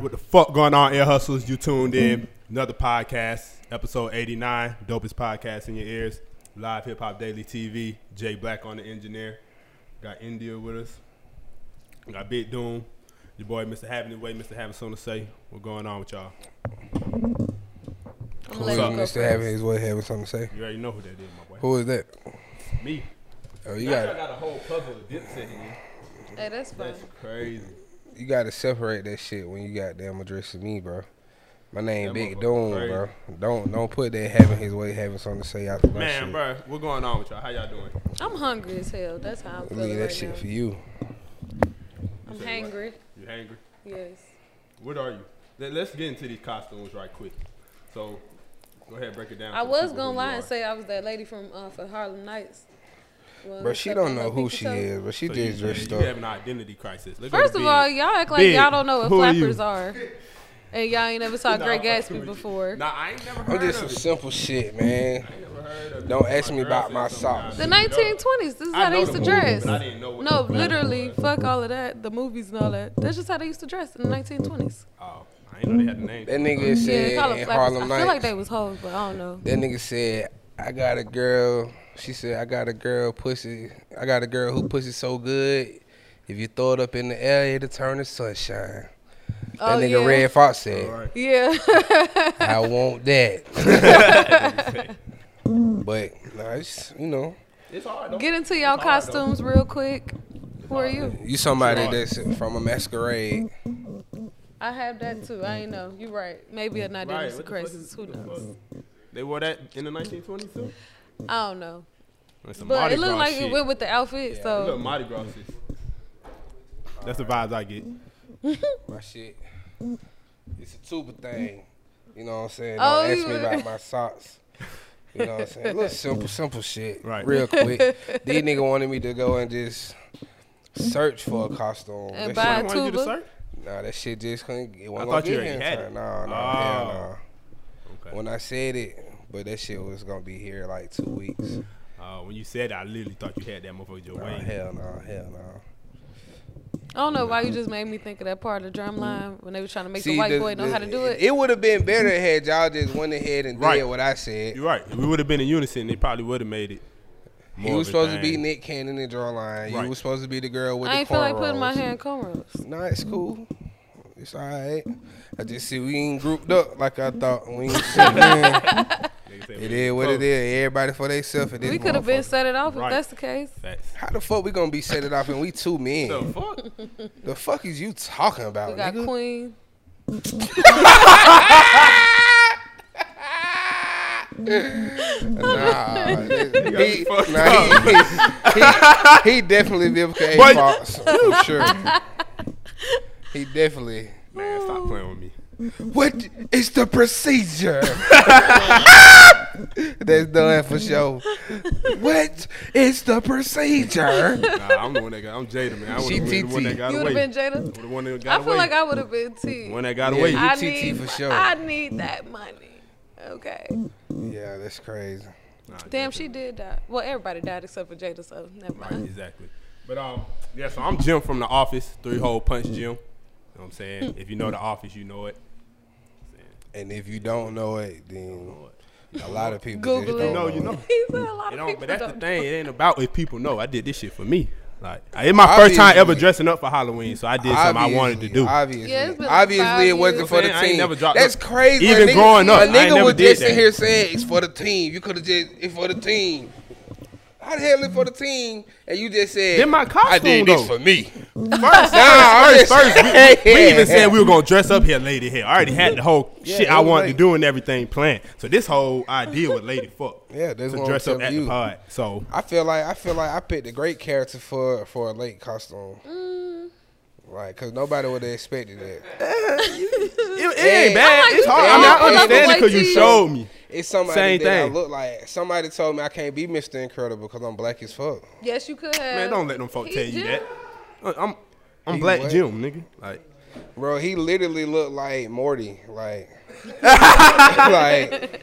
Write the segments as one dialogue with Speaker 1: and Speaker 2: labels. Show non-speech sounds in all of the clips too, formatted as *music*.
Speaker 1: what the fuck going on, Air Hustlers? You tuned in. Another podcast, episode 89, dopest podcast in your ears. Live Hip Hop Daily TV. Jay Black on the engineer. Got India with us. Got Big Doom. Your boy, Mr. Having It Way, Mr. Having Something to Say. What's going on with y'all?
Speaker 2: Who is Mr. Having his way having something to say?
Speaker 1: You already know who that is, my boy.
Speaker 2: Who is that?
Speaker 1: Me.
Speaker 2: Oh, you
Speaker 3: I
Speaker 2: got
Speaker 3: got a whole puzzle of Dipset in here.
Speaker 4: Hey, that's fun.
Speaker 1: That's crazy.
Speaker 2: you got to separate that shit when you goddamn addressing me, bro. My name
Speaker 1: That
Speaker 2: Big
Speaker 1: motherfucker
Speaker 2: Doom,
Speaker 1: crazy.
Speaker 2: bro. Don't don't put that having his way having something to say out the my
Speaker 1: Man,
Speaker 2: shit.
Speaker 1: bro, what's going on with y'all? How y'all doing?
Speaker 4: I'm hungry as hell. That's how I'm
Speaker 2: Look
Speaker 4: feeling
Speaker 2: at that
Speaker 4: right
Speaker 2: shit
Speaker 4: now.
Speaker 2: for you.
Speaker 4: I'm
Speaker 1: Say what?
Speaker 4: hangry.
Speaker 1: You hangry?
Speaker 4: Yes.
Speaker 1: What are you? Let- Let's get into these costumes right quick. So, go ahead, break it down.
Speaker 4: I
Speaker 1: for the
Speaker 4: was
Speaker 1: people
Speaker 4: gonna
Speaker 1: who
Speaker 4: lie
Speaker 1: you
Speaker 4: and
Speaker 1: are.
Speaker 4: say I was that lady from uh, for Harlem Nights. Well,
Speaker 2: Bro, she
Speaker 4: suck
Speaker 2: don't
Speaker 4: on
Speaker 2: know
Speaker 4: her
Speaker 2: who
Speaker 4: pinky
Speaker 2: she
Speaker 4: toe.
Speaker 2: is, but she
Speaker 1: So
Speaker 2: just
Speaker 1: you,
Speaker 2: dressed
Speaker 1: you
Speaker 2: up.
Speaker 1: have an identity crisis. Let's go to
Speaker 4: First of
Speaker 1: Big.
Speaker 4: all, y'all act like
Speaker 1: Big,
Speaker 4: y'all don't know what
Speaker 1: who are
Speaker 4: flappers
Speaker 1: you?
Speaker 4: are, and y'all ain't never saw
Speaker 1: Nah, fuck
Speaker 4: Great
Speaker 1: with
Speaker 4: Gatsby
Speaker 1: you.
Speaker 4: before.
Speaker 1: Nah, I ain't never heard
Speaker 2: I'm just some
Speaker 1: of it.
Speaker 2: simple shit,
Speaker 1: I
Speaker 2: man.
Speaker 1: ain't never heard of it.
Speaker 2: Don't ask
Speaker 1: My
Speaker 2: me
Speaker 1: girl
Speaker 2: about
Speaker 1: said
Speaker 2: my
Speaker 1: something
Speaker 2: socks.
Speaker 4: The
Speaker 1: about it.
Speaker 4: 1920s. This is
Speaker 1: I
Speaker 4: how
Speaker 1: know
Speaker 4: they
Speaker 1: the
Speaker 4: used to
Speaker 1: movie,
Speaker 4: dress.
Speaker 1: but I didn't know what
Speaker 4: No,
Speaker 1: the flappers
Speaker 4: literally,
Speaker 1: was.
Speaker 4: fuck all of that. The movies and all that. That's just how they used to dress in the 1920s.
Speaker 1: Oh, I ain't know they had the name.
Speaker 2: That nigga said
Speaker 4: Yeah, call
Speaker 2: in
Speaker 4: them flappers. I
Speaker 2: Harlem
Speaker 4: feel like
Speaker 2: Nights.
Speaker 4: they was hoes, but I don't know.
Speaker 2: That nigga said, I got a girl. She said, I got a girl pussy. I got a girl who pussy so good. If you throw it up in the air, it'll turn to sunshine. That
Speaker 4: Oh,
Speaker 2: nigga
Speaker 4: yeah.
Speaker 2: Red Fox said,
Speaker 1: All right.
Speaker 4: Yeah. *laughs*
Speaker 2: I want that. but, nah, it's, you know,
Speaker 1: It's hard. Though.
Speaker 4: Get into y'all
Speaker 1: It's hard, though.
Speaker 4: costumes real quick. Who are you?
Speaker 2: you somebody
Speaker 1: Sure.
Speaker 2: that's from a masquerade.
Speaker 4: I have that too. I ain't know. You're right. Maybe an
Speaker 1: Right,
Speaker 4: identity
Speaker 1: what the fuck
Speaker 4: crisis.
Speaker 1: is-
Speaker 4: Who
Speaker 1: what the
Speaker 4: knows?
Speaker 1: fuck? They wore that in the 1920s too.
Speaker 4: I don't know.
Speaker 1: That's some
Speaker 4: But
Speaker 1: Mardi
Speaker 4: it looked
Speaker 1: Gras
Speaker 4: like
Speaker 1: shit.
Speaker 4: it went with uh, the outfit.
Speaker 1: It look
Speaker 4: So
Speaker 1: Mardi Gras. shit. That's the vibes I get.
Speaker 2: My
Speaker 4: Mm.
Speaker 2: shit. It's a tuba thing. You know what I'm saying? Don't
Speaker 4: Oh,
Speaker 2: ask
Speaker 4: you-
Speaker 2: me about my socks. You know what I'm saying?
Speaker 4: *laughs*
Speaker 2: Little simple, simple shit.
Speaker 1: Right.
Speaker 2: Real quick. These nigga wanted me to go and just search for a costume.
Speaker 4: Mm. And
Speaker 2: that
Speaker 4: buy
Speaker 1: I
Speaker 4: A
Speaker 1: wanted you to
Speaker 4: tuba?
Speaker 1: serve.
Speaker 2: shit, nah, that shit just couldn't it
Speaker 1: I
Speaker 2: wasn't
Speaker 1: thought
Speaker 2: gonna
Speaker 1: you
Speaker 2: get here in
Speaker 1: already had
Speaker 2: time.
Speaker 1: it.
Speaker 2: Nah, nah, hell
Speaker 1: Oh.
Speaker 2: nah.
Speaker 1: Okay.
Speaker 2: When I said it, but that shit was gonna be here like two weeks.
Speaker 1: Uh, when you said that, I literally thought you had that motherfucker Joe
Speaker 2: Nah,
Speaker 1: Wayne.
Speaker 2: hell no, hell no.
Speaker 4: I don't know why you just made me think of that part of the drumline when they were trying to make the white boy know how to do it.
Speaker 2: It would have been better had y'all just went ahead and
Speaker 1: Right.
Speaker 2: did what I said.
Speaker 1: You're right. If we would have been in unison, they probably would have made it.
Speaker 2: You
Speaker 1: more
Speaker 2: was
Speaker 1: of a
Speaker 2: supposed to
Speaker 1: thing.
Speaker 2: be Nick Cannon in Jawline. You
Speaker 1: Right.
Speaker 2: was supposed to be the girl with
Speaker 4: I
Speaker 2: the
Speaker 4: ain't feel like
Speaker 2: cornrows.
Speaker 4: putting my hair in cornrows.
Speaker 2: Nah, it's cool. It's all right. I just see we ain't grouped up like I thought. We ain't sitting
Speaker 4: *laughs*
Speaker 2: in.
Speaker 1: Nigga said,
Speaker 2: It is what it is. Everybody for themselves.
Speaker 4: We could have been set it off
Speaker 1: Right.
Speaker 4: if that's the case.
Speaker 1: Facts.
Speaker 2: How the fuck we gonna be set it off and we two men?
Speaker 1: The fuck?
Speaker 2: The fuck is you talking about,
Speaker 4: We got
Speaker 2: nigga?
Speaker 4: Queen. *laughs*
Speaker 2: Nah, he,
Speaker 1: fucked
Speaker 2: nah, he, he, he definitely
Speaker 1: *laughs*
Speaker 2: Vivica
Speaker 1: Boy,
Speaker 2: A. Fox,
Speaker 4: *laughs*
Speaker 2: for sure. He definitely.
Speaker 1: Man, stop playing with me.
Speaker 2: What is the procedure? *laughs* That's done for sure. What is the procedure?
Speaker 1: Nah, I'm the one that got. I'm Jada, man. I was
Speaker 2: She
Speaker 1: the one that
Speaker 2: TT.
Speaker 1: got
Speaker 4: You would
Speaker 1: away.
Speaker 4: have been Jada.
Speaker 1: The one that got
Speaker 4: I
Speaker 1: away.
Speaker 4: feel like I would have been T.
Speaker 1: one that got
Speaker 2: Yeah,
Speaker 1: away.
Speaker 2: you-
Speaker 4: I
Speaker 2: TT
Speaker 4: need,
Speaker 2: for sure.
Speaker 4: I need that money. Okay.
Speaker 2: Yeah, that's crazy.
Speaker 1: Nah,
Speaker 4: Damn,
Speaker 1: Jada.
Speaker 4: she did die. Well, everybody died except for Jada, so never
Speaker 1: Right,
Speaker 4: mind.
Speaker 1: exactly. But um, yeah. So I'm Jim from the Office, three hole punch Jim. You know what I'm saying? If you know the Office, you know it.
Speaker 2: And if you don't know it,
Speaker 1: You
Speaker 2: then
Speaker 1: know it.
Speaker 2: a lot of people
Speaker 4: Google
Speaker 2: just
Speaker 4: it.
Speaker 2: don't
Speaker 1: know, you know.
Speaker 4: He said a lot
Speaker 1: It
Speaker 4: of
Speaker 1: don't,
Speaker 4: people
Speaker 1: but that's the
Speaker 4: don't.
Speaker 1: thing. It ain't about if people know. I did this shit for me. Like, it's my first time
Speaker 2: Obviously.
Speaker 1: ever dressing up for Halloween, so I did something I wanted to
Speaker 2: Obviously,
Speaker 1: do.
Speaker 2: Obviously,
Speaker 4: Yeah, it's been like
Speaker 2: obviously,
Speaker 4: five
Speaker 2: it wasn't
Speaker 4: years.
Speaker 2: for the
Speaker 1: Man, I ain't
Speaker 2: team.
Speaker 1: never dropped
Speaker 2: That's
Speaker 1: no-
Speaker 2: crazy.
Speaker 1: Even
Speaker 2: a nigga,
Speaker 1: growing up,
Speaker 2: a
Speaker 1: I ain't
Speaker 2: nigga
Speaker 1: never
Speaker 2: was
Speaker 1: did
Speaker 2: just
Speaker 1: that.
Speaker 2: in here saying it's for the team. You could have just it's for the team. How the hell it's for the team? And you just said,
Speaker 1: Then my
Speaker 2: I
Speaker 1: costume,
Speaker 2: did this
Speaker 1: though.
Speaker 2: for me."
Speaker 1: First,
Speaker 2: Nah, I'm
Speaker 1: first,
Speaker 2: just
Speaker 1: first,
Speaker 2: saying.
Speaker 4: *laughs*
Speaker 1: we, we even said we were gonna dress up here, lady here. I already had the whole shit
Speaker 2: it
Speaker 1: I
Speaker 2: was
Speaker 1: wanted
Speaker 2: like-
Speaker 1: to do and everything planned. So this whole idea with lady fuck,
Speaker 2: *laughs* Yeah, that's
Speaker 1: to
Speaker 2: what I'm
Speaker 1: dress up
Speaker 2: telling
Speaker 1: at
Speaker 2: you.
Speaker 1: the pod. So
Speaker 2: I feel like I feel like I picked a great character for for a late costume. Like, cause nobody would have expected that.
Speaker 1: it, it ain't bad.
Speaker 4: like
Speaker 1: it's
Speaker 4: you
Speaker 1: hard.
Speaker 4: said,
Speaker 1: I mean,
Speaker 4: I'm
Speaker 1: I
Speaker 4: like
Speaker 1: understand it
Speaker 4: the
Speaker 1: because you
Speaker 4: white
Speaker 1: showed me.
Speaker 2: It's somebody
Speaker 1: Same
Speaker 2: that I
Speaker 1: thing.
Speaker 2: look like. Somebody told me I can't be Mr. Incredible because I'm black as fuck.
Speaker 4: Yes, you could have.
Speaker 1: Man, don't let them folk
Speaker 4: He
Speaker 1: tell you
Speaker 4: Jim.
Speaker 1: that. Uh, I'm, I'm
Speaker 2: He
Speaker 1: Black
Speaker 2: what?
Speaker 1: Jim, nigga. Like,
Speaker 2: Bro, he literally looked like Morty, like, *laughs* like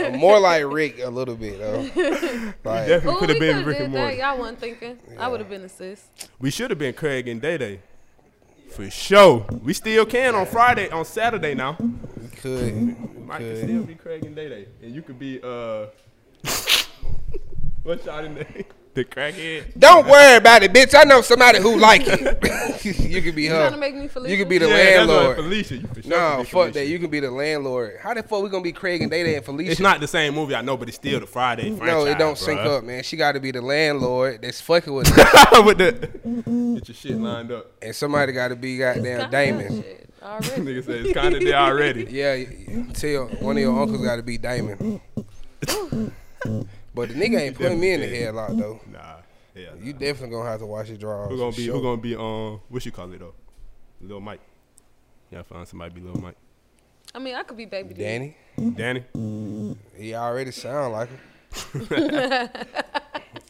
Speaker 2: uh, more like Rick a little bit though. Like,
Speaker 1: definitely
Speaker 4: Ooh,
Speaker 1: could have
Speaker 4: we
Speaker 1: been
Speaker 4: coulda
Speaker 1: Rick and
Speaker 4: did that.
Speaker 1: Morty.
Speaker 4: Y'all wasn't thinking. I would have been a sis.
Speaker 1: We should have been Craig and Day Day. For sure. We still can on Friday, on Saturday now.
Speaker 2: We could. We
Speaker 1: Mike
Speaker 2: could.
Speaker 1: can still be Craig and Day Day. And you could be, uh, *laughs* what's y'all name? The crackhead.
Speaker 2: Don't worry about it, bitch. I know somebody who like it. *laughs* you could be
Speaker 4: trying
Speaker 2: her.
Speaker 4: to make me Felicia?
Speaker 2: You could be the
Speaker 1: that's what,
Speaker 2: landlord.
Speaker 1: Felicia. You for sure could
Speaker 2: no,
Speaker 1: be
Speaker 2: fuck that.
Speaker 1: Felicia.
Speaker 2: You could be the landlord. How the fuck we gonna be Craig and Day Day and Felicia?
Speaker 1: It's not the same movie, I know, but it's still the Friday franchise.
Speaker 2: no, it don't sync
Speaker 1: bruh.
Speaker 2: up, man. She got to be the landlord that's fucking with
Speaker 1: *laughs*
Speaker 2: her,
Speaker 1: With the- get your shit lined up. *laughs*
Speaker 2: and somebody got to be goddamn
Speaker 4: God,
Speaker 2: Damon.
Speaker 4: shit, Already.
Speaker 1: Nigga said it's kind of there
Speaker 2: *laughs*
Speaker 1: already.
Speaker 2: Yeah, you- tell one of your uncles got to be Damon. but the nigga ain't putting me in the headlock though.
Speaker 1: Nah, yeah.
Speaker 2: You definitely gonna have to watch it draw.
Speaker 1: Who gonna be? Who gonna be on? What you call it though? Lil Mike. Yeah, find somebody be Lil Mike.
Speaker 4: I mean, I could be baby D.
Speaker 2: Danny?
Speaker 1: Danny.
Speaker 2: He already sound like him.
Speaker 1: *laughs*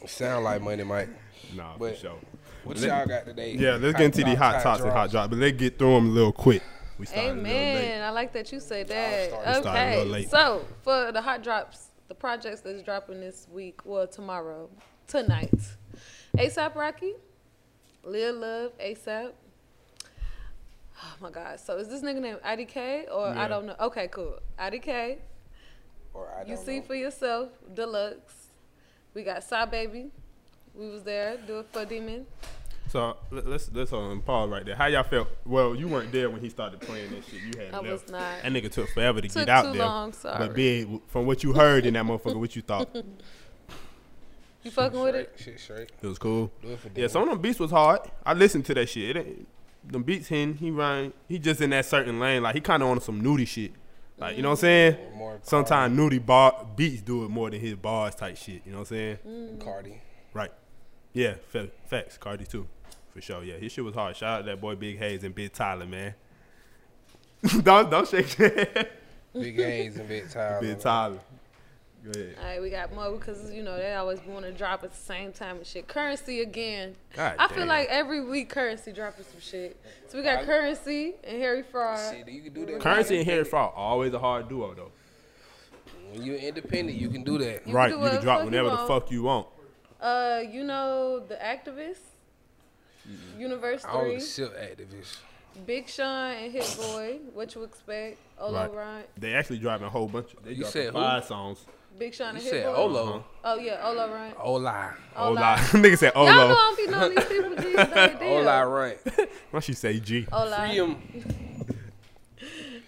Speaker 2: sound like Money Mike.
Speaker 1: Nah,
Speaker 2: But-
Speaker 1: for sure.
Speaker 2: What
Speaker 1: Let-
Speaker 2: y'all got today?
Speaker 1: Yeah, let's get into the hot tops and hot drops, but let's get through them a little quick. We started
Speaker 4: Amen. I like that you said that.
Speaker 1: started- we started a little
Speaker 4: Okay.
Speaker 1: late.
Speaker 4: So for the hot drops, the projects that's dropping this week, well tomorrow, tonight, ASAP Rocky, Lil Love, ASAP. Oh my God. So is this nigga named IDK or
Speaker 1: Yeah.
Speaker 4: I don't know? Okay, cool. IDK. You see for yourself, deluxe. We got Psy Baby. We was there. Do it for Demon.
Speaker 1: So le- let's let's um, pause right there. How y'all felt? Well, you weren't there when he started playing that shit. You had
Speaker 4: I
Speaker 1: left.
Speaker 4: was not.
Speaker 1: That nigga took forever to
Speaker 4: Took
Speaker 1: get out
Speaker 4: too
Speaker 1: there.
Speaker 4: long. Sorry.
Speaker 1: But big w- from what you heard in that motherfucker, what you thought? It
Speaker 4: you fucking with it?
Speaker 2: Shit straight.
Speaker 1: was cool.
Speaker 2: *laughs* Do it for
Speaker 1: Yeah, some of them beats was hard. I listened to that shit. It ain't, them beats him, he run he just in that certain lane. Like he kinda on some nudie shit. Like you know what I'm saying?
Speaker 2: More Cardi.
Speaker 1: Sometimes nudie bar beats do it more than his bars type shit. You know what I'm saying?
Speaker 2: Cardi.
Speaker 1: Right. Yeah, fa- facts, Cardi too. For sure. Yeah. His shit was hard. Shout out that boy Big Hayes and Big Tyler, man. *laughs* don't don't shake your head.
Speaker 2: Big Hayes and Big Tyler.
Speaker 1: Big Tyler. Go ahead.
Speaker 4: All right, we got more because you know they always want to drop at the same time and shit. Currency again.
Speaker 1: God
Speaker 4: I feel
Speaker 1: damn.
Speaker 4: like every week currency dropping some shit. So we got currency and Harry Fraud.
Speaker 2: Shit, you can do that.
Speaker 1: Currency and Harry Fraud always a hard duo though.
Speaker 2: When you're independent, you can do that.
Speaker 4: You can
Speaker 1: right.
Speaker 4: do
Speaker 1: You
Speaker 4: whatever
Speaker 1: can drop
Speaker 4: fuck you
Speaker 1: whenever the
Speaker 4: want.
Speaker 1: fuck you want.
Speaker 4: Uh, you know the activists, Universe
Speaker 2: I don't
Speaker 4: Three,
Speaker 2: accept activists.
Speaker 4: Big Sean and Hit Boy. What you expect? Olo
Speaker 1: Right.
Speaker 4: right.
Speaker 1: They actually dropping a whole bunch. They
Speaker 2: You
Speaker 1: dropping
Speaker 2: said who?
Speaker 1: five songs.
Speaker 4: Big Sean and
Speaker 2: You
Speaker 4: Hit
Speaker 2: said
Speaker 4: Boy.
Speaker 2: Olo.
Speaker 4: Oh yeah, Olo Ryan.
Speaker 2: Ola.
Speaker 1: Ola.
Speaker 4: Ola.
Speaker 1: *laughs* Nigga said
Speaker 4: Y'all know
Speaker 1: Olo.
Speaker 4: I don't be knowing these people. G's, they deal.
Speaker 2: Ola right.
Speaker 4: *laughs*
Speaker 1: Why she say G?
Speaker 4: Ola.
Speaker 2: Freedom.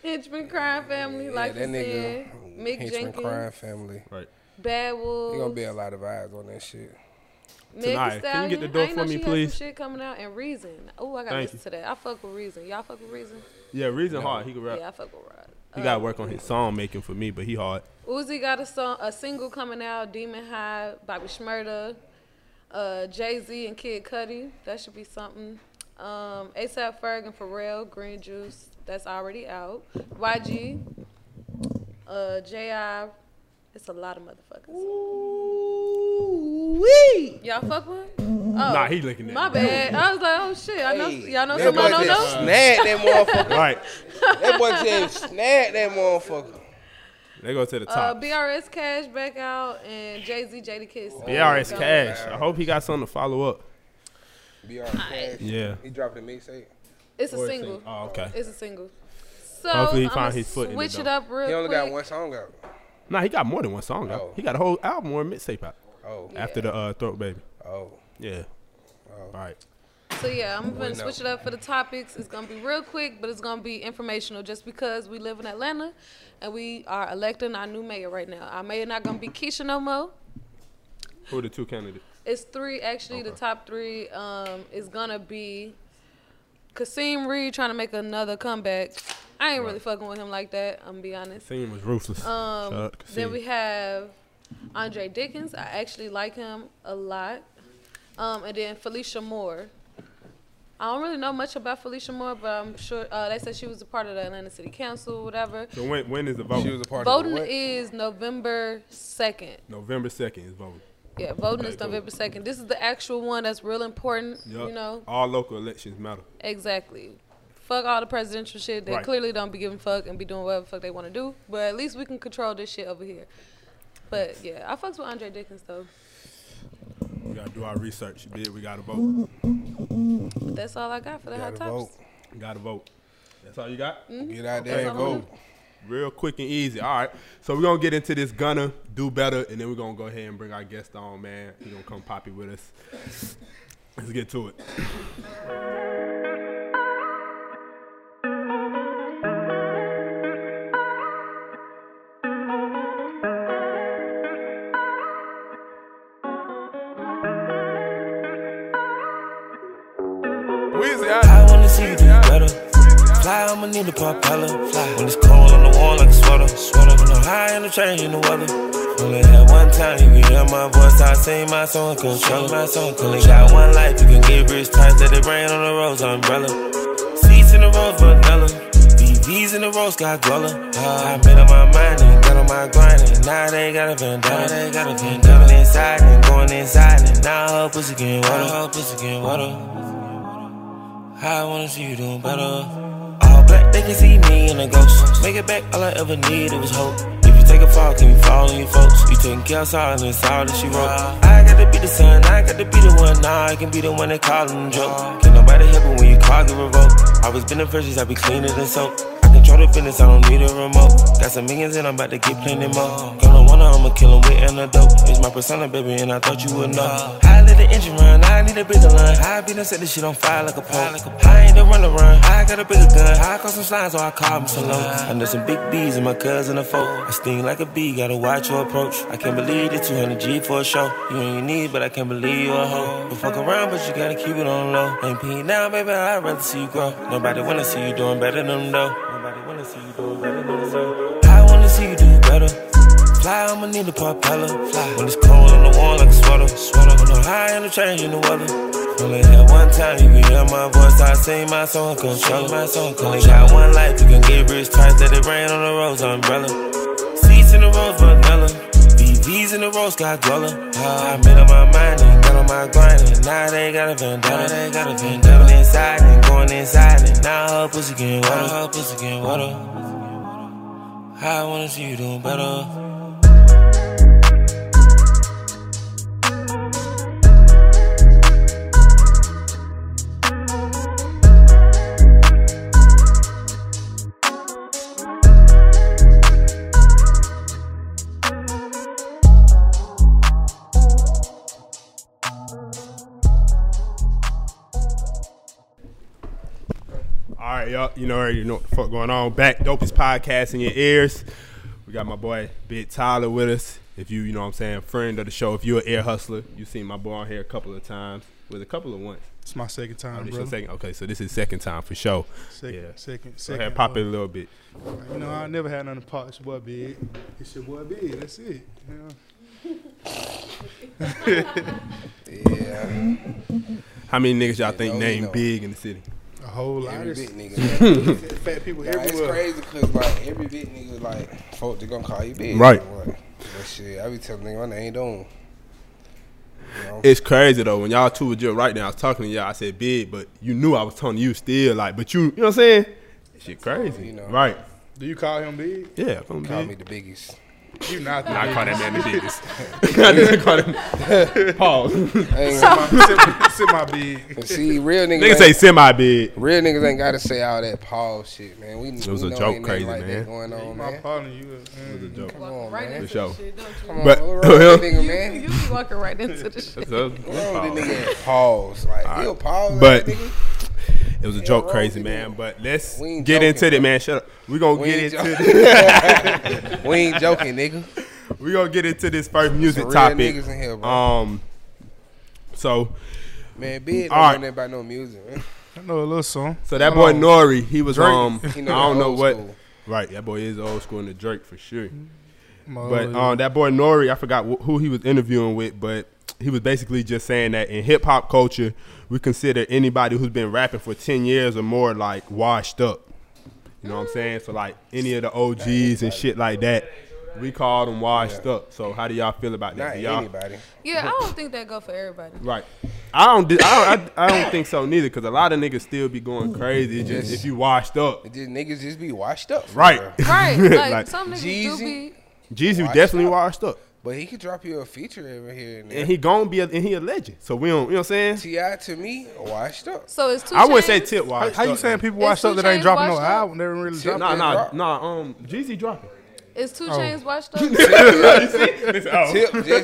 Speaker 4: Henchman Crime Family, like you
Speaker 2: that
Speaker 4: said.
Speaker 2: nigga.
Speaker 4: Mick
Speaker 2: Henchman
Speaker 4: Jenkins.
Speaker 2: Crime Family.
Speaker 1: Right.
Speaker 4: Bad
Speaker 2: There gonna
Speaker 4: Wolves.
Speaker 2: be a lot of eyes on that shit.
Speaker 4: Megan
Speaker 1: Tonight. Can you get the
Speaker 4: Stallion.
Speaker 1: door
Speaker 4: I ain't
Speaker 1: for
Speaker 4: know
Speaker 1: me,
Speaker 4: she Had
Speaker 1: please?
Speaker 4: some shit coming out and Reason. Oh, I gotta
Speaker 1: Thank
Speaker 4: listen to that. I fuck with Reason. Y'all fuck with Reason.
Speaker 1: Yeah, Reason hard. He could rap.
Speaker 4: Yeah, I fuck with Rod.
Speaker 1: He got to work on his song making for me, but he hard.
Speaker 4: Uzi got a song, a single coming out. Demon High, Bobby Shmurda, uh, Jay Z and Kid Cudi. That should be something. Um, ASAP Ferg and Pharrell, Green Juice. That's already out. YG, uh, Ji. It's a lot of motherfuckers. Y'all fuck with? him? Oh,
Speaker 1: Nah, he licking that.
Speaker 4: My bad. I was like, oh shit. I know y'all know
Speaker 2: that
Speaker 4: someone
Speaker 2: boy
Speaker 4: don't
Speaker 2: just
Speaker 4: know.
Speaker 2: snagged that
Speaker 4: *laughs*
Speaker 2: motherfucker.
Speaker 1: Right.
Speaker 2: that boy just snagged that motherfucker.
Speaker 1: They go to the
Speaker 4: Uh,
Speaker 1: top.
Speaker 4: BRS Cash back out and Jay Z Jada Kiss.
Speaker 1: BRS Cash. I hope he got something to follow up.
Speaker 2: Be all cash.
Speaker 1: Yeah.
Speaker 2: He dropped a mixtape.
Speaker 4: It's
Speaker 1: Or a
Speaker 4: a single.
Speaker 1: single. Oh, okay.
Speaker 4: It's a single. So
Speaker 1: Hopefully he
Speaker 4: I'ma
Speaker 1: find his foot in it,
Speaker 4: switch it
Speaker 1: though.
Speaker 4: up real
Speaker 2: He only
Speaker 4: quick.
Speaker 2: got one song out.
Speaker 1: Nah, he got more than one song out.
Speaker 2: Oh.
Speaker 1: He got a whole album or mixtape out
Speaker 2: Oh,
Speaker 1: after the uh, Throat Baby.
Speaker 2: oh.
Speaker 1: Yeah.
Speaker 4: Oh.
Speaker 1: All right.
Speaker 4: So yeah, I'm gonna
Speaker 2: no.
Speaker 4: switch it up for the topics. It's gonna be real quick, but it's gonna be informational just because we live in Atlanta and we are electing our new mayor right now. Our mayor not gonna be Keisha no more.
Speaker 1: Who are the two candidates?
Speaker 4: It's three actually. The top three um, is gonna be Kasim Reed trying to make another comeback. I ain't really fucking with him like that. I'm gonna be honest.
Speaker 1: Scene was ruthless. Shout
Speaker 4: Um,
Speaker 1: out to
Speaker 4: then
Speaker 1: Kasim.
Speaker 4: we have Andre Dickens. I actually like him a lot. Um, and then Felicia Moore. I don't really know much about Felicia Moore, but I'm sure uh, they said she was a part of the Atlanta City Council, whatever.
Speaker 1: so when, when is the vote?
Speaker 2: She was a part
Speaker 4: Voting
Speaker 2: of the what?
Speaker 4: is November 2nd.
Speaker 1: November 2nd is voting.
Speaker 4: Yeah, voting
Speaker 1: Okay,
Speaker 4: is
Speaker 1: cool.
Speaker 4: November 2nd. This is the actual one that's real important,
Speaker 1: Yup.
Speaker 4: you know?
Speaker 1: All local elections matter.
Speaker 4: Exactly. Fuck all the presidential shit. They
Speaker 1: Right.
Speaker 4: clearly don't be giving fuck and be doing whatever fuck they want to do. But at least we can control this shit over here. But yeah, I fucks with Andre Dickens though.
Speaker 1: We got to do our research. Big, we got to vote.
Speaker 4: But that's all I got for the hot
Speaker 2: Gotta
Speaker 4: tops.
Speaker 2: vote.
Speaker 1: Gotta vote. That's all you got?
Speaker 2: Get out there and
Speaker 4: That's all I'm
Speaker 2: vote.
Speaker 4: gonna
Speaker 1: Real quick and easy. All right. So we're gonna get into this Gunna do better, and then we're gonna go ahead and bring our guest on, man. He gonna come poppy with us. Let's get to it. Weezy, I-
Speaker 5: I wanna see you do better. Fly, I'ma need a propeller. Fly. When it's cold on the wall like a sweater. Sweater when I'm high and I'm changing the weather. Only had one time, you can hear my voice. I sing my song, control my song. Only got one life, you can get rich times. Let it rain on the rose umbrella. Seeds in the rose vanilla. BVs in the rose got dweller. I made up my mind and got on my grind. And now they got a vendetta. They got a vendetta. Coming inside and going inside. And now her pussy getting water. Her pussy getting water. I wanna see you doing better. All black, they can see me in a ghost. Make it back, all I ever needed was hope. If you take a fall, can you fall on your folks? You taking care of sorrow, and it's all that she wrote. I gotta be the son, I gotta be the one. Nah, I can be the one that call them joke. Can nobody help it when you call get revoked? Always been the freshest, I be cleaner than soap. I control the business, I don't need a remote. Got some millions and I'm about to get plenty more. Girl, I wanna, I'ma kill 'em with an adult. It's my persona, baby, and I thought you would know. I let the engine run, I need a bigger line. I be done set this shit on fire like a pole. I ain't the runner run, I got a bigger gun. I caught some slimes, so I call them so low. I know some big bees and my cousin a folk. I sting like a bee, gotta watch your approach. I can't believe the 200 G for a show. You ain't your need, but I can't believe you a hoe. But fuck around, but you gotta keep it on low. Ain't peeing down, baby, I'd rather see you grow. Nobody wanna see you doing better than them, though. Nobody wanna see you do better than this. I wanna see you do better. Fly, I'ma need a propeller. Fly. When it's cold on the wall like a sweater. Sweater when I'm high and I'm changing the weather. Only had one time you can hear my voice. I sing my song, control my song. Only got one life, you can get rich twice. Let it rain on the rose umbrella. Seeds in the rose vanilla. BVs in the rose got dweller. I made up my mind and got on my grind. And now they got a vendetta. They got a vendetta. Coming inside and going inside. And now her pussy getting water. Her pussy getting water. I wanna see you doing better.
Speaker 1: All right, y'all. You know, already know what the fuck going on. Back dopest podcast in your ears. We got my boy Big Tyler with us. If you, you know, what I'm saying, friend of the show. If you're an air hustler, you've seen my boy on here a couple of times. With a couple of once.
Speaker 6: It's my second
Speaker 1: Oh,
Speaker 6: time,
Speaker 1: this
Speaker 6: bro.
Speaker 1: your
Speaker 6: Second,
Speaker 1: second. Okay, so this is second time for sure.
Speaker 6: second,
Speaker 1: yeah.
Speaker 6: second.
Speaker 1: Go ahead, pop
Speaker 6: uh,
Speaker 1: it a little bit.
Speaker 6: You know, I never had nothing to pop. It's your boy Big. It's your boy Big. That's it. You know?
Speaker 2: Yeah,
Speaker 1: How many niggas y'all think
Speaker 2: no,
Speaker 1: named
Speaker 2: no.
Speaker 1: big in the city?
Speaker 6: A whole lot
Speaker 2: every
Speaker 6: of
Speaker 2: bit
Speaker 6: fat
Speaker 2: nigga. *laughs*
Speaker 6: *laughs* fat people
Speaker 2: Nah, it's
Speaker 6: everywhere.
Speaker 2: crazy because like every bit nigga like folk they gonna call you big.
Speaker 1: Right.
Speaker 2: or what. But shit, I be telling nigga my name don't. You know?
Speaker 1: It's crazy though. When y'all two were just right now, I was talking to y'all. I said big, but you knew I was talking to you still. Like, but you, you know what I'm saying? Shit, crazy.
Speaker 2: You know.
Speaker 1: Right?
Speaker 6: Do you call him Big?
Speaker 1: Yeah. Call
Speaker 2: Call me the
Speaker 1: *laughs*
Speaker 2: biggest.
Speaker 6: You not. The
Speaker 1: I call that man the biggest. I didn't *laughs* call him. Pause.
Speaker 2: I ain't gonna-
Speaker 6: my, *laughs* sit, sit my Big. *laughs*
Speaker 2: see, real niggas.
Speaker 1: Nigga
Speaker 2: ain't-
Speaker 1: say semi big.
Speaker 2: Real niggas ain't gotta say all that Paul shit, man. We it
Speaker 1: was a
Speaker 2: know
Speaker 1: joke,
Speaker 2: ain't nothing
Speaker 1: crazy,
Speaker 2: like
Speaker 1: man.
Speaker 2: That going on,
Speaker 6: My
Speaker 2: man.
Speaker 6: partner, you. uh, mm.
Speaker 1: That's
Speaker 2: Come on,
Speaker 4: Right
Speaker 2: man.
Speaker 4: into
Speaker 1: For sure.
Speaker 4: the shit, don't you?
Speaker 2: Come on,
Speaker 1: But- *laughs*
Speaker 2: what wrong with that
Speaker 4: You,
Speaker 2: nigga, man?
Speaker 4: you be walking right into the shit.
Speaker 1: a-
Speaker 2: What's wrong with
Speaker 1: pause.
Speaker 2: that nigga? Pause. Like he'll pause.
Speaker 1: But- *laughs*
Speaker 2: But nigga.
Speaker 1: It was a joke,
Speaker 2: wrong
Speaker 1: crazy
Speaker 2: with
Speaker 1: man. But let's
Speaker 2: We ain't
Speaker 1: get
Speaker 2: joking,
Speaker 1: into it, man. Shut up. We gonna
Speaker 2: We
Speaker 1: get
Speaker 2: ain't
Speaker 1: into
Speaker 2: joking.
Speaker 1: this.
Speaker 2: *laughs* we ain't joking, nigga.
Speaker 1: *laughs* we gonna get into this first music
Speaker 2: Some real
Speaker 1: topic.
Speaker 2: niggas in here, bro.
Speaker 1: Um. So
Speaker 2: Man, big
Speaker 1: All right.
Speaker 2: don't know nothing about no music, man.
Speaker 6: I know a little song.
Speaker 1: so that boy
Speaker 6: Hold on.
Speaker 1: Nori, he was
Speaker 6: Drake.
Speaker 1: um. I
Speaker 2: He know
Speaker 1: don't
Speaker 2: the
Speaker 1: know
Speaker 2: old
Speaker 1: what.
Speaker 2: school.
Speaker 1: Right, that boy is old school in the Drake for sure.
Speaker 6: I'm
Speaker 2: Oh,
Speaker 6: a-
Speaker 1: But um, that boy Nori, I forgot wh- who he was interviewing with, but he was basically just saying that in hip hop culture, we consider anybody who's been rapping for ten years or more like washed up. You know what I'm saying? So like any of the OGs and shit like that, we call them washed up. So how do y'all feel about that?
Speaker 2: Not
Speaker 1: Do y'all,
Speaker 2: anybody.
Speaker 4: Yeah, I don't think that go for everybody.
Speaker 1: Right. I don't. di- I don't, I, I don't think so neither, because a lot of niggas still be going crazy. It's just if you washed up,
Speaker 2: It just niggas just be washed up. for
Speaker 1: right?
Speaker 2: real.
Speaker 4: Right, like,
Speaker 1: Like,
Speaker 4: some niggas do
Speaker 2: Jeezy.
Speaker 4: be.
Speaker 1: *laughs* Jeezy
Speaker 2: Washed
Speaker 1: definitely
Speaker 2: up.
Speaker 1: washed up.
Speaker 2: But he could drop you a feature every here and there.
Speaker 1: And he gonna be a, and he a legend. So we don't, you know what I'm saying?
Speaker 2: Ti to me, washed *laughs* up.
Speaker 4: So it's two.
Speaker 1: I wouldn't say
Speaker 4: Chainz?
Speaker 1: tip
Speaker 6: How,
Speaker 1: wise.
Speaker 6: how you saying people
Speaker 4: Is
Speaker 6: watch up
Speaker 4: Two
Speaker 6: that ain't
Speaker 4: Chainz
Speaker 6: dropping no
Speaker 4: washed up?
Speaker 6: album? They didn't really drop
Speaker 1: Nah,
Speaker 6: it?
Speaker 1: nah,
Speaker 2: drop?
Speaker 1: nah. Um, Jeezy
Speaker 6: *laughs*
Speaker 1: dropping.
Speaker 4: Is two chains washed up?
Speaker 2: Tip just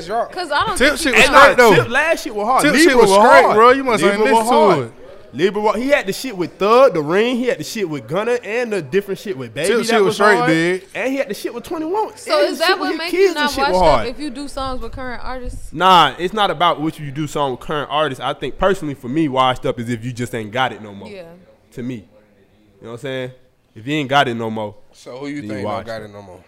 Speaker 2: dropped.
Speaker 4: Because I don't.
Speaker 6: Tip
Speaker 4: think
Speaker 6: shit
Speaker 4: he
Speaker 1: And
Speaker 6: was
Speaker 4: dropped.
Speaker 6: straight
Speaker 1: nah,
Speaker 6: though.
Speaker 1: Tip last shit was hard.
Speaker 6: Tip
Speaker 1: Libra
Speaker 6: shit was
Speaker 1: hard.
Speaker 6: straight, bro. You must ain't
Speaker 1: Libra was
Speaker 6: listen to
Speaker 1: hard.
Speaker 6: it.
Speaker 1: Libra, wa- he had the shit with Thug, the ring. He had the shit with Gunna, and the different shit with Baby.
Speaker 6: Tip
Speaker 1: that
Speaker 6: shit was straight,
Speaker 1: hard.
Speaker 6: big.
Speaker 1: And he had the shit with Twenty One.
Speaker 4: So
Speaker 1: And
Speaker 4: is
Speaker 1: the
Speaker 4: that
Speaker 1: shit
Speaker 4: what
Speaker 1: with his
Speaker 4: makes
Speaker 1: kids
Speaker 4: you
Speaker 1: and
Speaker 4: not
Speaker 1: shit was
Speaker 4: washed
Speaker 1: hard.
Speaker 4: up if you do songs with current artists?
Speaker 1: Nah, it's not about what you do song with current artists. I think personally for me, washed up is if you just ain't got it no more.
Speaker 4: Yeah.
Speaker 1: To me. You know what I'm saying? If you ain't got it no more.
Speaker 2: So who you
Speaker 1: He
Speaker 2: think don't
Speaker 1: washed
Speaker 2: got it no more?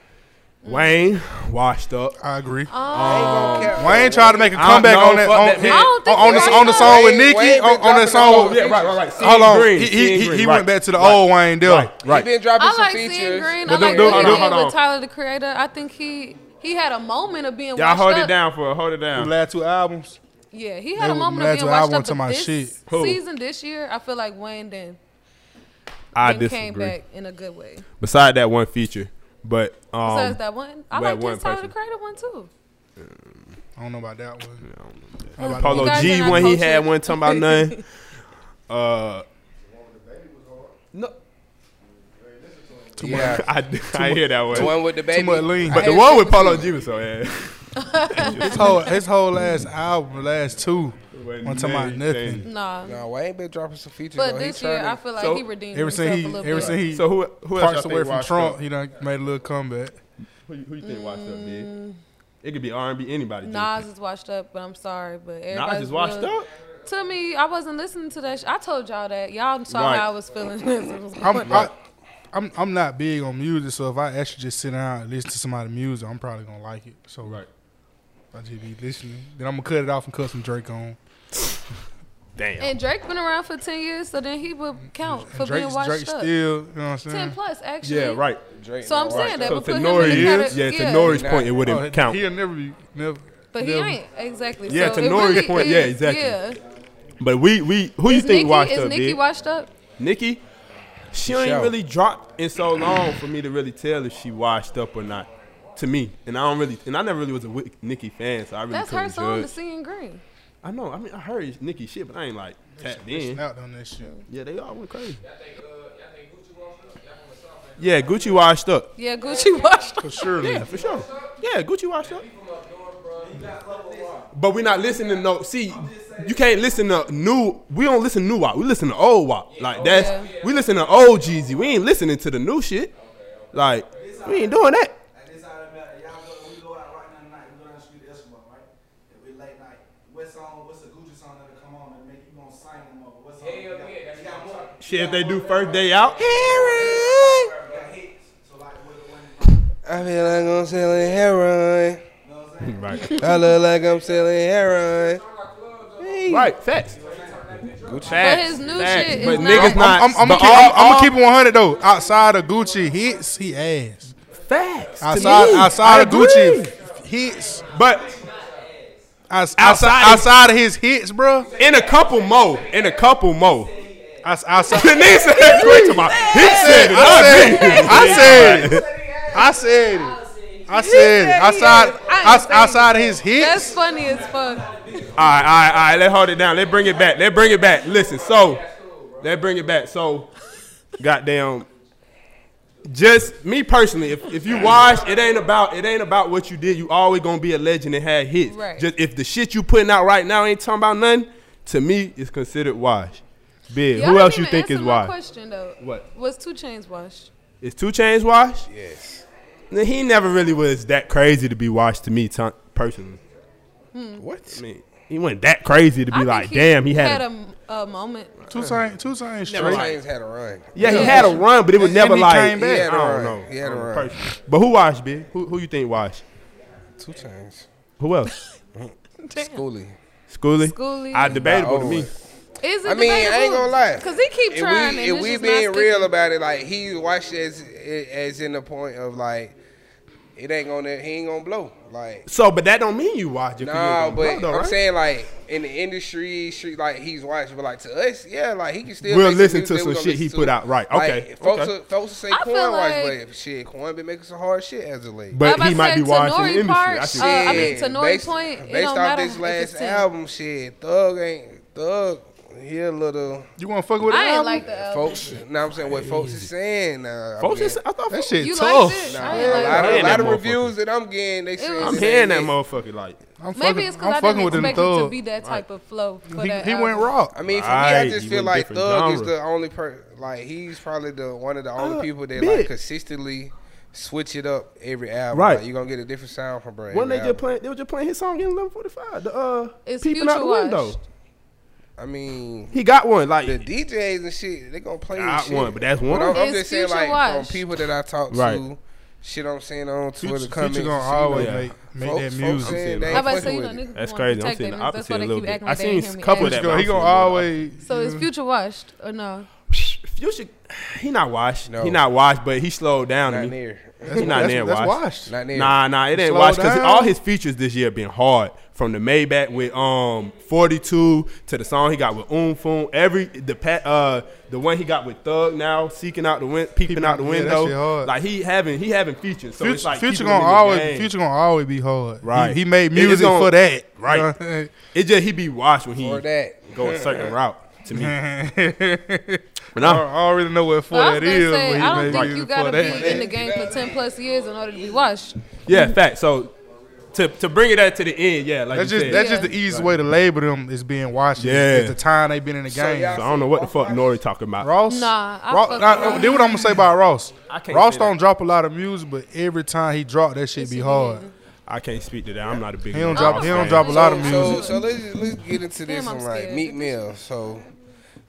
Speaker 1: Wayne, washed up.
Speaker 6: I
Speaker 4: Oh.
Speaker 6: agree.
Speaker 2: Cap,
Speaker 6: Wayne tried to make a
Speaker 1: I don't
Speaker 6: comeback
Speaker 1: know,
Speaker 6: on that
Speaker 1: fuck
Speaker 6: on,
Speaker 1: that
Speaker 6: yeah,
Speaker 1: man. I
Speaker 4: don't think
Speaker 6: on, on,
Speaker 4: he
Speaker 6: the,
Speaker 4: right
Speaker 6: on the
Speaker 4: now.
Speaker 6: song with
Speaker 2: Wayne-
Speaker 6: Nicki
Speaker 2: Wayne been
Speaker 6: on, on that
Speaker 2: dropping
Speaker 6: song.
Speaker 2: all- Yeah, right,
Speaker 1: right, right.
Speaker 6: Hold on, he, he, he, he went back to the old Wayne deal.
Speaker 1: Right,
Speaker 2: He
Speaker 1: right.
Speaker 2: been dropping
Speaker 4: I
Speaker 2: some
Speaker 4: like seeing
Speaker 2: features.
Speaker 4: Green.
Speaker 1: But don't-
Speaker 4: I like
Speaker 1: don't-
Speaker 4: what he
Speaker 1: hold on, hold
Speaker 4: did with
Speaker 1: on.
Speaker 4: Tyler the Creator. I think he he had a moment of being
Speaker 1: Y'all
Speaker 4: washed
Speaker 1: hold
Speaker 4: up.
Speaker 1: it down for her. Hold it
Speaker 6: The
Speaker 1: down.
Speaker 6: last two albums.
Speaker 4: Yeah, he
Speaker 6: They
Speaker 4: had a
Speaker 6: was
Speaker 4: moment
Speaker 6: mad
Speaker 4: of being
Speaker 6: till I
Speaker 4: washed
Speaker 6: went
Speaker 4: up.
Speaker 6: to
Speaker 4: But
Speaker 6: my
Speaker 4: this
Speaker 6: shit.
Speaker 1: Who?
Speaker 4: season this year, I feel like Wayne then,
Speaker 1: I
Speaker 4: then came
Speaker 1: disagree.
Speaker 4: back in a good way.
Speaker 1: Beside that one feature. But um
Speaker 4: Besides that one, I
Speaker 1: we
Speaker 4: like
Speaker 1: had one
Speaker 4: this Tyler the
Speaker 1: person.
Speaker 4: Creator one too.
Speaker 6: I don't know about that one.
Speaker 1: Polo
Speaker 4: You guys
Speaker 1: G
Speaker 4: are not
Speaker 1: when he
Speaker 4: cultured.
Speaker 1: had one talking
Speaker 4: *laughs*
Speaker 1: about nothing. uh no,
Speaker 2: *laughs* Yeah.
Speaker 1: *laughs* I, I hear that
Speaker 2: The
Speaker 1: one.
Speaker 2: one with the baby.
Speaker 6: much lean.
Speaker 2: I
Speaker 1: But the
Speaker 2: had
Speaker 1: one
Speaker 2: shit
Speaker 1: with Polo
Speaker 2: too.
Speaker 1: G was so ass. *laughs*
Speaker 6: His whole his whole last album, the last two. One time about nothing.
Speaker 4: Nah,
Speaker 2: Nah, Wayne been dropping some features.
Speaker 4: but
Speaker 2: though. He
Speaker 4: this year
Speaker 2: tryna-
Speaker 4: I feel like
Speaker 1: So,
Speaker 4: he redeemed
Speaker 6: Ever
Speaker 4: himself
Speaker 6: since
Speaker 4: a
Speaker 6: he
Speaker 4: little
Speaker 6: ever
Speaker 4: bit.
Speaker 6: since he
Speaker 1: So who who else
Speaker 6: parts
Speaker 1: y'all
Speaker 6: away
Speaker 1: think
Speaker 6: from
Speaker 1: washed
Speaker 6: Trump,
Speaker 1: up?
Speaker 6: he done made a little comeback.
Speaker 1: Who, you- who you think washed up, big? It could be R and B anybody. dude.
Speaker 4: Nas is washed up, but I'm sorry, but everybody's
Speaker 1: Nas is washed
Speaker 4: real-
Speaker 1: up.
Speaker 4: To me, I wasn't listening to that. Sh- I told y'all that. Y'all saw
Speaker 1: Right.
Speaker 4: how I was feeling. *laughs* as it was
Speaker 6: I'm
Speaker 4: going
Speaker 6: I, I'm I'm not big on music, so if I actually just sit down and listen to somebody's music, I'm probably gonna like it. So
Speaker 1: Right.
Speaker 6: I just be listening. Then I'm gonna cut it off and cut some Drake on.
Speaker 1: Damn.
Speaker 4: And Drake been around for ten years, so then he would count for
Speaker 6: And Drake's
Speaker 4: being washed
Speaker 6: Drake
Speaker 4: up.
Speaker 6: still, you know what I'm saying?
Speaker 4: ten plus, actually.
Speaker 1: yeah, right.
Speaker 2: Drake
Speaker 4: So
Speaker 2: not
Speaker 4: I'm saying
Speaker 2: washed
Speaker 4: that
Speaker 2: up.
Speaker 1: So
Speaker 4: would
Speaker 1: to
Speaker 4: put him in the
Speaker 1: Nori's, yeah,
Speaker 4: category.
Speaker 1: to Nori's
Speaker 2: Nah.
Speaker 1: point, it
Speaker 6: Oh,
Speaker 1: wouldn't count.
Speaker 6: He'll never be never.
Speaker 4: But he
Speaker 6: never-
Speaker 4: ain't exactly.
Speaker 1: Yeah,
Speaker 4: so
Speaker 1: to
Speaker 4: it
Speaker 1: Nori's
Speaker 4: really
Speaker 1: point, yeah,
Speaker 4: is-
Speaker 1: exactly.
Speaker 4: Yeah.
Speaker 1: But we we who you
Speaker 4: Is
Speaker 1: think
Speaker 4: Nicki,
Speaker 1: washed
Speaker 4: is
Speaker 1: up,
Speaker 4: Nicki
Speaker 1: big?
Speaker 4: washed up?
Speaker 1: Nikki, she ain't
Speaker 2: Michelle.
Speaker 1: really dropped in so long for me to really tell if she washed up or not. To me, and I don't really, and I never really was a Wi- Nicki fan, so I really
Speaker 4: That's her
Speaker 1: couldn't
Speaker 4: song, "The
Speaker 1: judge.
Speaker 4: Seeing Green."
Speaker 1: I know, I mean, I heard Nicki shit, but I ain't like tapped in.
Speaker 6: Out on that shit.
Speaker 1: Yeah, they all went crazy. Yeah, Gucci washed up.
Speaker 4: Yeah, Gucci *laughs* washed up.
Speaker 6: For sure.
Speaker 1: Yeah, for sure. Yeah, Gucci washed up. But we not listening to no. See, you can't listen to new. We don't listen to new WAP. We listen to old WAP. Like that's
Speaker 4: Yeah.
Speaker 1: we listen to old Jeezy. We ain't listening to the new shit. Like we ain't doing that.
Speaker 7: This how that matter. Y'all go, we go out right now tonight. We go down the street to Eskimo, right? If we late night, what song? What's the Gucci song that'll come on and make you gonna sing them over? What song? Hell yeah, you got more.
Speaker 1: Shit, if they do first day out.
Speaker 7: You got hits. So like, what the one?
Speaker 2: I feel like I'm selling heroin.
Speaker 1: Right,
Speaker 4: *laughs*
Speaker 2: I look like I'm selling heroin.
Speaker 1: *laughs* right, facts.
Speaker 4: But his new shit is
Speaker 1: but
Speaker 4: not-
Speaker 1: niggas
Speaker 4: I'm-
Speaker 1: not.
Speaker 6: I'm, I'm,
Speaker 1: but
Speaker 6: gonna keep,
Speaker 1: all-
Speaker 6: I'm, I'm
Speaker 1: all
Speaker 6: gonna keep it 100 though. Outside of Gucci hits, he ass.
Speaker 1: facts. to
Speaker 6: Outside,
Speaker 1: me. I
Speaker 6: outside of
Speaker 1: agree.
Speaker 6: Gucci hits,
Speaker 1: But
Speaker 6: outside,
Speaker 1: Outside
Speaker 6: outside,
Speaker 1: of-
Speaker 6: outside of his hits, bro.
Speaker 1: in a couple more, in a couple more.
Speaker 6: Outside,
Speaker 4: *laughs*
Speaker 1: The nigga said Drake to my. He said it, not me.
Speaker 6: I said, it. I said it. I said it. Outside,
Speaker 4: I ain't
Speaker 6: outs- outside of his
Speaker 4: That's
Speaker 6: hits,
Speaker 4: funny as
Speaker 1: All
Speaker 4: fuck.
Speaker 1: right, all right, all right. Let's hold it down. Let's bring it back. Let's bring it back. Listen, so let's bring it back. So, goddamn, just me personally. If if you watch, it ain't about it ain't about what you did. You always gonna be a legend and had hits.
Speaker 4: Right.
Speaker 1: Just if the shit you putting out right now ain't talking about nothing, to me it's considered wash. Big.
Speaker 4: Y'all
Speaker 1: Who
Speaker 4: didn't
Speaker 1: else you
Speaker 4: even
Speaker 1: think
Speaker 4: answer
Speaker 1: is
Speaker 4: my
Speaker 1: wash?
Speaker 4: Question though.
Speaker 1: What?
Speaker 4: Was Two Chains washed?
Speaker 1: Is Two Chains wash?
Speaker 2: Yes.
Speaker 1: He never really was that crazy to be washed to me ton- personally.
Speaker 2: What?
Speaker 1: I mean, he wasn't that crazy to be
Speaker 4: I
Speaker 1: like,
Speaker 4: think
Speaker 1: damn, he had, a,
Speaker 4: a, a moment.
Speaker 6: two times, two times
Speaker 1: Never
Speaker 6: straight.
Speaker 1: mind.
Speaker 2: James had a run.
Speaker 1: Yeah, he
Speaker 4: Yeah.
Speaker 1: had a run, but it was
Speaker 6: And
Speaker 1: never
Speaker 6: he
Speaker 1: like
Speaker 6: came back.
Speaker 2: He
Speaker 1: I
Speaker 2: had a
Speaker 1: don't
Speaker 2: run.
Speaker 1: know.
Speaker 2: He had a
Speaker 1: I'm
Speaker 2: run.
Speaker 1: personally. But who watched, big? Who who you think watched?
Speaker 2: Two times.
Speaker 1: Who else?
Speaker 4: Damn.
Speaker 2: Schooly.
Speaker 1: Schooly.
Speaker 4: Schooly.
Speaker 1: I debatable to me.
Speaker 2: Always.
Speaker 4: Is it
Speaker 2: I mean, I ain't gonna lie.
Speaker 4: Because he keep
Speaker 2: If
Speaker 4: trying.
Speaker 2: we,
Speaker 4: and
Speaker 2: if
Speaker 4: it's
Speaker 2: we
Speaker 4: just
Speaker 2: being
Speaker 4: not
Speaker 2: real
Speaker 4: sticking.
Speaker 2: about it, like he watched as as in the point of like it ain't gonna he ain't gonna blow. Like
Speaker 1: So, but that don't mean you watch it.
Speaker 2: no,
Speaker 1: for you
Speaker 2: nah,
Speaker 1: to
Speaker 2: but
Speaker 1: blow, though,
Speaker 2: I'm
Speaker 1: right?
Speaker 2: saying like in the industry, street like he's watching, but like to us, yeah, like he can still.
Speaker 1: We'll
Speaker 2: make some
Speaker 1: listen
Speaker 2: music
Speaker 1: to
Speaker 2: that
Speaker 1: some
Speaker 2: we gonna
Speaker 1: shit he
Speaker 2: listen
Speaker 1: put
Speaker 2: to.
Speaker 1: out. Right,
Speaker 2: Like,
Speaker 1: okay,
Speaker 2: Folks,
Speaker 1: okay.
Speaker 2: will- folks will say
Speaker 4: I feel
Speaker 2: Quan
Speaker 4: like-
Speaker 2: watch, but shit, Quan been making some hard shit as of late.
Speaker 4: I
Speaker 1: But
Speaker 4: was
Speaker 1: he
Speaker 4: about
Speaker 1: might
Speaker 4: to
Speaker 1: be
Speaker 4: say,
Speaker 1: watching
Speaker 4: Tenori
Speaker 1: the industry. I
Speaker 4: Park,
Speaker 1: see.
Speaker 4: uh,
Speaker 1: what
Speaker 4: I mean,
Speaker 2: Shit,
Speaker 4: to Nori
Speaker 2: based,
Speaker 4: point, it
Speaker 2: based
Speaker 4: don't
Speaker 2: off
Speaker 4: matter
Speaker 2: this
Speaker 4: if
Speaker 2: last
Speaker 4: it's ten.
Speaker 2: album, shit, Thug ain't Thug. He a little.
Speaker 6: You want to fuck with
Speaker 4: I
Speaker 6: it?
Speaker 4: ain't like the album.
Speaker 2: Folks, now I'm saying what folks is saying. Now,
Speaker 1: you're- folks,
Speaker 2: I mean,
Speaker 1: is- I thought
Speaker 6: That
Speaker 1: folks-
Speaker 6: shit
Speaker 4: You
Speaker 6: tough.
Speaker 4: liked it?
Speaker 2: nah,
Speaker 4: I
Speaker 2: a
Speaker 4: ain't like
Speaker 2: lot,
Speaker 4: it.
Speaker 2: of,
Speaker 1: I'm
Speaker 2: lot of
Speaker 1: hearing that
Speaker 2: reviews that I'm getting, they saying
Speaker 1: I'm
Speaker 2: it
Speaker 1: hearing that
Speaker 2: ain't it.
Speaker 1: motherfucker like.
Speaker 6: I'm fucking,
Speaker 4: Maybe it's
Speaker 6: I'm
Speaker 4: because I
Speaker 6: fucking
Speaker 4: didn't
Speaker 6: with them
Speaker 4: expect it to
Speaker 6: thug.
Speaker 4: be that type of flow. uh, For that
Speaker 6: He, he went
Speaker 4: album.
Speaker 6: raw.
Speaker 2: I mean, for
Speaker 1: Right,
Speaker 2: me, I just
Speaker 1: you
Speaker 2: feel
Speaker 1: went
Speaker 2: like
Speaker 1: different
Speaker 2: Thug is
Speaker 1: genre.
Speaker 2: the only person. Like he's probably the one of the only
Speaker 1: Uh,
Speaker 2: people that
Speaker 1: bitch.
Speaker 2: like consistently switch it up every album.
Speaker 1: Right.
Speaker 2: like, you gonna get a different sound from Brad.
Speaker 1: When they just playing, they were just playing his song in 11:45. The uh,
Speaker 4: It's
Speaker 1: peeping out the
Speaker 4: Future
Speaker 1: window.
Speaker 4: Watch.
Speaker 2: I mean,
Speaker 1: He got one. Like
Speaker 2: the DJs and shit, they gonna play. this
Speaker 1: Got
Speaker 2: shit.
Speaker 1: one, but that's one.
Speaker 2: But I'm, I'm
Speaker 4: It's
Speaker 2: just saying,
Speaker 4: Future
Speaker 2: like
Speaker 4: Watch.
Speaker 2: from people that I talk
Speaker 1: Right.
Speaker 2: to, shit I'm seeing on Twitter
Speaker 6: Future
Speaker 2: comments.
Speaker 6: gonna
Speaker 2: you know,
Speaker 6: always
Speaker 1: yeah.
Speaker 6: make, make
Speaker 2: folks-
Speaker 6: that
Speaker 2: folks
Speaker 6: music.
Speaker 2: saying
Speaker 1: I'm
Speaker 2: they
Speaker 1: saying
Speaker 4: I
Speaker 2: ain't
Speaker 4: about to
Speaker 2: fucking
Speaker 4: say, you know,
Speaker 2: with it.
Speaker 4: niggas
Speaker 1: that's
Speaker 4: wanna
Speaker 1: crazy. I'm
Speaker 4: take
Speaker 1: seeing the
Speaker 4: their music, that's why
Speaker 1: opposite a
Speaker 4: they
Speaker 1: little
Speaker 4: keep
Speaker 1: bit.
Speaker 4: acting
Speaker 1: I
Speaker 4: like they
Speaker 1: seen
Speaker 4: ain't hear me
Speaker 1: couple
Speaker 4: out.
Speaker 1: that
Speaker 6: He gonna, he gonna always.
Speaker 4: So is Future washed or no?
Speaker 1: Future, he not washed.
Speaker 2: No.
Speaker 1: He not washed, but he slowed down. to
Speaker 2: Not
Speaker 1: me.
Speaker 2: near.
Speaker 1: He not
Speaker 6: that's,
Speaker 1: near
Speaker 6: that's
Speaker 1: washed.
Speaker 6: washed.
Speaker 2: Not near.
Speaker 1: Nah, nah, it ain't
Speaker 6: Slow
Speaker 1: watched because
Speaker 6: down.
Speaker 1: all his features this year been hard. From the Maybach with um 42 to the song he got with Umfun, every the pat uh the one he got with Thug now seeking out the win- peeping,
Speaker 6: Peeping-
Speaker 1: out the
Speaker 6: yeah, that
Speaker 1: window.
Speaker 6: shit hard.
Speaker 1: Like he having he having features. So it's
Speaker 6: Future,
Speaker 1: like
Speaker 6: Future
Speaker 1: keeping
Speaker 6: gonna
Speaker 1: him in the
Speaker 6: always
Speaker 1: game.
Speaker 6: Future gonna always be hard.
Speaker 1: Right.
Speaker 6: He, he made
Speaker 1: It is
Speaker 6: music
Speaker 1: gonna-
Speaker 6: for that.
Speaker 1: Right. It just he be washed when he
Speaker 2: For that.
Speaker 1: go a certain route to
Speaker 6: *laughs*
Speaker 1: me. But no,
Speaker 6: I, don't- I don't really know what for
Speaker 4: But I was
Speaker 6: that
Speaker 4: gonna
Speaker 6: is.
Speaker 4: say,
Speaker 6: but he
Speaker 4: I
Speaker 6: made
Speaker 4: don't think
Speaker 6: music
Speaker 4: you
Speaker 6: for
Speaker 4: gotta
Speaker 6: that.
Speaker 4: be in the game for ten plus years in order to be washed.
Speaker 1: yeah, fact. So to to bring it out to the end, yeah, like
Speaker 6: That's
Speaker 1: you
Speaker 6: just
Speaker 1: said.
Speaker 6: that's just the easiest way to label them is being washed. Yeah,
Speaker 1: Yeah.
Speaker 6: it's the time they've been in the
Speaker 2: So
Speaker 6: game.
Speaker 1: So
Speaker 2: y'all-
Speaker 1: I don't know what the fuck Nori talking about.
Speaker 6: Ross,
Speaker 4: Nah, I
Speaker 6: Ross,
Speaker 4: fuck
Speaker 6: nah,
Speaker 4: with Ross.
Speaker 6: then what I'm gonna say about Ross?
Speaker 1: I can't
Speaker 6: Ross
Speaker 1: say that.
Speaker 6: don't drop a lot of music, but every time he drop, that shit be hard.
Speaker 1: I can't speak to that. I'm not a big.
Speaker 6: He don't
Speaker 1: Nori
Speaker 6: drop. He
Speaker 1: fan.
Speaker 6: don't drop a lot of
Speaker 2: so,
Speaker 6: music.
Speaker 2: So, so let's let's get into this
Speaker 4: Damn, I'm
Speaker 2: one, like
Speaker 4: scared.
Speaker 2: Meat Mill. So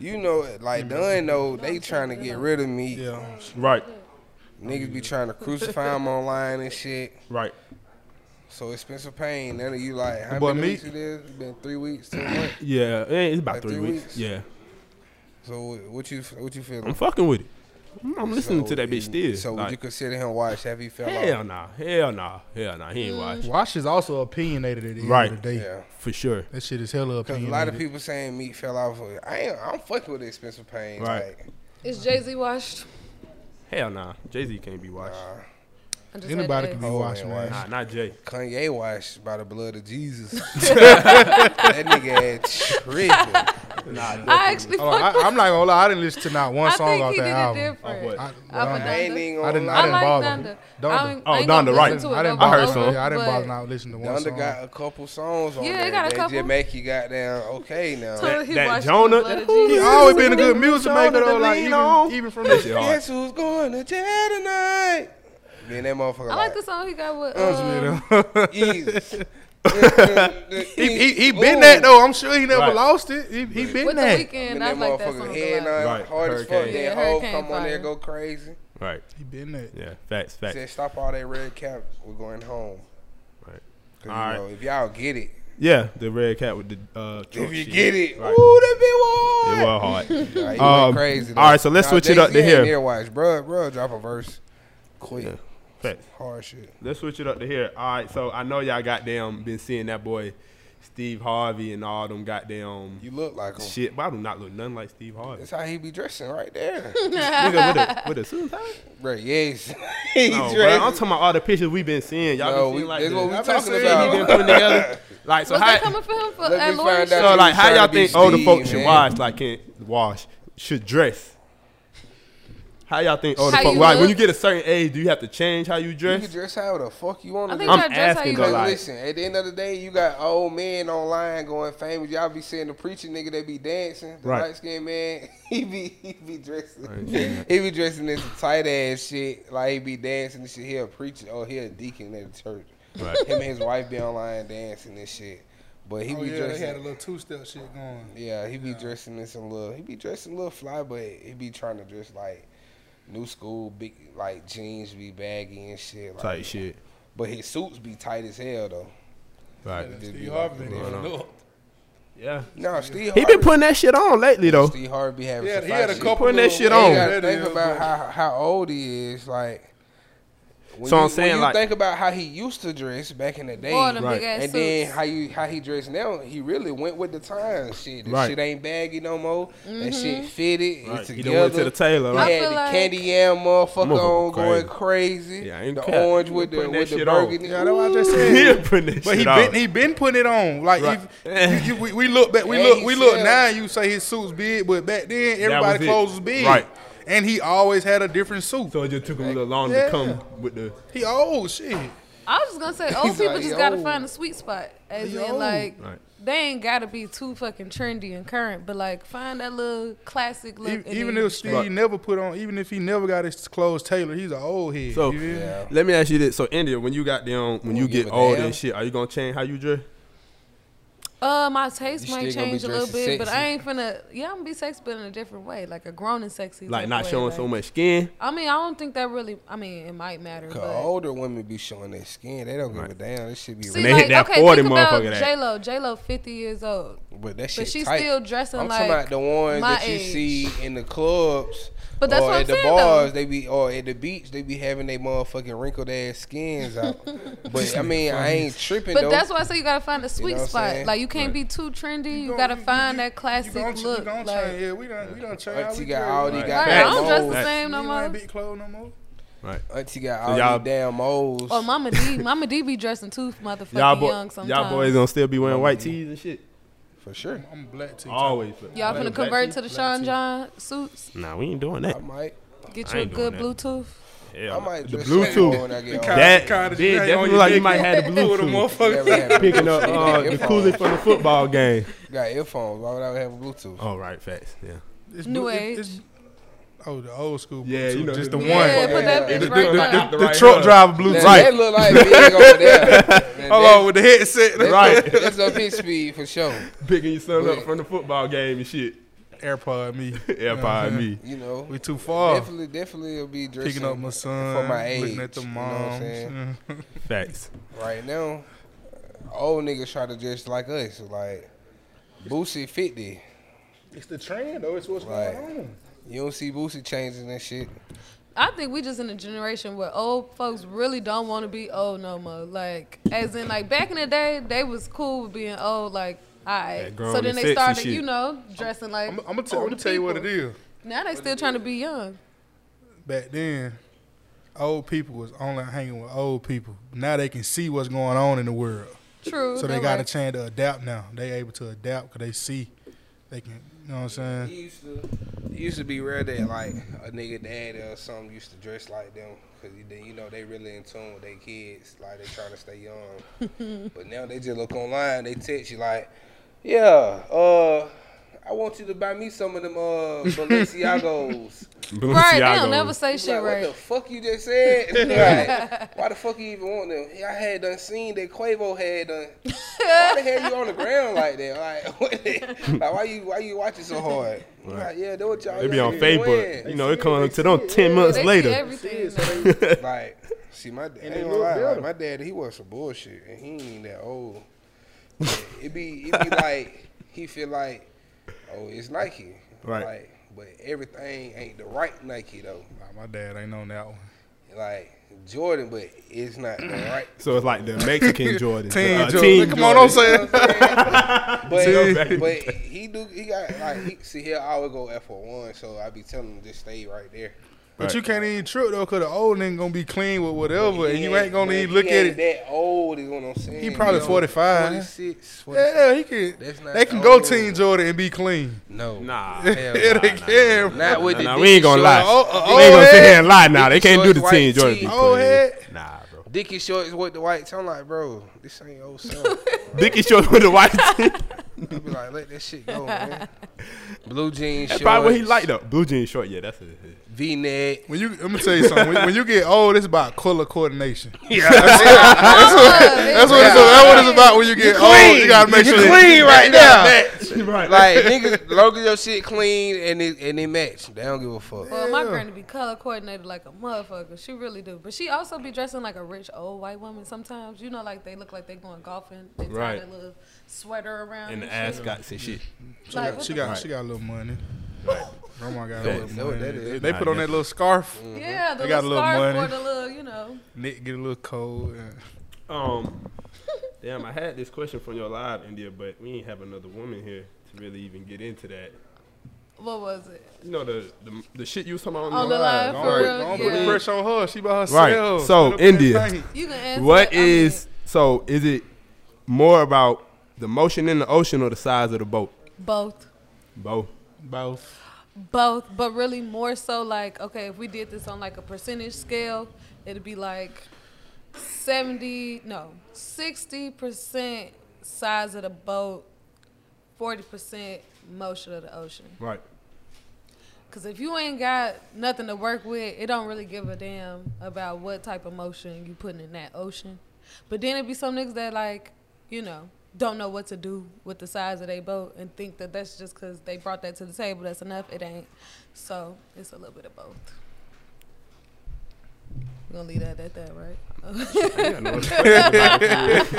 Speaker 2: you know, like Dunn know they trying to get rid of me.
Speaker 6: Yeah,
Speaker 1: Right,
Speaker 2: Niggas be trying to crucify him online and shit.
Speaker 1: right.
Speaker 2: So it's Spencer Payne. None of you like how
Speaker 6: Boy,
Speaker 2: many
Speaker 6: Meek-
Speaker 2: weeks it is? It's been three weeks, two months.
Speaker 1: Yeah, eh, it's about
Speaker 2: Like
Speaker 1: three
Speaker 2: three
Speaker 1: weeks.
Speaker 2: weeks?
Speaker 1: Yeah,
Speaker 2: So what you what you
Speaker 1: I'm
Speaker 2: feeling?
Speaker 1: fucking with it. I'm, I'm listening
Speaker 2: So
Speaker 1: to that bitch still.
Speaker 2: you- So would
Speaker 1: like,
Speaker 2: you consider him watched? Have he fell
Speaker 1: hell
Speaker 2: off?
Speaker 1: nah, hell nah, hell nah. He ain't watch
Speaker 6: Wash is also opinionated at the end
Speaker 1: Right.
Speaker 6: of the day.
Speaker 2: Yeah.
Speaker 1: for sure.
Speaker 6: That shit is hella
Speaker 2: Cause
Speaker 6: opinionated.
Speaker 2: a lot of people saying Meek fell off. I ain't. I'm fucking with it, Spencer Payne.
Speaker 1: Right.
Speaker 2: Like,
Speaker 4: Is Jay Z washed?
Speaker 1: Hell nah, Jay Z can't be watched.
Speaker 4: I just had to
Speaker 6: anybody
Speaker 4: ask.
Speaker 6: can be
Speaker 2: Oh,
Speaker 6: washing
Speaker 2: man,
Speaker 6: that.
Speaker 1: Nah, not Jay.
Speaker 2: Kanye washed by the blood of Jesus.
Speaker 4: *laughs*
Speaker 2: that nigga had
Speaker 4: *laughs*
Speaker 2: tripped.
Speaker 4: I actually
Speaker 6: Hold on,
Speaker 4: fuck.
Speaker 6: I, I'm not gonna lie. I didn't listen to not one
Speaker 4: I
Speaker 6: song
Speaker 4: think
Speaker 6: off
Speaker 4: he
Speaker 6: that
Speaker 4: did it
Speaker 6: album.
Speaker 1: Off what?
Speaker 4: different.
Speaker 6: I,
Speaker 4: Off of
Speaker 2: I ain't
Speaker 4: Donda.
Speaker 2: even
Speaker 6: I
Speaker 2: gonna
Speaker 6: didn't- I
Speaker 4: I
Speaker 2: lie.
Speaker 6: didn't
Speaker 4: like
Speaker 6: bother.
Speaker 4: Donda.
Speaker 6: Donda.
Speaker 4: I ain't-
Speaker 1: Oh,
Speaker 4: I ain't gonna
Speaker 1: Donda, right.
Speaker 4: listen to it
Speaker 6: I didn't
Speaker 4: over
Speaker 1: I heard
Speaker 6: bother.
Speaker 4: and
Speaker 1: some.
Speaker 4: over,
Speaker 6: Yeah, I didn't
Speaker 4: but
Speaker 6: bother not listening to
Speaker 2: The
Speaker 6: one
Speaker 2: under
Speaker 6: song.
Speaker 2: got a couple songs on
Speaker 4: Yeah, it
Speaker 2: there.
Speaker 4: got a
Speaker 2: that
Speaker 4: couple.
Speaker 2: just make you goddamn okay now.
Speaker 4: Totally he
Speaker 1: That
Speaker 4: washed
Speaker 1: Jonah-
Speaker 4: the blood of
Speaker 1: Ooh,
Speaker 6: He
Speaker 4: Jesus.
Speaker 6: always been a good music
Speaker 1: Jonah
Speaker 6: maker though.
Speaker 1: to
Speaker 6: Like
Speaker 1: lean
Speaker 6: even,
Speaker 1: on.
Speaker 6: even from
Speaker 1: That
Speaker 6: this
Speaker 1: shit hard.
Speaker 2: Guess who's going to jail tonight? Then that motherfucker.
Speaker 4: I like the song he got with.
Speaker 2: man,
Speaker 4: Uh, *laughs*
Speaker 2: Jesus.
Speaker 6: He, he, he been that though. I'm sure he never
Speaker 1: Right.
Speaker 6: lost it. He, he been
Speaker 4: with the
Speaker 6: that.
Speaker 4: weekend,
Speaker 2: And
Speaker 4: I
Speaker 2: that
Speaker 4: like that
Speaker 2: motherfucker
Speaker 4: song a
Speaker 2: head
Speaker 4: lot.
Speaker 2: on
Speaker 1: Right,
Speaker 2: hard as fuck.
Speaker 1: Hurricane.
Speaker 2: Then
Speaker 4: Yeah,
Speaker 2: hoe
Speaker 4: Hurricane
Speaker 2: come on there
Speaker 4: fire.
Speaker 2: go crazy.
Speaker 1: Right.
Speaker 6: He been that.
Speaker 1: Yeah. Facts. Facts.
Speaker 2: Said stop all that red cap. We're going home.
Speaker 1: Right.
Speaker 2: 'Cause, you
Speaker 1: Alright.
Speaker 2: know, if y'all get it,
Speaker 1: Yeah. The red cat with the. Uh,
Speaker 2: if
Speaker 1: Trump
Speaker 2: you
Speaker 1: shit.
Speaker 2: get it,
Speaker 1: Right.
Speaker 2: ooh, that be
Speaker 1: It
Speaker 2: war.
Speaker 1: was hard.
Speaker 6: *laughs*
Speaker 2: Nah, he
Speaker 1: Um,
Speaker 2: went crazy.
Speaker 1: all right, so let's switch it up to here.
Speaker 2: Watch, bro, bro, drop a verse, quick,
Speaker 1: Yeah. Facts.
Speaker 2: hard shit.
Speaker 1: Let's switch it up to here. All right. So I know y'all goddamn been seeing that boy Steve Harvey and all them goddamn
Speaker 2: You look like him.
Speaker 1: shit. But I do not look nothing like Steve Harvey.
Speaker 2: *laughs* That's how he be dressing right there,
Speaker 1: Nigga with a with a suit tie?
Speaker 2: bro. Yes, *laughs* he
Speaker 1: No, bruh,
Speaker 2: dressed-
Speaker 1: I'm talking about all the pictures we've been seeing. Y'all
Speaker 2: No,
Speaker 1: been
Speaker 2: we-
Speaker 1: seeing like
Speaker 2: that's
Speaker 1: the-
Speaker 2: what we
Speaker 1: I've
Speaker 2: talking
Speaker 1: been seeing he
Speaker 2: about.
Speaker 1: been putting
Speaker 2: *laughs*
Speaker 1: together. Like so,
Speaker 4: Was they
Speaker 1: how,
Speaker 4: coming for him for at
Speaker 2: Let me find out.
Speaker 4: Lawrence?
Speaker 1: so like how
Speaker 2: Trying to
Speaker 1: y'all
Speaker 2: be
Speaker 1: think older
Speaker 2: Steve,
Speaker 1: folks should
Speaker 2: man.
Speaker 1: wash like can wash should dress? How y'all think older
Speaker 4: How
Speaker 1: folks?
Speaker 4: you
Speaker 1: Like, when
Speaker 4: look?
Speaker 1: you get a certain age, do you have to change how you
Speaker 2: You
Speaker 1: dress?
Speaker 2: can dress how the fuck you want
Speaker 4: I
Speaker 2: to.
Speaker 4: think
Speaker 1: I'm
Speaker 4: y'all dress how
Speaker 1: asking
Speaker 4: you
Speaker 1: though,
Speaker 2: Cause
Speaker 4: look.
Speaker 1: like-
Speaker 2: listen, at the end of the day, you got old men online going famous. Y'all be seeing the preacher nigga that be dancing. The
Speaker 1: Right.
Speaker 2: light skinned man, *laughs* he be he be dressing.
Speaker 1: ain't seen that.
Speaker 2: He be dressing in some tight ass shit. Like he be dancing and shit. He a preacher or he a deacon at the church.
Speaker 1: Right.
Speaker 2: Him and his wife be online dancing and shit. But he
Speaker 6: Oh
Speaker 2: be
Speaker 6: yeah, they
Speaker 2: dressing.
Speaker 6: had a little two step shit going.
Speaker 2: yeah, he be dressing in some little. He be dressing a little fly, but he be trying to dress like new school, big like jeans be baggy and shit. Like,
Speaker 1: Type shit.
Speaker 2: But his suits be tight as hell though.
Speaker 1: Right.
Speaker 2: Just be
Speaker 6: Steve
Speaker 2: like-
Speaker 6: Harvey been
Speaker 1: I don't
Speaker 6: giving up.
Speaker 1: Yeah.
Speaker 2: No, Steve.
Speaker 1: He
Speaker 2: Harvey,
Speaker 1: been putting that shit on lately though.
Speaker 2: Steve Harvey having
Speaker 6: He had,
Speaker 2: some
Speaker 6: he had
Speaker 2: fire
Speaker 6: a
Speaker 2: shit.
Speaker 6: couple
Speaker 1: Putting that
Speaker 6: little
Speaker 1: shit
Speaker 2: You
Speaker 1: on.
Speaker 6: waves
Speaker 2: gotta
Speaker 6: that
Speaker 2: think
Speaker 6: is,
Speaker 2: about
Speaker 6: but
Speaker 2: how how old he is. Like When
Speaker 1: So
Speaker 2: you,
Speaker 1: I'm saying,
Speaker 2: when you
Speaker 1: like-
Speaker 2: think about how he used to dress back in the day,
Speaker 4: Wore them
Speaker 1: Right.
Speaker 4: big ass
Speaker 2: and then how you how he dressed now, he really went with the times. Shit, that
Speaker 1: Right.
Speaker 2: shit ain't baggy no more. That shit fitted.
Speaker 1: Right.
Speaker 2: It's
Speaker 1: He
Speaker 2: together.
Speaker 1: done went to the tailor,
Speaker 2: He
Speaker 1: right?
Speaker 4: Mm-hmm. I
Speaker 2: had
Speaker 4: feel
Speaker 2: the
Speaker 4: like-
Speaker 2: candy yam motherfucker
Speaker 1: Motherfucker
Speaker 2: on, going crazy.
Speaker 1: Yeah, I ain't
Speaker 2: the
Speaker 1: cap.
Speaker 2: orange
Speaker 1: He
Speaker 2: with the
Speaker 1: been putting
Speaker 2: with
Speaker 1: that
Speaker 2: the
Speaker 1: shit on.
Speaker 2: burgundy.
Speaker 6: Yeah, that's what I just said. *laughs*
Speaker 1: He been putting that
Speaker 6: But he
Speaker 1: shit
Speaker 6: been
Speaker 1: on.
Speaker 6: he been putting it on. Like
Speaker 1: Right.
Speaker 6: if you, you, we, we look back, we
Speaker 2: And
Speaker 6: look
Speaker 2: he
Speaker 6: we look
Speaker 2: sell.
Speaker 6: now. You say his suit's big, but back then everybody
Speaker 1: was it.
Speaker 6: clothes was big.
Speaker 1: Right.
Speaker 6: And he always had a different suit.
Speaker 1: So it just took him a little long
Speaker 6: Yeah.
Speaker 1: to come with the.
Speaker 6: He old shit.
Speaker 4: I was just gonna say old
Speaker 2: He's
Speaker 4: people
Speaker 2: like,
Speaker 4: just gotta
Speaker 2: "Yo."
Speaker 4: find a sweet spot. As
Speaker 6: Yo.
Speaker 4: in like
Speaker 1: Right.
Speaker 4: they ain't gotta be too fucking trendy and current, but like find that little classic look.
Speaker 6: Even,
Speaker 4: and
Speaker 6: E-, even
Speaker 4: then-
Speaker 6: if Steve
Speaker 1: Right.
Speaker 6: never put on, even if he never got his clothes tailored, he's an old head.
Speaker 1: So
Speaker 6: you feel me?
Speaker 1: let me ask you this: So India, when you got down, when you
Speaker 2: Won't give
Speaker 1: get
Speaker 2: a
Speaker 1: older
Speaker 2: damn.
Speaker 1: and shit, are you gonna change how you dress?
Speaker 4: uh my taste
Speaker 2: You
Speaker 4: might
Speaker 2: still gonna be
Speaker 4: change a little
Speaker 2: dressing
Speaker 4: bit, but
Speaker 2: sexy.
Speaker 4: I ain't finna yeah, I'm gonna be sexy but in a different way, like a grown and sexy.
Speaker 1: Like
Speaker 4: type
Speaker 1: not
Speaker 4: way,
Speaker 1: showing
Speaker 4: like-
Speaker 1: so much skin.
Speaker 4: I mean, I don't think that really I mean it might matter.
Speaker 2: Cause
Speaker 4: But
Speaker 2: older women be showing their skin. They don't give a damn. This shit be.
Speaker 4: See,
Speaker 1: they
Speaker 4: like,
Speaker 1: hit that
Speaker 4: okay,
Speaker 1: 40
Speaker 4: think about
Speaker 1: motherfucker that-
Speaker 4: J Lo. J Lo fifty years old.
Speaker 2: But that shit
Speaker 4: But she's
Speaker 2: tight.
Speaker 4: still dressing
Speaker 2: I'm
Speaker 4: like
Speaker 2: talking about the ones
Speaker 4: my
Speaker 2: that you
Speaker 4: age.
Speaker 2: see in the clubs.
Speaker 4: But that's
Speaker 2: or
Speaker 4: what
Speaker 2: at
Speaker 4: I'm
Speaker 2: the
Speaker 4: saying,
Speaker 2: bars,
Speaker 4: though.
Speaker 2: they be or at the beach, they be having their motherfucking wrinkled ass
Speaker 4: *laughs*
Speaker 2: skins out. but I mean, I ain't tripping
Speaker 4: But
Speaker 2: though.
Speaker 4: that's why I say you gotta find a sweet
Speaker 2: what I'm
Speaker 4: spot.
Speaker 2: saying?
Speaker 4: Like you can't be too trendy. You,
Speaker 6: gon-
Speaker 4: gotta find that classic
Speaker 6: you gon' ch- you
Speaker 4: look.
Speaker 6: gon'
Speaker 4: like,
Speaker 6: change. Yeah, we done we done change. how
Speaker 2: Auntie
Speaker 6: we
Speaker 2: got
Speaker 6: dress.
Speaker 2: all these
Speaker 6: Like,
Speaker 4: Like, I don't
Speaker 2: goddamn
Speaker 4: dress
Speaker 2: moles.
Speaker 4: the same
Speaker 6: we
Speaker 4: no
Speaker 6: ain't wearing
Speaker 4: more.
Speaker 6: big clothes no more.
Speaker 2: Auntie got all
Speaker 1: y'all-
Speaker 2: these damn moles.
Speaker 4: Or Oh,
Speaker 1: *laughs*
Speaker 4: Mama D, Mama D be dressing too motherfucking
Speaker 1: Y'all, boy,
Speaker 4: young sometimes.
Speaker 1: y'all boys gonna still be wearing white tees and shit.
Speaker 2: for sure.
Speaker 6: I'm black too.
Speaker 1: Always.
Speaker 4: Y'all finna
Speaker 1: Black
Speaker 4: convert
Speaker 1: tee?
Speaker 4: to the Sean John suits.
Speaker 1: Nah, we ain't doing that.
Speaker 2: I might
Speaker 4: Get
Speaker 1: I
Speaker 4: you a
Speaker 1: ain't doing
Speaker 4: good
Speaker 1: that.
Speaker 4: Bluetooth.
Speaker 1: Yeah,
Speaker 2: I might
Speaker 1: the
Speaker 2: dress like one when I
Speaker 1: Bluetooth.
Speaker 2: get older.
Speaker 1: That
Speaker 6: Kinda
Speaker 1: big,
Speaker 6: just hang
Speaker 1: definitely
Speaker 6: on
Speaker 1: like you
Speaker 6: your
Speaker 1: might
Speaker 6: dick
Speaker 1: have the
Speaker 6: *laughs* with a
Speaker 1: Bluetooth.
Speaker 6: motherfucker.
Speaker 2: Never had
Speaker 1: Picking
Speaker 2: *laughs*
Speaker 1: up
Speaker 2: Bluetooth.
Speaker 1: uh,
Speaker 2: You
Speaker 1: the
Speaker 2: got
Speaker 1: coolie
Speaker 2: earphones.
Speaker 1: from the football game.
Speaker 2: You got earphones. Why would I have Bluetooth?
Speaker 1: Oh right, facts. Yeah.
Speaker 6: It's
Speaker 4: New
Speaker 6: blue- it-
Speaker 4: age.
Speaker 6: it's- Oh, the old school.
Speaker 1: Yeah,
Speaker 6: Bluetooth,
Speaker 1: you know,
Speaker 6: just
Speaker 1: the-
Speaker 6: the
Speaker 4: Yeah,
Speaker 6: one.
Speaker 4: put that
Speaker 2: Yeah.
Speaker 4: bitch
Speaker 1: The- the-
Speaker 4: right
Speaker 1: the-
Speaker 4: up.
Speaker 6: The
Speaker 1: Right
Speaker 6: truck
Speaker 1: up.
Speaker 6: driver blue
Speaker 2: That,
Speaker 1: Right.
Speaker 2: that look like
Speaker 1: *laughs*
Speaker 2: big over there. Man,
Speaker 6: Hello, with the headset.
Speaker 2: that-
Speaker 1: Right.
Speaker 2: *laughs* That's up his speed for sure.
Speaker 1: Picking your son
Speaker 2: Yeah.
Speaker 1: up from the football game and shit. *laughs*
Speaker 6: AirPod me.
Speaker 1: Yeah, probably me.
Speaker 2: You know,
Speaker 6: We too far.
Speaker 2: Definitely, definitely will be dressing
Speaker 6: Picking up my son.
Speaker 2: for my age.
Speaker 6: Looking at the
Speaker 2: you know what I'm
Speaker 6: moms.
Speaker 2: saying?
Speaker 1: Facts.
Speaker 2: Right now, old niggas try to dress like us. Like Boosie fifty.
Speaker 6: It's the trend though. It's what's
Speaker 2: Right. You don't see Boosie changing that shit.
Speaker 4: I think we just in a generation where old folks really don't want to be old no more. Like, as in, like back in the day, they was cool with being old. Like, all
Speaker 1: Yeah,
Speaker 4: right.
Speaker 1: grown
Speaker 4: so then
Speaker 1: and
Speaker 4: they
Speaker 1: sexy
Speaker 4: started,
Speaker 1: shit.
Speaker 4: you know, dressing like.
Speaker 6: I'm, I'm gonna tell, I'm
Speaker 4: older
Speaker 6: gonna tell you what it
Speaker 4: people.
Speaker 6: is.
Speaker 4: Now they still trying to be young.
Speaker 6: Back then, old people was only hanging with old people. Now they can see what's going on in the world,
Speaker 4: True.
Speaker 6: so they
Speaker 4: they're
Speaker 6: got a
Speaker 4: like-
Speaker 6: chance to adapt now. They able to adapt because they see. They can. You know what I'm saying?
Speaker 2: used to, it used to be rare that like a nigga dad or something used to dress like them because you know they really in tune with their kids. Like they trying to stay young. but now they just look online. They text you like, yeah, uh. I want you to buy me some of them uh Balenciagos.
Speaker 4: Right, they
Speaker 1: Balenciago.
Speaker 4: don't never say
Speaker 2: Like,
Speaker 4: shit right.
Speaker 2: What the fuck you just said? Like, *laughs* why the fuck you even want them? I had done seen that Quavo had done. Why the hell you on
Speaker 4: *laughs*
Speaker 2: the ground like that? Like, *laughs* what the- like why you why you watching so hard? Like, yeah, that what y'all.
Speaker 1: They be
Speaker 2: y'all
Speaker 1: on
Speaker 2: be
Speaker 1: Facebook.
Speaker 2: doing.
Speaker 1: You know, it coming to them ten months
Speaker 4: They see
Speaker 1: later.
Speaker 4: everything.
Speaker 2: Like, see my dad.
Speaker 6: they
Speaker 2: Ain't gonna
Speaker 6: look
Speaker 2: lie,
Speaker 6: better.
Speaker 2: like, my dad he was some bullshit, and he ain't even that old. it be it be like he feel like, oh, it's Nike,
Speaker 1: Right.
Speaker 2: Like, but everything ain't the right Nike though.
Speaker 6: Nah, my dad ain't on that one.
Speaker 2: Like Jordan, but it's not the right
Speaker 1: *laughs* So it's like the Mexican Jordan.
Speaker 6: Team
Speaker 1: uh,
Speaker 6: Jordan.
Speaker 1: Team
Speaker 6: Come on, don't
Speaker 1: Jordan.
Speaker 6: say it. *laughs*
Speaker 1: Team.
Speaker 2: but, um, but he do he got like he, see here I would go F one, so I be telling him just stay right there.
Speaker 6: But
Speaker 1: Right.
Speaker 6: you can't even trip though, cause the old nigga gonna be clean with whatever, and you ain't gonna
Speaker 2: but
Speaker 6: even look
Speaker 2: he
Speaker 6: at
Speaker 2: ain't
Speaker 6: it.
Speaker 2: That old is what I'm saying.
Speaker 6: He probably
Speaker 2: know,
Speaker 6: 45.
Speaker 2: 46, 47.
Speaker 6: Yeah, he can.
Speaker 2: That's not
Speaker 6: They can go
Speaker 2: old.
Speaker 6: Team Jordan and be clean.
Speaker 2: No,
Speaker 1: Nah.
Speaker 2: Hell
Speaker 6: yeah,
Speaker 2: nah,
Speaker 6: *laughs* they can.
Speaker 2: not with
Speaker 1: Nah,
Speaker 2: the
Speaker 1: nah,
Speaker 2: Dickie
Speaker 1: we ain't gonna
Speaker 2: shorts.
Speaker 1: lie.
Speaker 6: Oh, oh,
Speaker 1: they ain't gonna
Speaker 6: oh,
Speaker 1: sit
Speaker 6: head.
Speaker 1: here and lie now. They
Speaker 2: Dickie
Speaker 1: can't do the
Speaker 2: shorts,
Speaker 1: team
Speaker 2: white
Speaker 1: Jordan.
Speaker 2: tee.
Speaker 1: be
Speaker 6: Oh,
Speaker 1: clean.
Speaker 6: head.
Speaker 1: Nah, bro.
Speaker 2: Dickie shorts with the white. So I'm like, bro, this ain't old
Speaker 6: *laughs*
Speaker 2: son.
Speaker 1: Dickie shorts with the white tee.
Speaker 2: I be like, let that shit go,
Speaker 6: *laughs*
Speaker 2: man. Blue jeans,
Speaker 1: That's
Speaker 2: shorts,
Speaker 1: probably what he liked though. Blue jean short. Yeah, that's it.
Speaker 2: *laughs* V-neck.
Speaker 6: When you let me tell you something. When, when you get old, it's about color coordination. That's what it's, that's what it's about. When you get old, you gotta make
Speaker 2: You
Speaker 6: sure
Speaker 2: clean
Speaker 6: that,
Speaker 2: right
Speaker 6: you gotta
Speaker 2: now.
Speaker 6: match.
Speaker 1: Right.
Speaker 2: like niggas, long as your shit clean and it and it match, they don't give a fuck.
Speaker 4: Well, my granny be color coordinated like a motherfucker. She really do, but she also be dressing like a rich old white woman sometimes. You know, like they look like they going golfing. They tie
Speaker 1: Right.
Speaker 4: their little sweater around.
Speaker 1: *laughs* And the
Speaker 4: and shit.
Speaker 1: ascots and shit.
Speaker 4: Like, what
Speaker 6: She
Speaker 4: the
Speaker 6: got
Speaker 4: fuck?
Speaker 6: she got Oh a little money. Grandma
Speaker 2: That-
Speaker 6: got a
Speaker 2: that what
Speaker 6: little
Speaker 2: that
Speaker 6: money.
Speaker 2: is.
Speaker 6: They, they
Speaker 1: Nah,
Speaker 6: put on that
Speaker 1: nigga.
Speaker 6: little scarf.
Speaker 4: Yeah, the
Speaker 6: They got
Speaker 4: little
Speaker 6: a little
Speaker 4: scarf or
Speaker 6: money.
Speaker 4: the little, you know.
Speaker 6: Nick get a little cold. And
Speaker 4: *laughs*
Speaker 1: Um, damn, I had this question from your live India, but we ain't have another woman here to really even get into that.
Speaker 4: What was it?
Speaker 1: You know the the, the shit you was talking about
Speaker 4: On
Speaker 1: on
Speaker 4: the
Speaker 1: your live.
Speaker 4: live,
Speaker 6: Don't
Speaker 4: for
Speaker 6: put-
Speaker 4: real.
Speaker 6: don't put
Speaker 4: Yeah.
Speaker 6: pressure on her. She by
Speaker 1: Right.
Speaker 6: herself.
Speaker 1: So,
Speaker 6: Put up in
Speaker 1: India.
Speaker 6: paint.
Speaker 4: You can answer.
Speaker 1: What
Speaker 4: I mean,
Speaker 1: is so? Is it more about the motion in the ocean or the size of the boat?
Speaker 4: both?
Speaker 1: Both.
Speaker 6: Both.
Speaker 4: Both, but really more so like, okay, if we did this on like a percentage scale, it'd be like 70, no, 60% size of the boat, 40% motion of the ocean.
Speaker 1: Right.
Speaker 4: Because if you ain't got nothing to work with, it don't really give a damn about what type of motion you putting in that ocean. But then it be some niggas that like, you know, don't know what to do with the size of their boat and think that that's just because they brought that to the table. That's enough. It ain't. So it's a little bit of both. We're going to leave that at that, right? *laughs*
Speaker 1: I got no other questions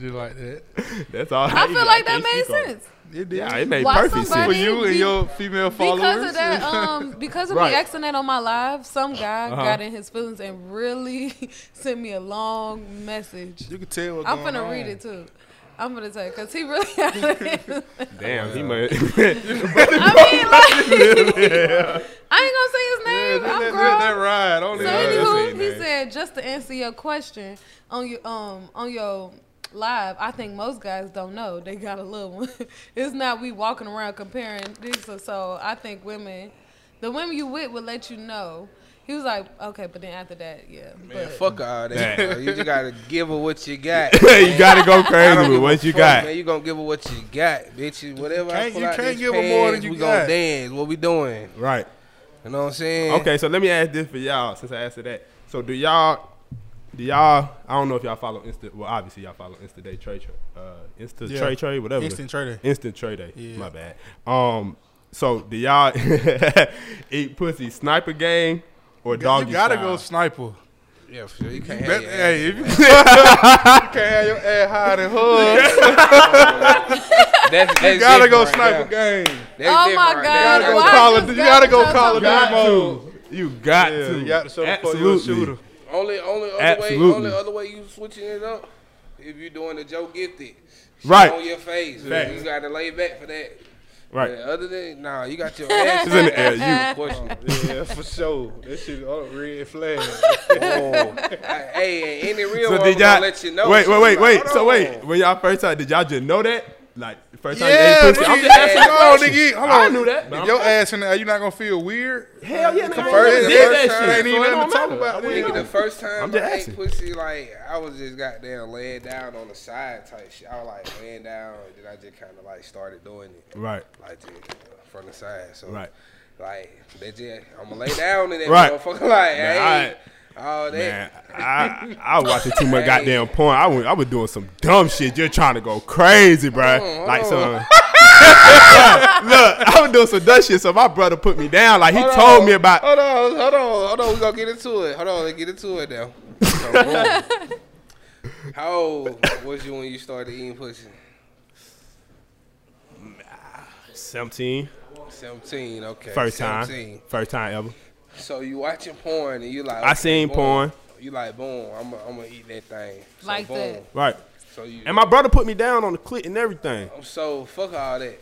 Speaker 1: about it.
Speaker 6: Just like that.
Speaker 1: That's all.
Speaker 4: I feel like that
Speaker 1: can't
Speaker 4: made
Speaker 1: speak on it.
Speaker 4: sense.
Speaker 6: It did.
Speaker 1: Yeah, it made
Speaker 4: Why
Speaker 1: perfect sense.
Speaker 4: somebody-
Speaker 6: for you and
Speaker 4: be-
Speaker 6: your female followers.
Speaker 4: Because of
Speaker 6: *laughs*
Speaker 4: that, um, because of
Speaker 1: Right.
Speaker 4: me asking that on my live, some guy
Speaker 1: Uh-huh.
Speaker 4: got in his feelings and really *laughs* sent me a long message.
Speaker 6: you can tell what's
Speaker 4: I'm
Speaker 6: going
Speaker 4: gonna
Speaker 6: on.
Speaker 4: read it too. I'm gonna tell you because he
Speaker 6: *laughs*
Speaker 4: really. got *laughs* it.
Speaker 1: Damn, he *laughs* might.
Speaker 4: I mean, like, *laughs* I
Speaker 6: Yeah,
Speaker 4: ain't
Speaker 6: just
Speaker 4: gonna say his name. I'm
Speaker 6: let,
Speaker 4: grown.
Speaker 6: let that ride. Don't
Speaker 4: So
Speaker 1: Yeah,
Speaker 6: let
Speaker 1: that's
Speaker 6: that-
Speaker 1: it,
Speaker 4: anywho, he
Speaker 1: man.
Speaker 4: said just to answer your question on your um on your live, I think most guys don't know they got a little one. *laughs* it's not we walking around comparing this or so. I think women, the women you with will let you know. He was like, okay, but then after that, yeah.
Speaker 2: Man,
Speaker 4: but-
Speaker 2: fuck all that.
Speaker 1: Nah.
Speaker 2: bro. You just gotta give her what you got.
Speaker 1: *laughs* you gotta
Speaker 4: *laughs*
Speaker 1: go
Speaker 2: I don't
Speaker 1: crazy
Speaker 2: give
Speaker 1: with
Speaker 2: a
Speaker 1: what you
Speaker 2: fuck,
Speaker 1: got.
Speaker 2: Man, you gonna give her what you got, bitch. You- Whatever
Speaker 6: You
Speaker 2: I
Speaker 6: can't-
Speaker 2: pull
Speaker 6: you
Speaker 2: out
Speaker 6: can't
Speaker 2: these
Speaker 6: give her more than
Speaker 2: pants,
Speaker 6: you
Speaker 2: we
Speaker 6: got.
Speaker 2: gonna dance. What we doing?
Speaker 1: Right.
Speaker 2: You know what I'm saying?
Speaker 1: Okay, so let me ask this for y'all since I asked her that. So do y'all do y'all I don't know if y'all follow Insta well obviously y'all follow Insta Day Trade Trade uh Insta
Speaker 6: Yeah.
Speaker 1: Trade Trade, whatever.
Speaker 6: Instant trader.
Speaker 1: Instant Trade Day.
Speaker 6: Yeah.
Speaker 1: My bad. Um so do y'all *laughs* eat pussy sniper gang or doggy
Speaker 6: you gotta
Speaker 1: style?
Speaker 6: go sniper.
Speaker 2: Yeah, for sure. You can't have
Speaker 6: Bet-
Speaker 2: your ass.
Speaker 6: hey, if you, you can't have your ass higher than her,
Speaker 2: That's, that's
Speaker 6: you gotta go
Speaker 2: different
Speaker 6: sniper
Speaker 2: there.
Speaker 6: game.
Speaker 2: That's
Speaker 4: Oh
Speaker 2: different
Speaker 4: my
Speaker 2: right
Speaker 4: God,
Speaker 2: there.
Speaker 6: You gotta
Speaker 4: Why
Speaker 6: go
Speaker 4: I
Speaker 6: call
Speaker 4: just
Speaker 6: it. You
Speaker 4: got
Speaker 6: gotta go
Speaker 4: to
Speaker 6: call it.
Speaker 4: talk about
Speaker 1: Got
Speaker 6: Dynamo.
Speaker 1: to. You got
Speaker 6: Yeah,
Speaker 1: to.
Speaker 6: you got to show the fuck you a
Speaker 1: Absolutely.
Speaker 6: shooter.
Speaker 2: Only, only other way,
Speaker 1: Absolutely.
Speaker 2: only other way you switching it up. If you doing the Joe Gifted, She
Speaker 1: Right.
Speaker 2: on your face,
Speaker 1: Facts.
Speaker 2: you gotta lay back for that.
Speaker 1: Right.
Speaker 2: Yeah, other than nah, you got your ass.
Speaker 1: It's in the air. You
Speaker 2: Of course you-
Speaker 6: Yeah, for sure. That shit all red flag.
Speaker 2: Oh. I- Hey, and any real
Speaker 1: so
Speaker 2: woman
Speaker 1: did y'all
Speaker 2: gonna let you know.
Speaker 1: Wait,
Speaker 2: She
Speaker 1: wait, wait,
Speaker 2: like,
Speaker 1: wait.
Speaker 2: hold
Speaker 1: So wait,
Speaker 2: on.
Speaker 1: when y'all first time, did y'all just know that? Like first time you
Speaker 6: Yeah,
Speaker 1: ate pussy? I'm
Speaker 6: nigga,
Speaker 1: just asking a
Speaker 6: no,
Speaker 1: question.
Speaker 6: nigga, hold
Speaker 1: I
Speaker 6: on.
Speaker 1: knew that. but
Speaker 6: If
Speaker 1: I'm
Speaker 6: your ass in there, you not gonna feel weird.
Speaker 1: Hell yeah, nigga. I ain't
Speaker 2: first-
Speaker 1: never
Speaker 2: the
Speaker 1: did
Speaker 2: first
Speaker 1: that
Speaker 2: time
Speaker 1: shit.
Speaker 2: ain't
Speaker 1: so
Speaker 6: even
Speaker 1: it don't
Speaker 6: nothing to talk
Speaker 1: matter.
Speaker 6: about.
Speaker 1: I wouldn't
Speaker 6: Nigga,
Speaker 1: even-
Speaker 2: The first time
Speaker 1: I'm just
Speaker 2: I ate
Speaker 1: asking.
Speaker 2: pussy, like I was just goddamn laying down on the side type shit. I was like laying down, and then I just kind of like started doing it,
Speaker 1: Right.
Speaker 2: like just, uh, from the side. So
Speaker 1: Right.
Speaker 2: like they just I'm gonna lay down in that
Speaker 1: Right.
Speaker 2: motherfucker, *laughs* like
Speaker 1: Man,
Speaker 2: hey, all that.
Speaker 1: Man, I I was watching too much goddamn porn. I was I was doing some dumb shit. You're trying to go crazy, bruh.
Speaker 2: on,
Speaker 1: Like
Speaker 2: hold
Speaker 1: some. *laughs* Look, I was doing some dumb shit. So my brother put me down. Like he
Speaker 2: Hold
Speaker 1: told
Speaker 2: on, Oh.
Speaker 1: me about.
Speaker 2: Hold on, hold on, hold on. We gonna get into it. Hold on, let's get into it now.
Speaker 1: *laughs*
Speaker 2: So, boom. How old was you when you started eating pussy?
Speaker 1: 17.
Speaker 2: Seventeen. Okay.
Speaker 1: First time.
Speaker 2: 17.
Speaker 1: First time ever.
Speaker 2: So you watching porn and you like
Speaker 1: I
Speaker 2: okay,
Speaker 1: seen
Speaker 2: boom.
Speaker 1: porn.
Speaker 2: You like boom, I'm gonna I'm gonna eat that thing. So,
Speaker 4: Like
Speaker 2: boom.
Speaker 4: that.
Speaker 1: Right.
Speaker 2: So you
Speaker 1: And my brother put me down on the clit and everything.
Speaker 2: so fuck all that.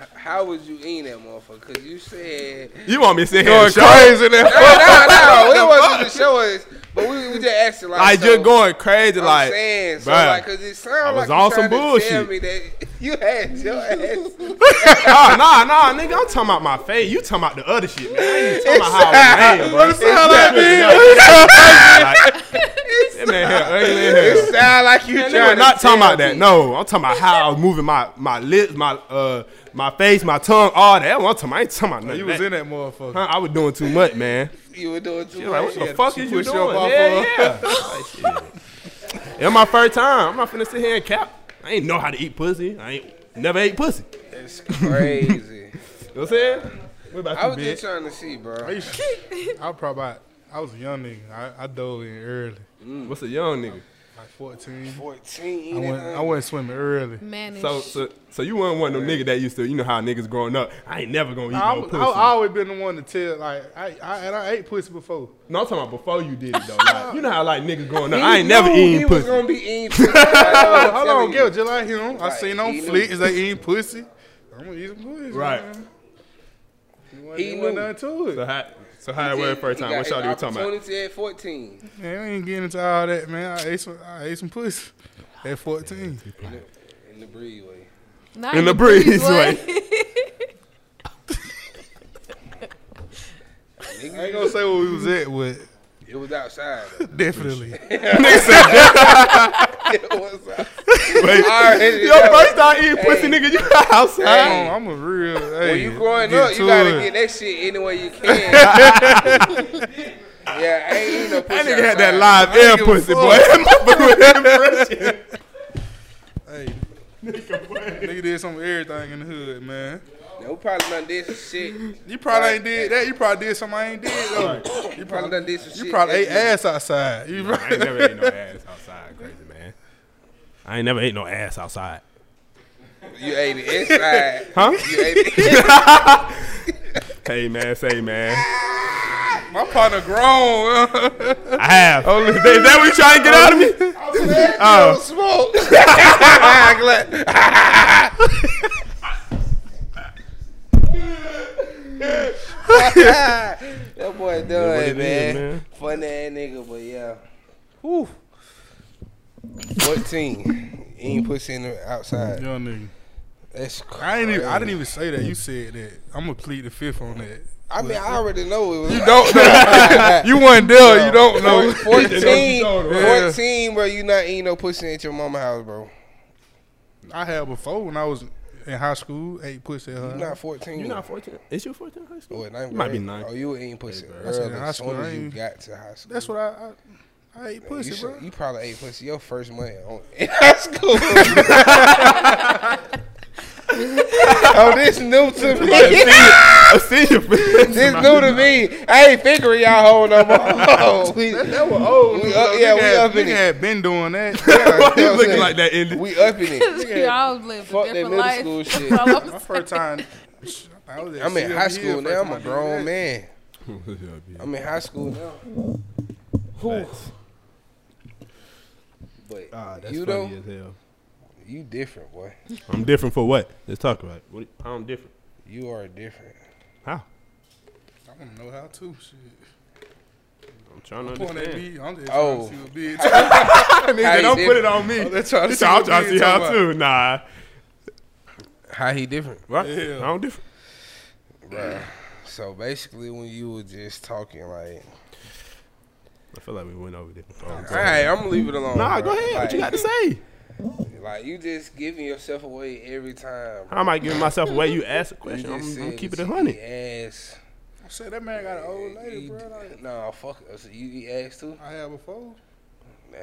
Speaker 2: H- How was you eating that motherfucker? Cause you said *laughs*
Speaker 1: You want me to sit here
Speaker 6: Going
Speaker 1: and show?
Speaker 6: crazy in
Speaker 1: *laughs*
Speaker 6: there.
Speaker 2: no, no, we wasn't the show us, but we, we just asking like
Speaker 1: Like
Speaker 2: so,
Speaker 1: just going crazy,
Speaker 2: I'm
Speaker 1: like,
Speaker 2: saying, so
Speaker 1: bruh.
Speaker 2: like, cause it sounds
Speaker 1: was
Speaker 2: like
Speaker 1: on
Speaker 2: you
Speaker 1: some
Speaker 2: trying to tell
Speaker 1: bullshit.
Speaker 2: me that *laughs* you
Speaker 4: *laughs*
Speaker 2: had your ass.
Speaker 1: nah, nah, nah, nigga. I'm talking about my face. You talking about the other shit, man. I ain't talking about how I was laying, bro. *laughs*
Speaker 6: It sound like
Speaker 1: That
Speaker 2: *laughs*
Speaker 1: man here ugly as hell.
Speaker 2: It sound like you
Speaker 1: Nigga,
Speaker 2: trying
Speaker 1: I'm not
Speaker 2: to
Speaker 1: talking
Speaker 2: tell
Speaker 1: about that.
Speaker 2: me.
Speaker 1: No, I'm talking about how I was moving my my lips, my uh, my face, my tongue, all that. I'm talking. I ain't talking about nothing.
Speaker 6: You was
Speaker 1: that.
Speaker 6: in that motherfucker.
Speaker 1: Huh, I was doing too much, man.
Speaker 2: You were doing too
Speaker 1: She was like,
Speaker 2: much.
Speaker 1: what the
Speaker 6: Yeah,
Speaker 1: fuck
Speaker 6: she
Speaker 1: is you
Speaker 6: pushed
Speaker 1: doing?
Speaker 6: you up off
Speaker 1: Yeah,
Speaker 6: of
Speaker 1: yeah. *laughs* Like, shit. It's my first time. I'm not finna sit here and cap. I ain't know how to eat pussy. I ain't never ate pussy.
Speaker 2: It's crazy.
Speaker 1: You know what I'm saying? What
Speaker 2: I
Speaker 1: about
Speaker 2: was
Speaker 1: you, *laughs*
Speaker 2: just
Speaker 1: bitch?
Speaker 2: trying to see, bro.
Speaker 1: *laughs*
Speaker 6: I probably I was a young nigga. I, I dove in early.
Speaker 1: What's a young nigga?
Speaker 6: like 14.
Speaker 2: 14.
Speaker 6: I went,
Speaker 2: and,
Speaker 6: I went swimming early.
Speaker 4: Manage.
Speaker 1: So, so, so you weren't one of them nigga that used to, you know how niggas growing up. I ain't never gonna eat
Speaker 6: I,
Speaker 1: no
Speaker 6: was-
Speaker 1: pussy.
Speaker 6: I, I always been the one to tell, like, I, I, and I ate pussy before.
Speaker 1: no, I'm talking about before you did it though. Like, you know how like niggas growing up. I ain't
Speaker 2: He
Speaker 1: never
Speaker 2: knew he
Speaker 1: eating
Speaker 2: was
Speaker 1: pussy.
Speaker 2: gonna
Speaker 1: *laughs*
Speaker 2: be eating pussy. I
Speaker 6: Hold
Speaker 2: was
Speaker 6: on, hold
Speaker 2: telling
Speaker 6: on,
Speaker 2: you.
Speaker 6: Gil, just like him. I
Speaker 2: Like,
Speaker 6: seen on
Speaker 2: he knew.
Speaker 6: fleet is they eating pussy. I'm gonna eat some pussy.
Speaker 1: Right.
Speaker 6: Man.
Speaker 2: He
Speaker 6: He went
Speaker 2: knew.
Speaker 6: nothing to it.
Speaker 1: So how, so how it
Speaker 2: He
Speaker 1: went first time?
Speaker 2: got
Speaker 1: What y'all
Speaker 2: his
Speaker 1: were talking about?
Speaker 2: Opportunity at 14.
Speaker 6: Man, I ain't getting into all that, man. I ate some, I ate some pussy at 14.
Speaker 2: In the breezeway.
Speaker 4: Not
Speaker 1: In the
Speaker 4: *laughs*
Speaker 1: breezeway.
Speaker 6: I ain't gonna say where we was at, but
Speaker 2: It was outside.
Speaker 1: *laughs*
Speaker 2: though.
Speaker 6: definitely.
Speaker 2: it was outside.
Speaker 1: Wait,
Speaker 2: All right,
Speaker 1: your
Speaker 2: yeah.
Speaker 1: first time eating pussy, nigga, you *laughs* outside.
Speaker 2: Hey.
Speaker 6: I'm, I'm a real. Hey,
Speaker 2: When you growing
Speaker 6: get
Speaker 2: up, you
Speaker 6: to
Speaker 2: gotta
Speaker 6: it.
Speaker 2: get that shit any
Speaker 1: *laughs*
Speaker 2: way you can. yeah, I ain't eating no pussy.
Speaker 1: That nigga had that
Speaker 2: outside.
Speaker 1: live air pussy, *laughs* boy. That motherfucker was
Speaker 6: Hey. Nigga did some everything in the hood, man.
Speaker 2: No, probably done did some shit.
Speaker 6: You probably ain't did that. You probably did something I ain't did though.
Speaker 2: You probably done did some shit.
Speaker 6: You probably ate
Speaker 2: that you-
Speaker 6: ass outside. You
Speaker 1: I ain't never ate no ass outside, crazy man. I ain't never ate no ass outside.
Speaker 2: You ate it inside.
Speaker 1: Huh?
Speaker 2: You ate it. *laughs*
Speaker 1: Hey man, say man.
Speaker 6: my partner grown.
Speaker 1: I have. Oh, is that is that what you trying to get out of me?
Speaker 2: Oh, *laughs* smoke. I'm glad. that boy done,
Speaker 1: what it is,
Speaker 2: man.
Speaker 1: man.
Speaker 2: Funny ass nigga, but yeah. Whew. 14. Ain't pussy in the outside.
Speaker 6: Young nigga.
Speaker 2: That's crazy.
Speaker 6: I ain't even, I didn't even say that. You said that. I'm gonna plead the fifth on that.
Speaker 2: I mean, I already know it was. *laughs* You
Speaker 6: Don't know. you wasn't there. You don't
Speaker 2: *laughs*
Speaker 6: know. *laughs*
Speaker 2: 14,
Speaker 6: Yeah.
Speaker 2: 14, bro, you not eating no pussy at your mama house, bro.
Speaker 6: I had before when I was in high school. Ate pussy. At her.
Speaker 2: You not 14.
Speaker 1: You not fourteen? Is you fourteen high school?
Speaker 2: Oh, in ninth
Speaker 1: You might
Speaker 2: grade?
Speaker 1: be nine.
Speaker 2: Oh, you were eating pussy
Speaker 6: I said in
Speaker 2: early.
Speaker 6: high
Speaker 2: As
Speaker 6: school,
Speaker 2: soon
Speaker 6: I
Speaker 2: as you
Speaker 6: ain't-
Speaker 2: got to high school.
Speaker 6: That's what I. I, I ate pussy,
Speaker 2: you,
Speaker 6: bro.
Speaker 2: should- you probably ate pussy your first month on, *laughs* in high school. oh, Oh, this new to me.
Speaker 1: *laughs* I see you. *laughs*
Speaker 2: *laughs* This new to me. I ain't figuring y'all hoe no more. *laughs* Oh, we, *laughs*
Speaker 6: That was old.
Speaker 2: Oh, We
Speaker 6: nigga,
Speaker 2: up-
Speaker 6: though.
Speaker 2: yeah,
Speaker 6: Nigga
Speaker 2: we
Speaker 6: had-
Speaker 2: up in
Speaker 6: nigga
Speaker 2: it.
Speaker 6: had been doing that.
Speaker 2: *laughs*
Speaker 1: Why you
Speaker 2: I'm
Speaker 1: looking
Speaker 2: saying.
Speaker 1: like that, *laughs* Indy?
Speaker 2: we upping it.
Speaker 4: Y'all lived
Speaker 2: Fuck
Speaker 4: a
Speaker 2: that
Speaker 4: different
Speaker 2: middle
Speaker 4: life. *laughs*
Speaker 2: school shit.
Speaker 4: That's all I'm
Speaker 6: My first time. I was at
Speaker 2: I'm in
Speaker 6: CLB
Speaker 2: high school
Speaker 6: the
Speaker 2: now.
Speaker 6: first
Speaker 2: I'm a
Speaker 6: time I did
Speaker 2: grown
Speaker 6: that.
Speaker 2: man.
Speaker 1: Ah,
Speaker 2: I'm in high school now. But
Speaker 1: Ah, that's
Speaker 2: you
Speaker 1: funny
Speaker 2: know,
Speaker 1: as hell.
Speaker 2: you different, boy.
Speaker 1: I'm different for what? Let's talk about it. What, how I'm different?
Speaker 2: You are different.
Speaker 1: How?
Speaker 6: I want to know how to. Shit.
Speaker 1: I'm trying to
Speaker 6: Come on, that
Speaker 1: understand.
Speaker 6: beat. I'm just
Speaker 2: Oh.
Speaker 6: trying to see what beat. Trying
Speaker 1: Nigga,
Speaker 2: you
Speaker 1: don't put
Speaker 2: different?
Speaker 1: it on me.
Speaker 6: to see
Speaker 1: Oh, That's how I'm
Speaker 6: what
Speaker 1: trying to
Speaker 6: beat
Speaker 1: see how
Speaker 6: talking
Speaker 1: too. Nah.
Speaker 2: How he different?
Speaker 1: What?
Speaker 6: Yeah.
Speaker 1: I'm different.
Speaker 2: Bruh. So basically, when you were just talking, like,
Speaker 1: I feel like we went over there. Oh,
Speaker 2: all right, I'm gonna leave it alone.
Speaker 1: Nah,
Speaker 2: bruh.
Speaker 1: go ahead.
Speaker 2: Like,
Speaker 1: What you got to *laughs* say?
Speaker 2: Like, you just giving yourself away every time. bruh.
Speaker 1: How am I giving myyself away? You ask a
Speaker 2: You
Speaker 1: question. I'm,
Speaker 2: just
Speaker 1: I'm
Speaker 2: said
Speaker 1: keeping it a
Speaker 2: that you
Speaker 1: *laughs* hundred.
Speaker 2: eat Ass.
Speaker 6: about. Shit, that man got an old lady,
Speaker 2: You-
Speaker 6: bro. Like,
Speaker 2: Nah, fuck. us. You eat ass too?
Speaker 6: I had before.
Speaker 2: Nah. uh,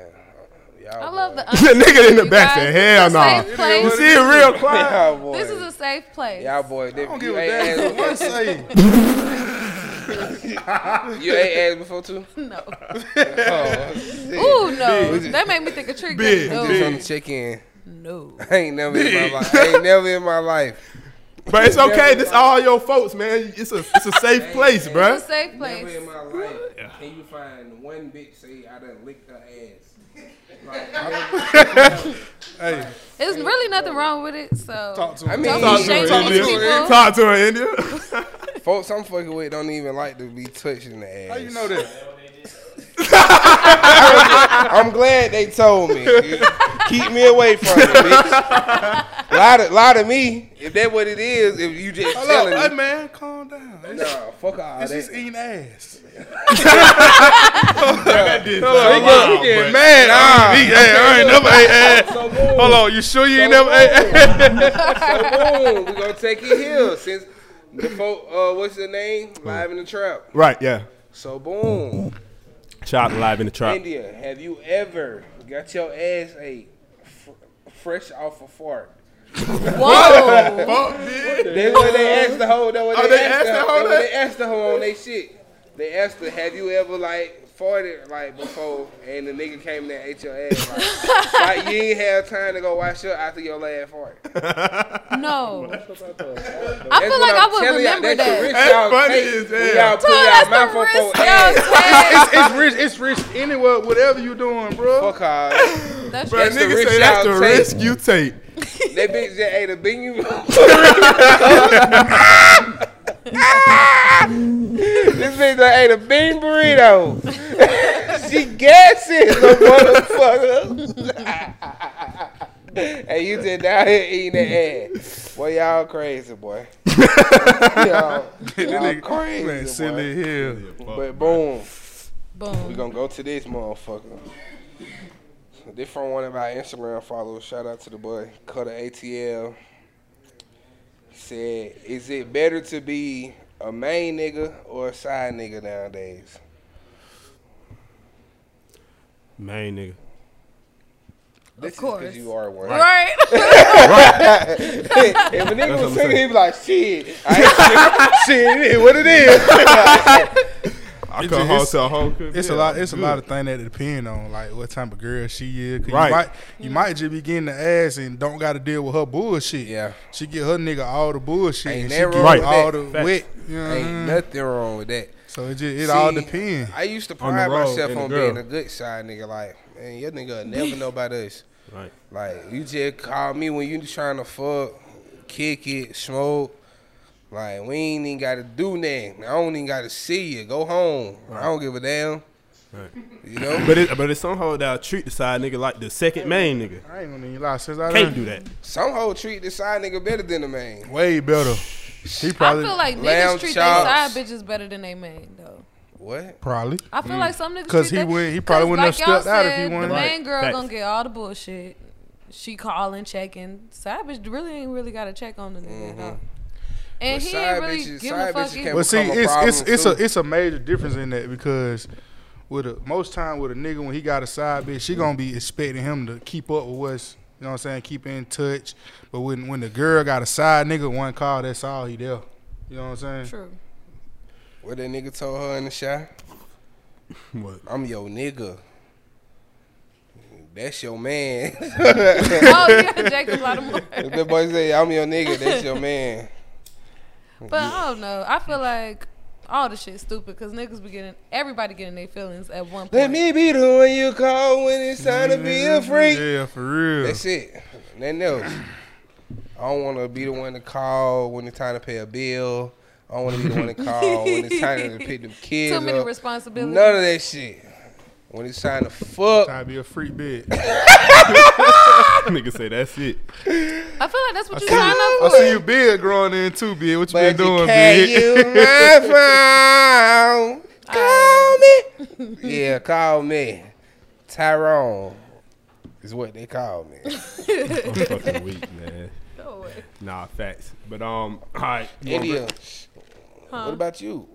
Speaker 2: Y'all
Speaker 4: I love the.
Speaker 1: The nigga in the
Speaker 4: You
Speaker 1: back
Speaker 4: guys,
Speaker 1: said, "Hell
Speaker 4: it's a
Speaker 1: nah."
Speaker 4: safe
Speaker 1: You
Speaker 4: place.
Speaker 1: see it *laughs*
Speaker 2: *laughs*
Speaker 1: real quiet.
Speaker 2: Y'all boy.
Speaker 4: This is a safe place.
Speaker 2: Y'all boy.
Speaker 6: I don't
Speaker 2: Different.
Speaker 6: give
Speaker 2: You
Speaker 6: a damn.
Speaker 2: ate
Speaker 6: One
Speaker 2: ass.
Speaker 6: say.
Speaker 2: before- You ate ass before too?
Speaker 4: *laughs* No.
Speaker 2: Oh, *laughs* shit.
Speaker 4: Ooh
Speaker 6: *laughs*
Speaker 4: no. That made me think of trick.
Speaker 1: Big,
Speaker 4: No.
Speaker 2: Just on the check in. *laughs*
Speaker 4: No.
Speaker 2: I ain't never in my life. I ain't never in my life.
Speaker 1: But *laughs* it's okay. This all your folks, man. It's a it's a safe place,
Speaker 4: It's
Speaker 1: bruh.
Speaker 4: a safe
Speaker 2: Never
Speaker 4: place.
Speaker 2: in my life. Can you find one bitch say I done licked her ass? *laughs*
Speaker 6: Hey,
Speaker 4: There's really nothing wrong with it. So.
Speaker 6: talk to him.
Speaker 2: I mean,
Speaker 4: Don't
Speaker 1: Talk
Speaker 4: be
Speaker 1: to her,
Speaker 4: shaming
Speaker 2: Talk to
Speaker 1: India.
Speaker 4: people.
Speaker 1: Talk to her, India.
Speaker 2: Folks I'm fucking with don't even like to be touched in the ass.
Speaker 6: How you know that?
Speaker 2: I'm glad they told
Speaker 6: *laughs*
Speaker 2: me. Keep me away from it, bitch. lie, to, lie to me. If that what it is, if you just
Speaker 6: Hello, hey
Speaker 2: telling me.
Speaker 6: man, calm down. It's,
Speaker 2: Nah, fuck all
Speaker 6: it's just
Speaker 2: that.
Speaker 6: eating ass.
Speaker 1: That did sound
Speaker 6: Wow,
Speaker 1: wild, bruh. *laughs*
Speaker 6: mad. I
Speaker 2: *laughs*
Speaker 6: ain't eat ass. I ain't never ate ass. Hold on, you sure you ain't never ate ass?
Speaker 2: So boom, we gonna take it here since the folk, uh, what's the name? Live in the trap.
Speaker 1: Right? Yeah.
Speaker 2: So boom,
Speaker 1: Shout out to live in the
Speaker 4: Uh,
Speaker 1: trap.
Speaker 2: India, have you ever got your ass ate f- fresh off a fart?
Speaker 4: Whoa.
Speaker 2: That's what they asked the whole. That what
Speaker 1: Oh,
Speaker 2: they,
Speaker 1: they
Speaker 2: asked
Speaker 1: asked
Speaker 2: the
Speaker 1: the
Speaker 2: whole.
Speaker 1: hoe
Speaker 2: That
Speaker 1: that?
Speaker 2: what they asked the whole on they shit. They asked her, "Have you ever like forty like before, and the nigga came there and ate your ass.
Speaker 4: *laughs*
Speaker 2: Like, like you ain't have time to go wash up after your last fart.
Speaker 6: *laughs*
Speaker 4: No.
Speaker 2: I
Speaker 4: feel like I would remember
Speaker 1: That's
Speaker 4: that. *laughs*
Speaker 1: funny as hell.
Speaker 2: Y'all put
Speaker 4: Tell us
Speaker 2: y'all mouth
Speaker 4: the
Speaker 2: up *laughs*
Speaker 4: risk
Speaker 2: for ass.
Speaker 4: y'all
Speaker 6: It's, it's rich. It's rich anywhere, whatever you doing, bro.
Speaker 2: Fuck off.
Speaker 4: take. That's
Speaker 1: Bro,
Speaker 2: That's the
Speaker 1: nigga
Speaker 2: risk
Speaker 1: say that's the
Speaker 2: y'all take.
Speaker 1: risk you take.
Speaker 2: That bitch just ate a bean. *laughs* this bitch done ate a bean burrito. she gassing the *laughs* motherfucker. and you just down here eating the ass. Boy, y'all crazy, boy. y'all, y'all
Speaker 6: Man,
Speaker 2: crazy, boy.
Speaker 6: silly hell.
Speaker 2: But boom, we
Speaker 4: boom.
Speaker 2: gonna go to this motherfucker. This from one of our Instagram followers. Shout out to the boy Cutter ATL. Said, is it better to be a main nigga or a side nigga nowadays?
Speaker 1: Main nigga.
Speaker 2: This is
Speaker 4: course.
Speaker 2: you are one.
Speaker 4: Right.
Speaker 2: *laughs* if a nigga was
Speaker 1: what I'm
Speaker 2: single, he'd be like, shit, *laughs* I ain't shit, shit, it is what it *laughs* is.
Speaker 1: I
Speaker 6: It's
Speaker 1: come
Speaker 6: a-
Speaker 1: home
Speaker 6: it's-
Speaker 1: to a whole. crib,
Speaker 6: It's a
Speaker 1: yeah,
Speaker 6: lot. It's
Speaker 1: good.
Speaker 6: a lot of things that depend on like what type of girl she is. 'Cause
Speaker 1: Right.
Speaker 6: You might, you might just be getting the ass and don't got to deal with her bullshit.
Speaker 2: Yeah.
Speaker 6: She get her nigga all the bullshit
Speaker 2: Ain't
Speaker 6: and she
Speaker 2: that
Speaker 6: get
Speaker 2: wrong
Speaker 6: you
Speaker 2: with
Speaker 6: all
Speaker 2: that?
Speaker 6: the
Speaker 1: Facts.
Speaker 6: wit. You know what I
Speaker 2: ain't
Speaker 6: mean?
Speaker 2: nothing wrong with that.
Speaker 6: So it just it all
Speaker 2: See,
Speaker 6: depends.
Speaker 2: I used to
Speaker 1: On the
Speaker 2: pride
Speaker 1: road
Speaker 2: myself
Speaker 1: and the
Speaker 2: on
Speaker 1: girl.
Speaker 2: being a good side nigga. Like, man, your nigga will never know about us.
Speaker 1: Right.
Speaker 2: Like you just call me when you trying to fuck, kick it, smoke. Like we ain't even gotta do nothing. I don't even gotta see you. Go home. I don't give a damn.
Speaker 1: Right.
Speaker 2: You know,
Speaker 1: But it, but it's somehow that I treat the side nigga like the second main nigga.
Speaker 6: I ain't gonna even lie. Since I
Speaker 1: Can't
Speaker 6: done-
Speaker 1: do that. *laughs*
Speaker 2: some hoe treat the side nigga better than the man.
Speaker 6: way better. He
Speaker 4: I
Speaker 6: probably
Speaker 4: feel like niggas
Speaker 2: Lamb
Speaker 4: treat their side
Speaker 2: chops.
Speaker 4: bitches better than they man though.
Speaker 2: What?
Speaker 6: probably.
Speaker 4: I feel like some niggas
Speaker 6: Mm. Cause
Speaker 4: treat
Speaker 6: he
Speaker 4: they-
Speaker 6: wouldn't- he probably
Speaker 4: 'cause
Speaker 6: wouldn't have
Speaker 4: like y'all
Speaker 6: stepped out if he
Speaker 4: said,
Speaker 6: wanted.
Speaker 4: The
Speaker 1: Right.
Speaker 4: main girl
Speaker 1: Facts.
Speaker 4: gonna get all the bullshit. She calling, checking. Side bitch really ain't really got to check on the nigga at all. And
Speaker 2: Mm-hmm. But
Speaker 4: he
Speaker 2: side
Speaker 4: ain't really
Speaker 2: bitches-
Speaker 4: giving
Speaker 2: side
Speaker 4: a fuck.
Speaker 2: bitches
Speaker 4: either.
Speaker 2: can't
Speaker 6: But see,
Speaker 2: become a
Speaker 6: it's it's
Speaker 2: problem,
Speaker 6: it's a
Speaker 2: too.
Speaker 6: it's a major difference in that because with a most time with a nigga when he got a side bitch, she gonna be expecting him to keep up with what's you know what I'm saying, keep in touch. But when when the girl got a side nigga, one call, that's all he there. You know what I'm saying?
Speaker 4: True.
Speaker 2: What that nigga told her in the *laughs* shot?
Speaker 1: What?
Speaker 2: I'm your nigga. That's your man. *laughs*
Speaker 4: oh yeah, Jacob Lattimore. *laughs*
Speaker 2: the boy say, "I'm your nigga." That's your man.
Speaker 4: But I don't know. I feel like all the shit stupid because niggas be getting everybody getting their feelings at one point.
Speaker 2: Let me be the one you call when it's time to be a freak.
Speaker 6: Yeah, for real.
Speaker 2: That's it. Nothing else. I don't want to be the one to call when it's time to pay a bill. I don't want to be the one to call when it's time to pick them
Speaker 4: *laughs*
Speaker 2: kids
Speaker 4: Too many
Speaker 2: up.
Speaker 4: responsibilities.
Speaker 2: None of that shit. When it's time to fuck,
Speaker 6: Trying to be a freak bitch.
Speaker 2: *laughs*
Speaker 1: nigga say that's *laughs* it.
Speaker 4: I feel like that's what you sign up
Speaker 6: I
Speaker 4: for.
Speaker 6: see you big growing in too, big. What you
Speaker 2: but
Speaker 6: been
Speaker 2: you
Speaker 6: doing,
Speaker 2: can't
Speaker 6: big? *laughs*
Speaker 2: use my phone.
Speaker 4: Uh.
Speaker 2: Call me. Yeah, call me. Tyrone is what they
Speaker 4: *laughs*
Speaker 2: call me.
Speaker 1: I'm fucking weak, man.
Speaker 4: Go away.
Speaker 1: Nah, facts. But um, all right.
Speaker 2: India.
Speaker 4: Huh?
Speaker 2: What about you?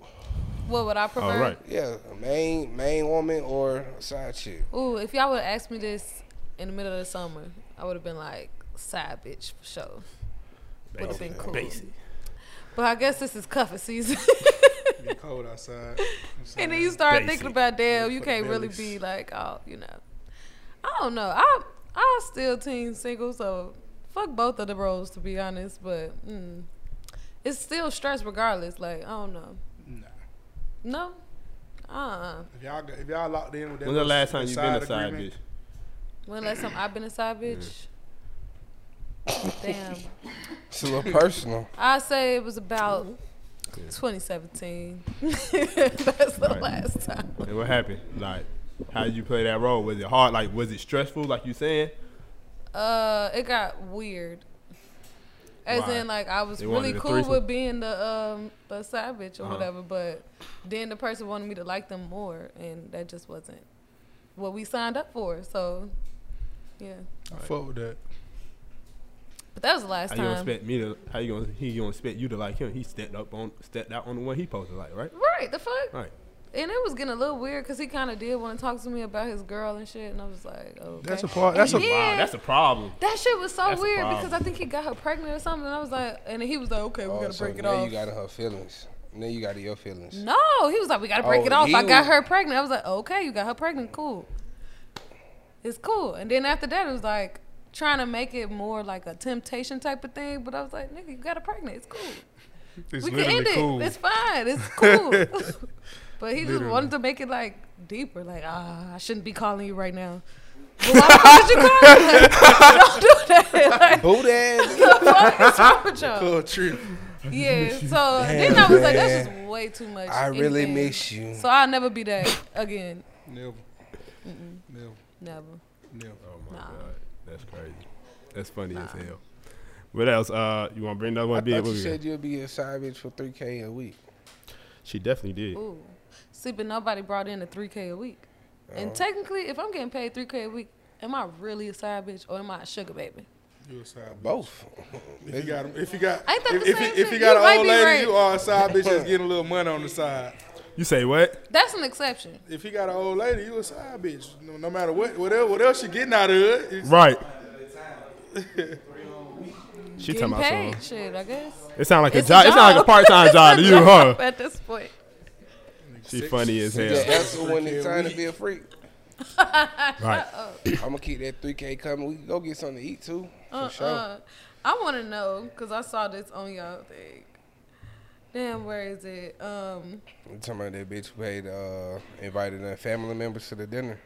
Speaker 4: What would I prefer?
Speaker 1: All right.
Speaker 2: Yeah, main main woman or side chick?
Speaker 4: Ooh, if y'all would have asked me this in the middle of the summer, I would have been like, side bitch for sure. Would have been cool.
Speaker 1: Basic.
Speaker 4: But I guess this is cuffing season. *laughs*
Speaker 6: It's cold outside.
Speaker 4: and then you start
Speaker 1: Basic.
Speaker 4: thinking about, damn, you
Speaker 6: For the
Speaker 4: can't really
Speaker 6: bellies.
Speaker 4: be like, oh, you know. I don't know. I I still team single, so fuck both of the roles to be honest. But mm, it's still stress regardless. Like I don't know.
Speaker 6: Nah.
Speaker 4: No. Uh.
Speaker 6: If y'all got- if y'all locked in with
Speaker 1: When's
Speaker 6: that,
Speaker 1: the
Speaker 6: little
Speaker 1: last time you been a side bitch?
Speaker 6: agreement,
Speaker 4: When last time I've been a side bitch? Damn.
Speaker 2: It's a little personal.
Speaker 4: I say it was about 2017. *laughs* That's the
Speaker 1: Right.
Speaker 4: last time.
Speaker 1: And what happened? Like, how did you play that role? Was it hard? Like, was it stressful? Like you saying?
Speaker 4: Uh, it got weird. As
Speaker 1: Why?
Speaker 4: in, like I was
Speaker 1: They
Speaker 4: really
Speaker 1: wanted a
Speaker 4: cool
Speaker 1: threesome?
Speaker 4: with being the um the side bitch or
Speaker 1: Uh-huh.
Speaker 4: whatever, but then the person wanted me to like them more, and that just wasn't what we signed up for. So, yeah.
Speaker 6: I fuck with that.
Speaker 4: But that was the last
Speaker 1: How you gonna
Speaker 4: time.
Speaker 1: expect me to? How you gonna? He gonna expect you to like him? He stepped up on, stepped out on the one he posted like, right?
Speaker 4: Right, the fuck.
Speaker 1: Right.
Speaker 4: And it was getting a little weird because he kind of did want to talk to me about his girl and shit, and I was like, oh,
Speaker 6: That's a part. That's a
Speaker 4: Yeah.
Speaker 1: Wow, that's a problem.
Speaker 4: That shit was so
Speaker 1: That's a
Speaker 4: weird
Speaker 1: problem.
Speaker 4: because I think he got her pregnant or something, and I was like, and then he was like, okay, we
Speaker 2: Oh,
Speaker 4: gotta
Speaker 2: so
Speaker 4: break it
Speaker 2: now
Speaker 4: off.
Speaker 2: you got in her feelings. Now you got your feelings.
Speaker 4: No, he was like, we gotta break
Speaker 2: Oh,
Speaker 4: it off.
Speaker 2: he
Speaker 4: I got
Speaker 2: was-
Speaker 4: her pregnant. I was like, okay, you got her pregnant, cool. It's cool. And then after that, it was like trying to make it more like a temptation type of thing. But I was like, nigga, you got her pregnant. It's cool.
Speaker 6: It's
Speaker 4: we can
Speaker 6: literally
Speaker 4: end it.
Speaker 6: cool.
Speaker 4: It's fine.
Speaker 6: *laughs*
Speaker 4: It's cool. *laughs* but he just
Speaker 6: Literally.
Speaker 4: wanted to make it like deeper. Like, ah, I shouldn't be calling you right now. Well, why the fuck did you call me? Like, *laughs* don't do that. *laughs* Like,
Speaker 2: Booty *laughs* ass.
Speaker 4: the fuck is wrong with y'all?
Speaker 6: Cool trip.
Speaker 4: Yeah. So then I was like, that's just way too much.
Speaker 2: I really
Speaker 4: anything.
Speaker 2: miss you.
Speaker 4: So I'll never be that again.
Speaker 6: Never. Never.
Speaker 4: Never.
Speaker 6: Never.
Speaker 1: Oh my
Speaker 4: Nah.
Speaker 1: god, that's crazy. That's funny as hell. What else? Uh, you want to bring another
Speaker 2: I
Speaker 1: one?
Speaker 2: thought
Speaker 1: Did
Speaker 2: you
Speaker 1: what we-
Speaker 2: said you'd be a side bitch for three k a week.
Speaker 1: She definitely did.
Speaker 4: Ooh. See, but nobody brought in a three K a week.
Speaker 2: Oh.
Speaker 4: And technically, if I'm getting paid three K a week, am I really a side bitch or am I a sugar baby?
Speaker 6: You a side bitch.
Speaker 2: Both.
Speaker 6: If you got, 'em- if you got,
Speaker 4: Ain't that
Speaker 6: if,
Speaker 4: the
Speaker 6: if,
Speaker 4: same
Speaker 6: if you
Speaker 4: shit?
Speaker 6: got
Speaker 4: You
Speaker 6: an
Speaker 4: might
Speaker 6: old
Speaker 4: be
Speaker 6: lady,
Speaker 4: right.
Speaker 6: you are a side bitch that's getting a little
Speaker 4: *laughs*
Speaker 6: money on the side.
Speaker 1: You say what?
Speaker 4: That's an exception.
Speaker 6: If you got an old lady, you a side bitch. No, no matter what, whatever, what else you getting out of it.
Speaker 2: *laughs*
Speaker 6: it's-
Speaker 1: Right. she talking
Speaker 4: Getting
Speaker 1: about
Speaker 4: paid,
Speaker 1: something.
Speaker 4: shit. I guess.
Speaker 1: It sound like a
Speaker 4: It's
Speaker 1: job. It sound like a part time job to
Speaker 4: It's a *laughs*
Speaker 1: you, huh?
Speaker 4: job At this point,
Speaker 1: She funny as
Speaker 2: Yeah,
Speaker 1: hell.
Speaker 2: that's when it's time to be
Speaker 4: *laughs*
Speaker 2: a freak.
Speaker 1: Right.
Speaker 2: I'm gonna keep that three k coming. We can go get something to eat too. For
Speaker 4: uh,
Speaker 2: sure.
Speaker 4: uh, I want to know because I saw this on y'all thing. Damn, where is it? Um,
Speaker 2: You talking about that bitch who paid uh invited her family members to the dinner.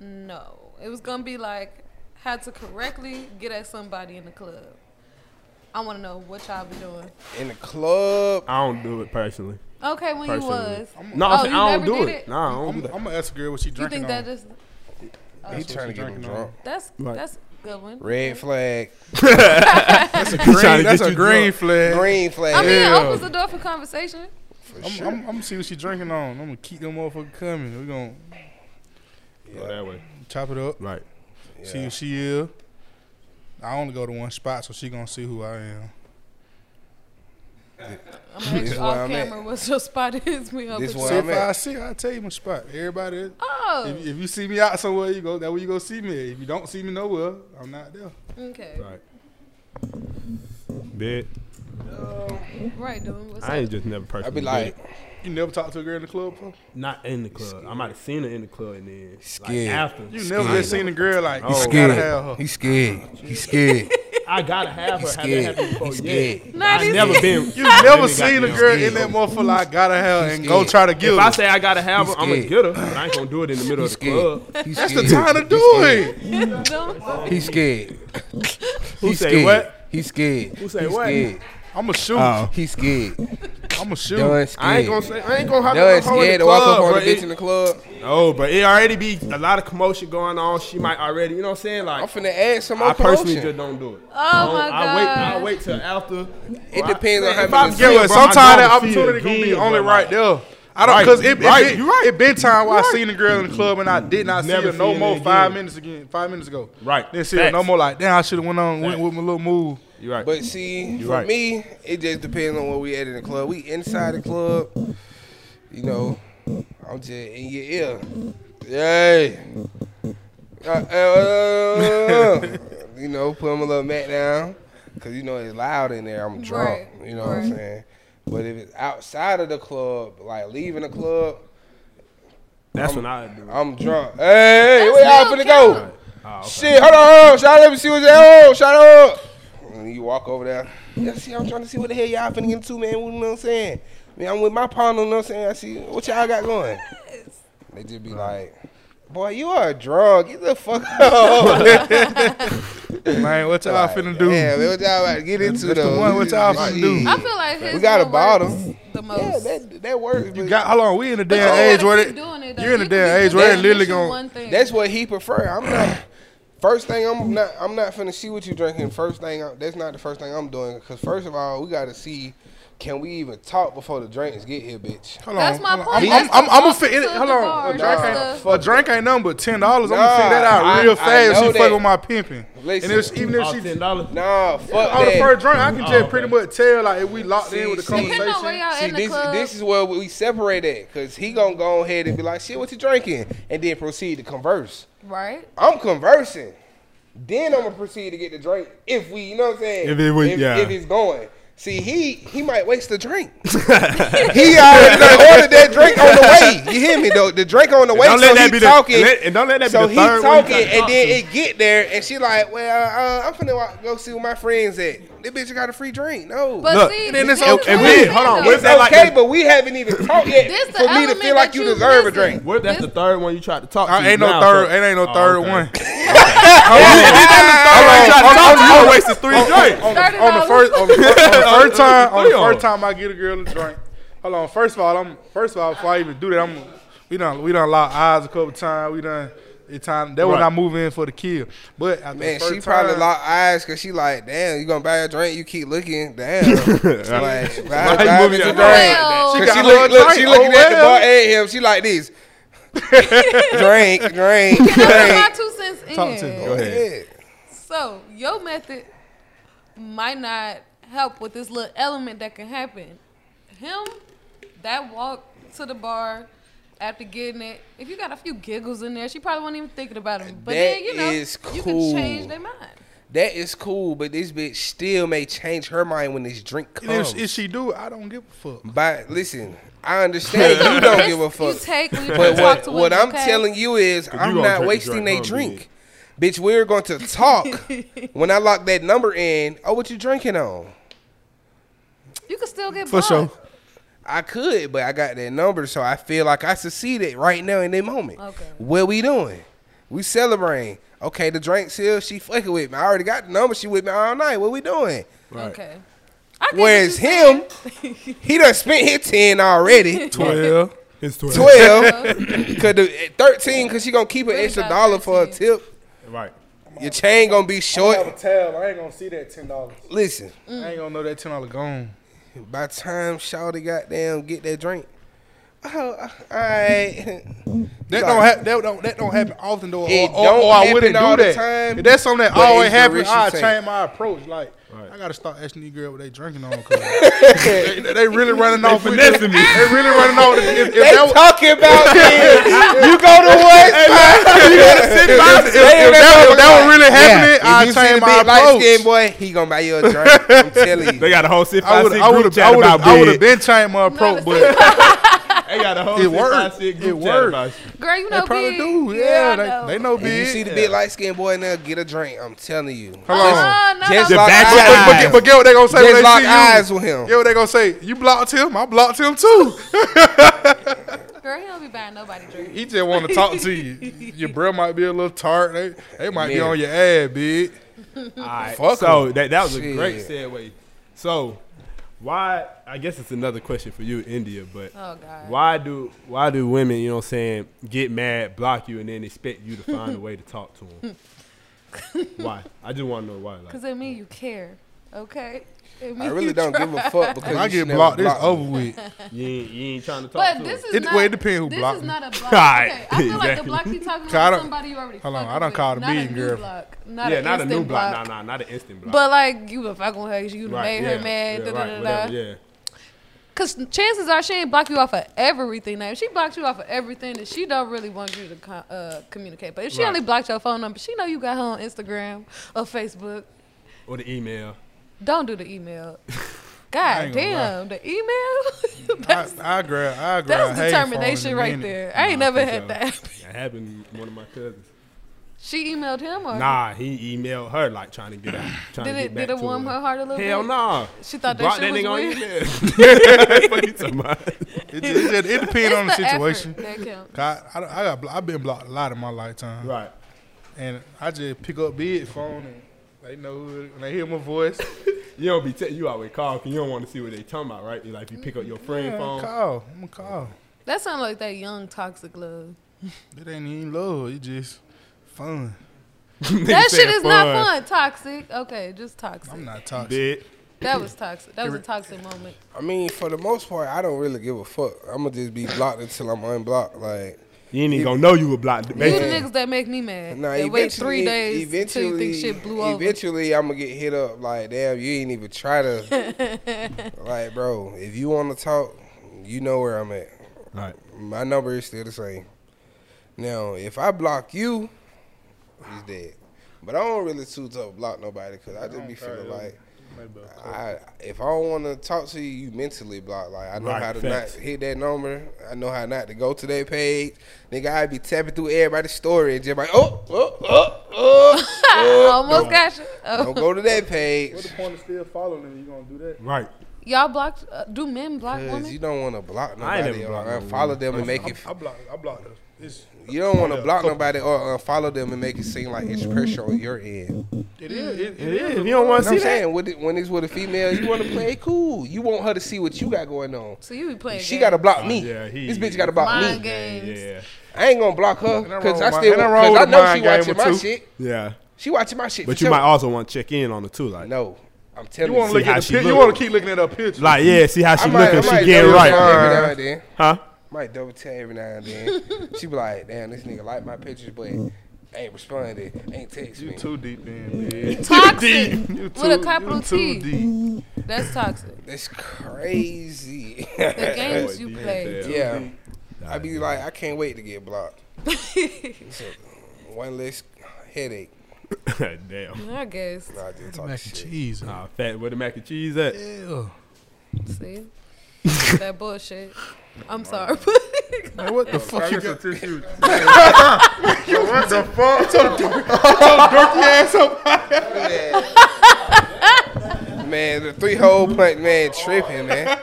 Speaker 4: No, it was gonna be like how to correctly get at somebody in the club. I want to know what y'all be doing.
Speaker 2: In the club.
Speaker 1: I don't do it personally.
Speaker 4: Okay, when
Speaker 1: Personally.
Speaker 4: you was,
Speaker 1: No,
Speaker 4: Oh,
Speaker 1: I'm saying
Speaker 4: you
Speaker 1: I don't
Speaker 4: never
Speaker 1: do
Speaker 4: did
Speaker 1: it.
Speaker 4: it?
Speaker 1: No, I don't
Speaker 6: I'm,
Speaker 1: do that.
Speaker 6: I'm gonna ask a girl what she
Speaker 4: you
Speaker 6: drinking
Speaker 4: think that
Speaker 6: on.
Speaker 4: just
Speaker 2: he trying to get him
Speaker 6: drinking
Speaker 2: drunk.
Speaker 4: that's
Speaker 1: Right.
Speaker 4: that's a good one.
Speaker 2: Red flag.
Speaker 1: Trying *laughs*
Speaker 6: green,
Speaker 1: to get
Speaker 6: that's a
Speaker 1: you
Speaker 6: green
Speaker 1: drunk.
Speaker 6: flag.
Speaker 2: Green flag.
Speaker 4: I mean,
Speaker 6: Yeah.
Speaker 4: it opens the door for conversation.
Speaker 2: for
Speaker 6: I'm,
Speaker 2: sure.
Speaker 6: I'm, I'm gonna see what she drinking on. I'm gonna keep them motherfucker coming. We gonna
Speaker 1: Go that way.
Speaker 6: chop it up.
Speaker 1: Right.
Speaker 6: See who she is. I only go to one spot, so she gonna see who I am.
Speaker 4: I'm gonna
Speaker 2: This
Speaker 4: ask you
Speaker 2: where
Speaker 4: off
Speaker 2: I'm at.
Speaker 4: camera what your spot *laughs* is. We up
Speaker 2: This
Speaker 4: with
Speaker 2: where
Speaker 4: you.
Speaker 6: See
Speaker 2: I'm
Speaker 6: if
Speaker 2: at.
Speaker 6: I see, her, I tell you my spot. Everybody, is-
Speaker 4: Oh,
Speaker 6: if, if you see me out somewhere, you go. That where you go see me. at. If you don't see me nowhere, I'm not there.
Speaker 4: Oh, okay, right,
Speaker 1: Right. Bit.
Speaker 4: dude. What's
Speaker 1: I
Speaker 4: up?
Speaker 1: ain't just never personally.
Speaker 2: I'd be
Speaker 1: did
Speaker 2: like,
Speaker 1: it.
Speaker 6: You never talk to a girl in the club, bro.
Speaker 1: not in the club. I might have seen her in the club and then
Speaker 2: Scared.
Speaker 1: Like after.
Speaker 6: You never just seen a girl like.
Speaker 1: He's
Speaker 6: I
Speaker 2: scared.
Speaker 6: Gotta have her.
Speaker 2: He's scared. He's scared.
Speaker 1: I gotta have her. Have that
Speaker 2: scared.
Speaker 1: happen before.
Speaker 2: He's
Speaker 1: Yeah.
Speaker 2: scared.
Speaker 4: Not
Speaker 1: I
Speaker 4: even-
Speaker 1: never *laughs* been.
Speaker 6: You never
Speaker 1: Women got
Speaker 6: seen a
Speaker 1: them
Speaker 6: girl
Speaker 1: scared.
Speaker 6: in that motherfucker. Like, gotta have her and
Speaker 2: He's
Speaker 6: go try
Speaker 2: scared.
Speaker 6: to
Speaker 1: If
Speaker 6: get
Speaker 1: I
Speaker 6: her.
Speaker 1: say I gotta have her,
Speaker 2: He's
Speaker 1: I'm gonna
Speaker 2: scared.
Speaker 1: get her. But I ain't gonna do it in the middle of
Speaker 2: He's
Speaker 1: the
Speaker 2: scared.
Speaker 1: club.
Speaker 2: He's
Speaker 6: That's the
Speaker 2: scared.
Speaker 6: time to do it.
Speaker 4: Don't-
Speaker 2: He's scared.
Speaker 1: Who
Speaker 2: He's
Speaker 1: say
Speaker 2: scared.
Speaker 1: what?
Speaker 2: He's scared.
Speaker 1: Who say
Speaker 2: He's
Speaker 1: what?
Speaker 2: Scared.
Speaker 6: I'ma shoot.
Speaker 1: Oh.
Speaker 2: He's scared.
Speaker 6: I'ma shoot.
Speaker 2: Done scared.
Speaker 1: I ain't gonna say. I ain't gonna have
Speaker 2: Done
Speaker 1: to hoe in
Speaker 2: scared
Speaker 1: the
Speaker 2: to walk up
Speaker 1: club.
Speaker 2: on a
Speaker 1: But
Speaker 2: bitch in the
Speaker 1: it,
Speaker 2: club.
Speaker 6: Oh,
Speaker 1: no, but it already be a lot of commotion going on. She might already. You know what I'm saying?
Speaker 2: I'm
Speaker 1: Like.
Speaker 2: finna add some
Speaker 1: I
Speaker 2: more
Speaker 1: personally just don't
Speaker 2: promotion.
Speaker 1: do it.
Speaker 4: Oh my
Speaker 1: I wait. I
Speaker 4: God.
Speaker 1: wait till after.
Speaker 2: It depends on how
Speaker 1: If I
Speaker 2: many-
Speaker 1: feel
Speaker 6: Yeah,
Speaker 1: it,
Speaker 6: but
Speaker 1: bro, I
Speaker 6: sometimes
Speaker 1: gotta
Speaker 6: that
Speaker 1: see it
Speaker 6: opportunity gonna be
Speaker 1: again,
Speaker 6: only
Speaker 1: bro,
Speaker 6: right
Speaker 1: like-
Speaker 6: there. I don't
Speaker 1: Right.
Speaker 6: because it, it,
Speaker 1: Right.
Speaker 6: been-
Speaker 1: You right. Mm-hmm.
Speaker 6: it been time where I seen the girl in the club and I did not see
Speaker 1: Never
Speaker 6: her no
Speaker 1: seen
Speaker 6: more
Speaker 1: it
Speaker 6: five
Speaker 1: again.
Speaker 6: minutes again five minutes ago.
Speaker 1: Right.
Speaker 6: Then see her no
Speaker 1: Facts.
Speaker 6: more like damn I should have went on went
Speaker 1: Facts.
Speaker 6: with my little move.
Speaker 1: You're right.
Speaker 2: But see, for
Speaker 1: right.
Speaker 2: me, it just depends on where we at in the club. We inside the club, you know. I'm just in your ear. Yay. Uh, uh, *laughs* uh, you know, put him a little mat down, cause you know it's loud in there. I'm drunk.
Speaker 4: Right,
Speaker 2: You know what I'm
Speaker 4: right.
Speaker 2: saying. But if it's outside of the club, like leaving the club,
Speaker 1: That's when I do. it.
Speaker 2: I'm drunk. Hey,
Speaker 4: That's
Speaker 2: where y'all
Speaker 4: no
Speaker 2: finna go?
Speaker 4: count.
Speaker 6: Oh,
Speaker 2: Shit, hold on, hold on. Shout out, let me see what's that. Oh, shout out. And you walk over there. Yeah, see, I'm trying to see what the hell y'all finna get into, man. You know what I'm saying? Man, I'm with my partner, you know what I'm saying? I see what y'all got going.
Speaker 4: *laughs*
Speaker 2: They just be like, boy, you are drunk. Get the fuck *laughs* up.
Speaker 6: Man, what y'all
Speaker 2: Like,
Speaker 6: finna do?
Speaker 2: Yeah, man, what y'all about to get into,
Speaker 6: That's the
Speaker 2: though?
Speaker 6: one, what y'all finna do?
Speaker 4: I feel like his
Speaker 2: We got a
Speaker 4: one
Speaker 2: bottle.
Speaker 4: works The most.
Speaker 2: Yeah, that, that works.
Speaker 6: You
Speaker 2: but
Speaker 6: got how long? We in the
Speaker 4: You
Speaker 6: damn
Speaker 4: gotta
Speaker 6: age where
Speaker 4: keep
Speaker 6: it,
Speaker 4: doing it, though.
Speaker 6: you're in the
Speaker 4: You can
Speaker 6: damn
Speaker 4: be
Speaker 6: age where it
Speaker 4: doing
Speaker 6: literally
Speaker 4: mission
Speaker 6: going.
Speaker 4: one thing.
Speaker 2: That's what he prefer. I'm not. First thing I'm not I'm not finna see what you drinking. First thing I, that's not the first thing I'm doing because first of all we gotta see can we even talk before the drinks get here, bitch.
Speaker 6: Hold on,
Speaker 4: That's my
Speaker 6: hold on.
Speaker 4: point.
Speaker 6: I'm,
Speaker 4: That's
Speaker 6: I'm,
Speaker 4: the
Speaker 6: I'm, I'm
Speaker 4: walk
Speaker 6: fit it.
Speaker 4: to
Speaker 6: Hold
Speaker 4: the
Speaker 6: on, a
Speaker 4: bar,
Speaker 6: drink,
Speaker 4: that's
Speaker 6: ain't,
Speaker 2: the-
Speaker 6: a drink ain't nothing but ten dollars. I'm
Speaker 2: Nah,
Speaker 6: gonna figure that out
Speaker 2: I-
Speaker 6: real
Speaker 2: I
Speaker 6: fast.
Speaker 2: know
Speaker 6: She
Speaker 2: that.
Speaker 6: fuck with my pimping,
Speaker 2: Listen.
Speaker 6: and if, even if
Speaker 1: All
Speaker 6: she
Speaker 1: ten dollars.
Speaker 2: Nah, fuck
Speaker 6: on
Speaker 2: that.
Speaker 6: the first drink, I can just
Speaker 1: Oh, okay.
Speaker 6: pretty much tell like if we locked
Speaker 2: See,
Speaker 6: in with the
Speaker 2: see. Depending
Speaker 4: Depending on
Speaker 6: conversation.
Speaker 4: where y'all
Speaker 2: See,
Speaker 4: in
Speaker 2: this
Speaker 4: the club.
Speaker 2: this is where we separate at because he gonna go ahead and be like, shit, what you drinking, and then proceed to converse.
Speaker 4: right.
Speaker 2: I'm conversing. Then I'm gonna proceed to get the drink if we, you know what I'm saying?
Speaker 1: If it would- yeah.
Speaker 2: if it's going. See, he he might waste
Speaker 1: *laughs*
Speaker 2: the drink. he already done ordered that drink on the way. You hear me though? The drink on the way.
Speaker 1: don't
Speaker 2: so
Speaker 1: let that
Speaker 2: he
Speaker 1: be the-
Speaker 2: talking.
Speaker 1: let- and don't let that be
Speaker 2: so
Speaker 1: the
Speaker 2: he
Speaker 1: third one you
Speaker 2: talking,
Speaker 1: gotta
Speaker 2: and
Speaker 1: talk
Speaker 2: then
Speaker 1: to.
Speaker 2: it get there, and she like, "Well, uh, I'm finna wa- go see where my friends at. This bitch got a free drink. No,
Speaker 4: But
Speaker 1: Look,
Speaker 4: see,
Speaker 1: and
Speaker 6: then it's
Speaker 4: this
Speaker 6: okay.
Speaker 4: the
Speaker 1: Wait,
Speaker 4: thing,
Speaker 1: hold on,
Speaker 4: though.
Speaker 1: wait a
Speaker 2: it's
Speaker 1: that
Speaker 2: okay,
Speaker 1: like the-
Speaker 2: but we haven't even talked
Speaker 4: This
Speaker 2: yet
Speaker 4: the
Speaker 2: for me to
Speaker 4: element
Speaker 2: feel like
Speaker 4: that
Speaker 2: you
Speaker 4: you
Speaker 2: deserve a
Speaker 4: missing.
Speaker 2: drink.
Speaker 1: What if that's the
Speaker 4: This-
Speaker 1: third one you tried to talk to?
Speaker 6: I ain't no
Speaker 1: now,
Speaker 6: third.
Speaker 1: so-
Speaker 6: It ain't no
Speaker 1: Oh,
Speaker 6: third
Speaker 1: okay.
Speaker 4: *laughs*
Speaker 6: one.
Speaker 1: *laughs* I ain't tried to talk to you.
Speaker 6: Hold
Speaker 1: I
Speaker 6: on.
Speaker 1: wasted three drinks.
Speaker 6: on,
Speaker 4: $30.
Speaker 6: on the first on the, fir- on the
Speaker 2: *laughs*
Speaker 6: first time on the
Speaker 1: Three of 'em.
Speaker 6: first time I get a girl a drink. Hold on. First of all, I'm first of all before I even do that, I'm we done we done lock eyes a couple times. We done it time that when
Speaker 1: Right.
Speaker 6: I move in for the kill. But after
Speaker 2: Man,
Speaker 6: the first
Speaker 2: she probably
Speaker 6: time,
Speaker 2: locked eyes because she like, damn, you gonna buy a drink? You keep looking, damn. like, why
Speaker 1: Why you
Speaker 2: buy
Speaker 1: moving
Speaker 2: me
Speaker 1: your
Speaker 2: a
Speaker 1: drink?
Speaker 2: drink?
Speaker 4: Well,
Speaker 6: *laughs*
Speaker 2: Cause
Speaker 6: got
Speaker 2: she
Speaker 6: her
Speaker 2: look,
Speaker 6: a
Speaker 2: look, she
Speaker 6: drink.
Speaker 2: looking
Speaker 6: Oh,
Speaker 2: at the
Speaker 6: well.
Speaker 2: bar at him. She like this. drink, drink,
Speaker 4: That's
Speaker 6: *laughs*
Speaker 2: drink.
Speaker 4: my two cents in.
Speaker 6: Talk to me.
Speaker 1: Go ahead.
Speaker 4: So your method might not help with this little element that can happen. Him, that walk to the bar after getting it. If you got a few giggles in there, she probably wasn't even thinking about him. But then
Speaker 2: That
Speaker 4: you know
Speaker 2: is
Speaker 4: you
Speaker 2: cool.
Speaker 4: can change their mind.
Speaker 2: That is cool, but this bitch still may change her mind when this drink
Speaker 6: and if,
Speaker 2: comes.
Speaker 6: if she do, I don't give a fuck.
Speaker 2: but listen,
Speaker 6: *laughs*
Speaker 2: I understand you don't give a fuck.
Speaker 4: You take when you
Speaker 2: *laughs* But
Speaker 4: talk *laughs*
Speaker 2: what,
Speaker 4: to
Speaker 2: what
Speaker 4: women,
Speaker 2: I'm
Speaker 4: okay?
Speaker 2: telling you is,
Speaker 1: gonna
Speaker 2: I'm not
Speaker 1: drink the
Speaker 2: wasting
Speaker 1: drink,
Speaker 2: they
Speaker 1: huh,
Speaker 2: drink. Bitch, we're going
Speaker 4: *laughs*
Speaker 2: to talk when I lock that number in. Oh, what you drinking on?
Speaker 4: you can still get
Speaker 6: For
Speaker 4: for
Speaker 6: sure.
Speaker 2: I could, but I got that number, so I feel like I succeeded right now in that moment.
Speaker 4: Okay.
Speaker 2: What we doing? We celebrating. Okay, the drink's here. She fucking with me. I already got the number. She with me all night. What we doing?
Speaker 4: Okay. I get what
Speaker 2: Whereas
Speaker 4: you
Speaker 2: him,
Speaker 4: saying.
Speaker 2: he done spent his
Speaker 4: *laughs*
Speaker 2: 10 already.
Speaker 6: Twelve.
Speaker 1: It's oh. twelve.
Speaker 2: 12. *laughs* Cause the, at 13, because she going to keep an
Speaker 4: Really
Speaker 2: extra
Speaker 4: about
Speaker 2: dollar for a
Speaker 4: 13.
Speaker 2: tip.
Speaker 1: Right.
Speaker 2: Your chain going to be
Speaker 6: I have a
Speaker 2: short.
Speaker 6: tab. I ain't gonna see that ten dollars.
Speaker 2: Listen,
Speaker 6: I ain't gonna know that ten dollar gone.
Speaker 2: by the time Shawty goddamn get that drink, oh, all *laughs* right.
Speaker 6: That
Speaker 2: Like-
Speaker 6: don't happen. That don't, that don't happen often though. Or,
Speaker 2: It
Speaker 6: or,
Speaker 2: don't
Speaker 6: or I
Speaker 2: happen
Speaker 6: wouldn't
Speaker 2: all
Speaker 6: do
Speaker 2: the
Speaker 6: that.
Speaker 2: time,
Speaker 6: if that's something that
Speaker 2: but
Speaker 6: always
Speaker 2: it's the
Speaker 6: happens,
Speaker 2: richest
Speaker 6: I
Speaker 2: thing.
Speaker 6: change my approach. Like
Speaker 1: Right.
Speaker 6: I gotta start asking these girls what they drinking on. 'cause they, they really running off. with
Speaker 1: finessing
Speaker 6: it.
Speaker 1: me.
Speaker 6: They really running off. If, if, if
Speaker 2: They
Speaker 6: that, was-
Speaker 2: talking about this. you go to what? *laughs* you gotta sit
Speaker 6: if- if that, was- that was really happening, I
Speaker 2: you see
Speaker 6: change
Speaker 2: the
Speaker 6: my
Speaker 2: big light skinned
Speaker 6: approach.
Speaker 2: boy, he gonna buy you a drink. I'm telling
Speaker 1: They
Speaker 2: you.
Speaker 1: got a whole six
Speaker 6: I
Speaker 1: five
Speaker 6: would
Speaker 1: six
Speaker 6: I
Speaker 1: group
Speaker 6: would
Speaker 1: chat
Speaker 6: I would
Speaker 1: about
Speaker 6: I would have
Speaker 1: big.
Speaker 6: been changed my approach, but
Speaker 1: They got a whole
Speaker 6: It
Speaker 1: six five
Speaker 6: worked.
Speaker 1: six
Speaker 6: It
Speaker 1: group chat
Speaker 6: worked.
Speaker 1: about
Speaker 4: *laughs* Girl, you know
Speaker 6: they probably
Speaker 4: big.
Speaker 6: do.
Speaker 4: I
Speaker 6: Yeah,
Speaker 4: know.
Speaker 6: they, they know
Speaker 2: If you see
Speaker 6: big.
Speaker 2: the big light skinned boy now, get a drink. I'm telling you.
Speaker 6: Hold on.
Speaker 4: Uh, no,
Speaker 2: Just
Speaker 4: no,
Speaker 2: lock
Speaker 4: no.
Speaker 1: back
Speaker 6: But, but, but, get- but get what they gonna say
Speaker 2: Just
Speaker 6: when they
Speaker 2: lock
Speaker 6: see you.
Speaker 2: eyes with him.
Speaker 6: Get what they gonna say. You blocked him. I blocked him too.
Speaker 4: Girl, he don't be buying nobody drinks.
Speaker 6: He just want to talk to you.
Speaker 4: *laughs*
Speaker 6: Your breath might be a little tart. They, they might be
Speaker 2: Yeah.
Speaker 6: on your ass, bitch.
Speaker 1: All right.
Speaker 6: Fuck
Speaker 1: so that, that was a
Speaker 2: Shit.
Speaker 1: great segue. So why? I guess it's another question for you, India. But
Speaker 4: Oh God.
Speaker 1: why do why do women, you know, what I'm saying, get mad, block you, and then expect you to find a way to talk to them?
Speaker 4: *laughs*
Speaker 1: why? I just want to know why. Like,
Speaker 4: Cause it mean you care, okay? It mean
Speaker 2: I
Speaker 4: you
Speaker 2: really don't
Speaker 4: try. *laughs*
Speaker 2: give a fuck because
Speaker 6: When I
Speaker 2: you
Speaker 6: get
Speaker 2: should never
Speaker 6: blocked, this
Speaker 2: block me. *laughs*
Speaker 6: over with.
Speaker 1: you ain't, you ain't trying to talk to
Speaker 4: But
Speaker 1: 'em.
Speaker 4: this is
Speaker 6: It-
Speaker 4: not.
Speaker 6: well, it depend who
Speaker 4: this
Speaker 6: blocked
Speaker 4: is
Speaker 6: me.
Speaker 4: not a block.
Speaker 1: Alright,
Speaker 4: Okay, I feel like the
Speaker 1: exactly.
Speaker 4: block you talking
Speaker 6: Cause I
Speaker 4: about is
Speaker 6: don't-
Speaker 4: somebody you already.
Speaker 6: Hold on,
Speaker 4: fucking
Speaker 6: I done
Speaker 4: with.
Speaker 6: called a
Speaker 4: not
Speaker 6: meeting,
Speaker 4: new
Speaker 6: girl.
Speaker 4: Block, not
Speaker 1: yeah,
Speaker 4: an
Speaker 1: not a new
Speaker 4: instant
Speaker 1: block. Nah, nah, not an instant block.
Speaker 4: But like you been fucking with her, you done
Speaker 1: Right,
Speaker 4: made
Speaker 1: yeah,
Speaker 4: her mad.
Speaker 1: yeah,
Speaker 4: da, da,
Speaker 1: right,
Speaker 4: da,
Speaker 1: whatever,
Speaker 4: da.
Speaker 1: yeah.
Speaker 4: Cause chances are she ain't block you off of everything. Now if she blocked you off of everything that she don't really want you to co- uh, communicate, but if she
Speaker 1: Right.
Speaker 4: only blocked your phone number, she know you got her on Instagram or Facebook.
Speaker 1: Or the email.
Speaker 4: Don't do the email.
Speaker 6: I
Speaker 4: God
Speaker 6: ain't gonna
Speaker 4: damn, the email. *laughs*
Speaker 6: I,
Speaker 4: that's
Speaker 6: I grab, I grab.
Speaker 4: that's
Speaker 6: hay from
Speaker 4: determination
Speaker 6: the
Speaker 4: right
Speaker 6: minute.
Speaker 4: there. I ain't
Speaker 1: Nah, I
Speaker 4: never
Speaker 1: think
Speaker 4: had that. *laughs*
Speaker 1: That happened to one of my cousins.
Speaker 4: She emailed him or
Speaker 1: Nah, he emailed her like trying to
Speaker 4: *clears throat*
Speaker 1: get out. Trying
Speaker 4: did
Speaker 1: to get
Speaker 4: it
Speaker 1: back
Speaker 4: did it
Speaker 1: to
Speaker 4: warm her
Speaker 1: her.
Speaker 4: heart a little
Speaker 1: Hell
Speaker 4: bit?
Speaker 1: nah.
Speaker 4: She thought that
Speaker 1: Block
Speaker 4: shit was weird. *laughs*
Speaker 1: nigga on email. *laughs*
Speaker 6: It, just- it, just- it depends
Speaker 4: It's
Speaker 6: on the
Speaker 4: effort
Speaker 6: situation.
Speaker 4: that counts.
Speaker 6: 'Cause I, I, I got, blo- I've been blocked a lot in my lifetime,
Speaker 1: right.
Speaker 6: and I just pick up big phone and they know who it- when they hear
Speaker 2: *laughs*
Speaker 6: my voice.
Speaker 1: You don't be te- you always call because you don't want to see what they talking about, right? You like you pick up your friend
Speaker 6: I'm gonna
Speaker 1: phone.
Speaker 6: call. I'm gonna call.
Speaker 4: That sounds like that young toxic love.
Speaker 6: It ain't even love. It just fun.
Speaker 1: *laughs* Nigga
Speaker 4: That shit
Speaker 1: said
Speaker 4: is not fun. Toxic. Okay, just toxic.
Speaker 6: I'm not toxic.
Speaker 1: Did
Speaker 4: That was toxic. That was a toxic moment.
Speaker 2: I mean, for the most part, I don't really give a fuck. I'm gonna just be blocked until I'm unblocked. Like,
Speaker 1: you ain't even gonna know you were blocked.
Speaker 4: You the
Speaker 1: Basically,
Speaker 4: niggas that make me mad.
Speaker 2: nah,
Speaker 4: they
Speaker 2: eventually,
Speaker 4: wait three days until you
Speaker 2: eventually,
Speaker 4: think shit blew over. *laughs*
Speaker 2: eventually, I'm gonna get hit up. Like, damn, you ain't even try to.
Speaker 4: *laughs*
Speaker 2: like, bro, if you want to talk, you know where I'm at.
Speaker 1: right.
Speaker 2: My number is still the same. Now, if I block you, he's dead. But I don't really choose to block nobody because I just be feeling like I, if I don't want to talk to you, you mentally blocked. Like I know
Speaker 1: Right,
Speaker 2: how to
Speaker 1: facts.
Speaker 2: not hit that number. I know how not to go to that page. Nigga, I be tapping through everybody's story and just like, oh, oh, oh, oh.
Speaker 4: Almost got you.
Speaker 2: don't
Speaker 4: Oh.
Speaker 2: go to that page *laughs*
Speaker 6: What the point of still following him? You gonna do that?
Speaker 1: Right.
Speaker 4: Y'all blocked? Uh, do men block
Speaker 2: because you
Speaker 4: women?
Speaker 2: don't want to block
Speaker 1: I ain't
Speaker 2: nobody
Speaker 1: never
Speaker 2: or
Speaker 1: blocked no
Speaker 2: unfollow them and make it.
Speaker 6: I blocked. I blocked her. It's,
Speaker 2: You don't want to
Speaker 6: Yeah.
Speaker 2: block nobody or unfollow them and make it seem like it's pressure on your end.
Speaker 4: Mm.
Speaker 6: it is.
Speaker 1: It
Speaker 6: It,
Speaker 1: is. If you don't want to see
Speaker 2: You know what I'm
Speaker 1: that,
Speaker 2: saying? With it, when it's with a female, you want to play it cool. You want her to see what you got going on.
Speaker 4: So you be playing.
Speaker 2: She
Speaker 4: games.
Speaker 2: got to block me.
Speaker 1: yeah, he-
Speaker 2: this bitch got to block
Speaker 4: Mind
Speaker 2: me.
Speaker 4: games.
Speaker 1: yeah,
Speaker 2: I ain't gonna block her
Speaker 6: Ain't nothing
Speaker 2: because
Speaker 6: wrong
Speaker 2: I
Speaker 6: with
Speaker 2: still
Speaker 6: my-
Speaker 2: because
Speaker 6: ain't nothing wrong
Speaker 2: I
Speaker 6: with the
Speaker 2: know
Speaker 6: mind
Speaker 2: she
Speaker 6: game
Speaker 2: watching
Speaker 6: with
Speaker 2: my
Speaker 6: two.
Speaker 2: shit.
Speaker 1: yeah.
Speaker 2: She watching my shit.
Speaker 1: But
Speaker 2: for
Speaker 1: you
Speaker 2: sure.
Speaker 1: might also want to check in on her too, like,
Speaker 2: No, I'm telling
Speaker 6: You
Speaker 2: you.
Speaker 6: want to look
Speaker 1: how
Speaker 6: at the
Speaker 1: she
Speaker 6: picture. You
Speaker 1: look.
Speaker 6: want to keep looking at her picture.
Speaker 1: like yeah, see how
Speaker 2: I
Speaker 1: she
Speaker 2: might,
Speaker 1: looking,
Speaker 2: I might
Speaker 1: she getting
Speaker 2: double
Speaker 1: right,
Speaker 2: tap every
Speaker 6: *laughs*
Speaker 2: now and then.
Speaker 1: huh?
Speaker 2: Might double tap every now and then. she be like, "Damn, this nigga like my pictures, but
Speaker 1: Mm.
Speaker 2: ain't responded, ain't text
Speaker 6: You
Speaker 2: me."
Speaker 6: too deep in,
Speaker 1: *laughs*
Speaker 6: man.
Speaker 4: Toxic.
Speaker 6: You
Speaker 4: With
Speaker 6: too,
Speaker 4: a capital
Speaker 6: you too
Speaker 4: T.
Speaker 6: deep.
Speaker 4: That's toxic.
Speaker 2: That's crazy. *laughs*
Speaker 4: The games you play.
Speaker 2: yeah, I be like, I can't wait to get blocked. *laughs* It's a- One less headache.
Speaker 1: *laughs* Damn.
Speaker 4: I guess.
Speaker 2: Nah, I just talk
Speaker 6: Mac and
Speaker 2: shit.
Speaker 6: cheese.
Speaker 1: Nah, fat. Where the mac and cheese at?
Speaker 6: Ew.
Speaker 2: *laughs*
Speaker 4: See. that bullshit. I'm sorry. *laughs*
Speaker 6: Man, what the fuck you got?
Speaker 1: tissue.
Speaker 6: What the fuck? So dirty ass up.
Speaker 2: Man, the three hole punch man tripping, man.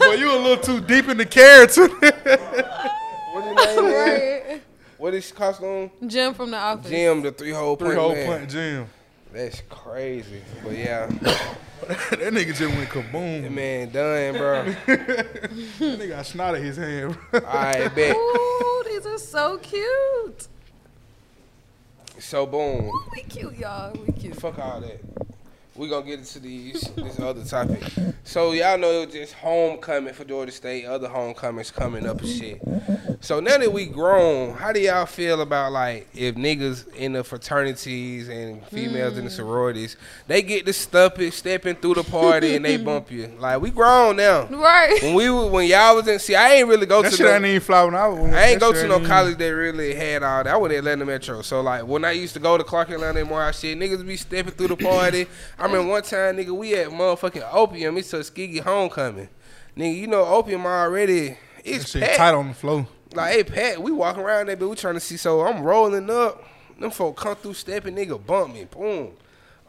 Speaker 6: Boy, you a little too deep in the *laughs* character.
Speaker 2: *laughs* What his name man?
Speaker 4: Word.
Speaker 2: What is costume?
Speaker 4: Jim from the office.
Speaker 2: Jim, the three hole punch
Speaker 6: Three hole
Speaker 2: man.
Speaker 6: punt gym.
Speaker 2: That's crazy. But yeah,
Speaker 6: *laughs*
Speaker 2: *coughs*
Speaker 6: that nigga just went kaboom.
Speaker 2: that man done, bro.
Speaker 6: *laughs* That nigga got snot at his hand. bro. *laughs*
Speaker 2: I bet.
Speaker 4: Ooh, these are so cute.
Speaker 2: So boom.
Speaker 4: We cute, y'all. We cute.
Speaker 2: Fuck all that. We gonna get into these this other topic. So y'all know it was just homecoming for Georgia State, other homecomings coming up and shit. So now that we grown, how do y'all feel about like if niggas in the fraternities and females
Speaker 6: Hmm.
Speaker 2: in the sororities, they get to step it, stepping through the party
Speaker 6: *laughs*
Speaker 2: and they bump you. Like we grown now.
Speaker 4: Right.
Speaker 2: When we were, when y'all was in see, I ain't really go
Speaker 6: That
Speaker 2: to
Speaker 6: shit
Speaker 2: the-
Speaker 6: ain't even fly when I was.
Speaker 2: I ain't
Speaker 6: that
Speaker 2: go
Speaker 6: shit
Speaker 2: to no
Speaker 6: ain't
Speaker 2: college that really had all that. I went to Atlanta Metro. So, like, when I used to go to Clark Atlanta and Morehouse, shit, niggas be stepping through the party. I mean, one time, nigga, we at motherfucking Opium. It's Tuskegee Homecoming. Nigga, you know Opium already.
Speaker 6: That
Speaker 2: It's
Speaker 6: shit
Speaker 2: packed.
Speaker 6: tight on the floor.
Speaker 2: Like, hey, Pat, we walking around there, but we trying to see. So, I'm rolling up. Them folk come through stepping, nigga, bump me. Boom.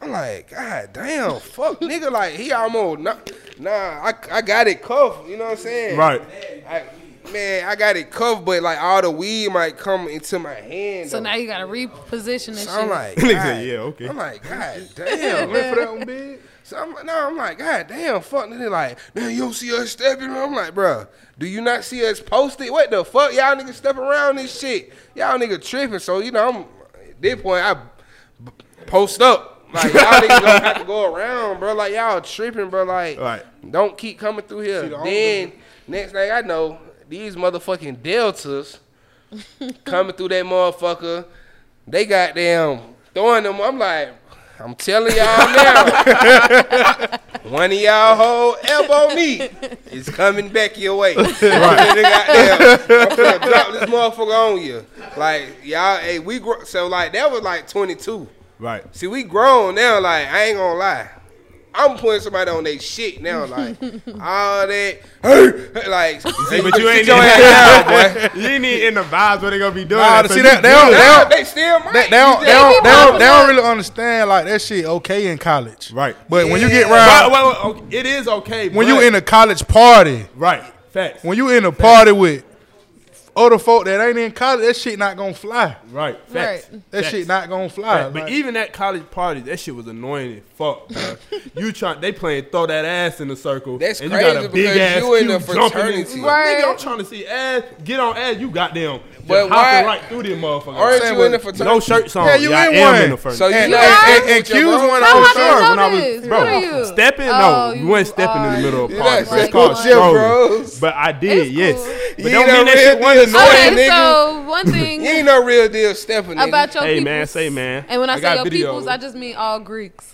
Speaker 2: I'm like, God
Speaker 1: *laughs*
Speaker 2: damn, fuck, nigga. Like, he almost, nah, nah I, I got it cuffed. You know what I'm saying?
Speaker 1: Right.
Speaker 2: I, man, I got it cuffed, but like all the weed might come into my hand.
Speaker 4: So
Speaker 2: though.
Speaker 4: now you gotta reposition and shit.
Speaker 2: so I'm like,
Speaker 1: *laughs* Nigga
Speaker 2: God.
Speaker 1: said, yeah, okay.
Speaker 2: I'm like, God
Speaker 1: *laughs*
Speaker 2: damn.
Speaker 6: Went for that one big.
Speaker 2: So I'm like, no, I'm like, God damn, fuck. And they like, man, you don't see us stepping. I'm like, bruh, do you not see us posted? What the fuck? Y'all niggas step around this shit. Y'all nigga tripping. So, you know, I'm at this point, I b- post up. Like, y'all niggas don't have to go around, bro. Like, y'all tripping, bro. Like,
Speaker 1: Right.
Speaker 2: don't keep coming through here.
Speaker 6: the only-
Speaker 2: then, next thing I know, these motherfucking Deltas coming through that motherfucker. They got them throwing them. I'm like, I'm telling y'all now. one of y'all whole elbow me is coming back your
Speaker 1: *laughs*
Speaker 2: way. they got them. I'm gonna drop this motherfucker on you. Like y'all, hey, we grow. So like that was like 22.
Speaker 1: Right.
Speaker 2: See, we grown now. Like I ain't gonna lie. I'm putting somebody on their shit now,
Speaker 1: *laughs*
Speaker 2: like all that. like,
Speaker 1: See, but you ain't
Speaker 2: your
Speaker 1: in- *laughs*
Speaker 2: ass down, boy.
Speaker 1: You ain't even in the vibes where they gonna be doing.
Speaker 6: Nah,
Speaker 1: that,
Speaker 6: see
Speaker 1: so
Speaker 6: that-
Speaker 1: you
Speaker 6: they
Speaker 1: good.
Speaker 6: don't-
Speaker 2: Nah, they still might.
Speaker 6: They, they don't,
Speaker 2: You
Speaker 6: they,
Speaker 2: just-
Speaker 6: don't, they, don't,
Speaker 4: popping
Speaker 6: they
Speaker 4: up.
Speaker 6: don't really understand like that shit okay in college.
Speaker 1: Right.
Speaker 6: But when you get
Speaker 2: Yeah.
Speaker 1: Well,
Speaker 6: around,
Speaker 1: well, well, okay, It is okay.
Speaker 6: when
Speaker 1: but-
Speaker 6: you in a college party,
Speaker 1: right facts.
Speaker 6: when you in a party with other folk that ain't in college, that shit not gonna fly.
Speaker 1: right facts.
Speaker 4: Right.
Speaker 6: That
Speaker 1: Facts.
Speaker 6: shit not gonna fly.
Speaker 1: Fact, but e-
Speaker 6: Like,
Speaker 1: even at college parties, that shit was annoying as
Speaker 6: *laughs*
Speaker 1: fuck, bro. you trying they playing throw that ass in the circle.
Speaker 2: That's
Speaker 1: and you got
Speaker 2: crazy
Speaker 1: a big
Speaker 2: because
Speaker 1: ass
Speaker 2: you in
Speaker 1: queue
Speaker 2: the
Speaker 1: jumping
Speaker 2: fraternity.
Speaker 4: Right.
Speaker 1: Nigga, I'm trying to see ass. Get on ass. You got them.
Speaker 2: But
Speaker 1: But
Speaker 2: why-
Speaker 1: hopping right through them
Speaker 2: Aren't
Speaker 1: motherfuckers.
Speaker 6: saying
Speaker 2: you in the
Speaker 6: what-
Speaker 2: fraternity?
Speaker 1: No shirts on.
Speaker 6: Yeah, you
Speaker 1: Yeah, I
Speaker 6: in
Speaker 1: am
Speaker 6: one.
Speaker 1: in the fraternity.
Speaker 2: So you
Speaker 6: and,
Speaker 2: know
Speaker 6: and,
Speaker 2: that's
Speaker 6: and, and
Speaker 2: what your
Speaker 6: Q's
Speaker 2: bro-
Speaker 6: one
Speaker 4: How
Speaker 6: on
Speaker 4: about
Speaker 6: sure.
Speaker 4: you
Speaker 1: when I
Speaker 4: know
Speaker 1: was-
Speaker 4: this?
Speaker 1: bro,
Speaker 4: Who are you?
Speaker 1: stepping? No,
Speaker 4: Oh,
Speaker 1: you,
Speaker 4: you
Speaker 1: weren't stepping in the
Speaker 4: are-
Speaker 1: middle of a
Speaker 4: Yeah,
Speaker 1: party.
Speaker 4: that's
Speaker 1: That's called
Speaker 4: just
Speaker 2: bros.
Speaker 1: strolling. But I did,
Speaker 4: It's
Speaker 1: yes.
Speaker 4: cool.
Speaker 1: But
Speaker 2: You
Speaker 1: don't
Speaker 2: ain't
Speaker 1: mean
Speaker 2: no
Speaker 1: that shit
Speaker 2: real
Speaker 1: wasn't
Speaker 2: deal.
Speaker 1: annoying.
Speaker 4: okay,
Speaker 2: nigga.
Speaker 4: so one thing
Speaker 2: You ain't no real deal Stephen.
Speaker 4: about your
Speaker 1: Hey
Speaker 4: peoples.
Speaker 1: man, say man.
Speaker 4: And when I,
Speaker 1: I
Speaker 4: say
Speaker 1: got
Speaker 4: your
Speaker 1: video.
Speaker 4: peoples, I just mean all Greeks.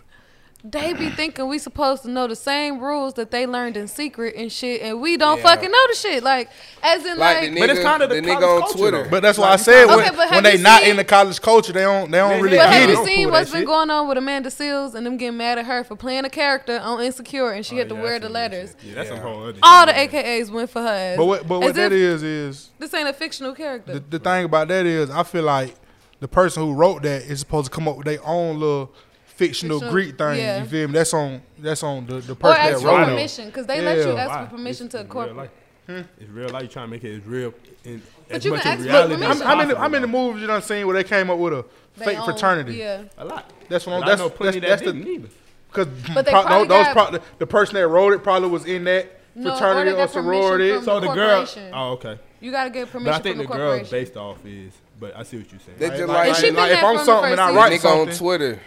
Speaker 1: *clears throat*
Speaker 4: They be thinking we supposed to know the same rules that they learned in secret and shit, and we don't
Speaker 2: Yeah.
Speaker 4: fucking know the shit. Like, as in,
Speaker 2: Like
Speaker 4: like,
Speaker 2: the nigga,
Speaker 1: But it's kinda
Speaker 2: the
Speaker 1: the
Speaker 2: nigga
Speaker 1: college
Speaker 2: on
Speaker 1: culture,
Speaker 2: Twitter.
Speaker 1: though.
Speaker 6: But that's why I said
Speaker 4: Okay,
Speaker 6: when,
Speaker 4: but have
Speaker 6: when
Speaker 4: you
Speaker 6: they not
Speaker 4: seen-
Speaker 6: in the college culture, they don't they don't
Speaker 1: Yeah,
Speaker 6: really
Speaker 1: yeah.
Speaker 4: but have
Speaker 6: get
Speaker 1: I
Speaker 4: you
Speaker 1: don't
Speaker 6: it.
Speaker 4: seen
Speaker 1: pull
Speaker 4: what's
Speaker 1: that
Speaker 4: been
Speaker 1: shit.
Speaker 4: going on with Amanda Seals and them getting mad at her for playing a character on Insecure, and she had to wear the letters.
Speaker 1: Oh, Yeah, that's a whole other.
Speaker 4: All the AKAs went for her. Ass.
Speaker 6: But what but
Speaker 4: As
Speaker 6: what
Speaker 4: if
Speaker 6: that is is
Speaker 4: This ain't a fictional character.
Speaker 6: the, the thing about that is I feel like the person who wrote that is supposed to come up with their own little fictional,
Speaker 4: Fictional-
Speaker 6: Greek thing.
Speaker 4: yeah.
Speaker 6: You feel me? That's on that's on the, the
Speaker 4: or
Speaker 6: person
Speaker 4: ask
Speaker 6: that
Speaker 4: for
Speaker 6: wrote
Speaker 1: Rhino.
Speaker 6: it.
Speaker 4: permission, because they let you
Speaker 6: Yeah.
Speaker 4: ask for permission to incorporate.
Speaker 1: It's real life. You trying to make it as real in as
Speaker 4: you
Speaker 1: much
Speaker 4: can
Speaker 1: as
Speaker 4: ask for
Speaker 1: reality.
Speaker 4: permission.
Speaker 1: as
Speaker 6: I'm, I'm in the,
Speaker 1: possible.
Speaker 6: I'm in the movies you done seen where they came up with a
Speaker 4: They
Speaker 6: fake
Speaker 4: own-
Speaker 6: fraternity.
Speaker 4: Yeah.
Speaker 1: a lot.
Speaker 6: That's what I'm,
Speaker 1: And I
Speaker 6: that's,
Speaker 1: know plenty
Speaker 6: that's, that's
Speaker 1: that
Speaker 6: the
Speaker 1: didn't either.
Speaker 6: because
Speaker 4: But they
Speaker 6: pro-
Speaker 4: probably
Speaker 6: those
Speaker 4: got-
Speaker 6: pro- the person that wrote it probably was in that
Speaker 4: No, or
Speaker 6: fraternity
Speaker 4: they
Speaker 6: or
Speaker 4: got permission
Speaker 6: sorority.
Speaker 4: from-
Speaker 1: So the girl.
Speaker 4: corporation.
Speaker 1: Oh, okay.
Speaker 4: You gotta get
Speaker 1: But
Speaker 4: permission
Speaker 1: I think
Speaker 4: from
Speaker 1: the
Speaker 4: the
Speaker 1: girl is
Speaker 4: corporation.
Speaker 1: based off is. But I see what you're saying.
Speaker 2: They just
Speaker 6: Like,
Speaker 2: like,
Speaker 4: And she been
Speaker 6: like, if
Speaker 4: there
Speaker 6: I'm
Speaker 4: from the
Speaker 6: something and I
Speaker 4: first
Speaker 6: write
Speaker 2: nigga on
Speaker 6: something,
Speaker 2: Twitter.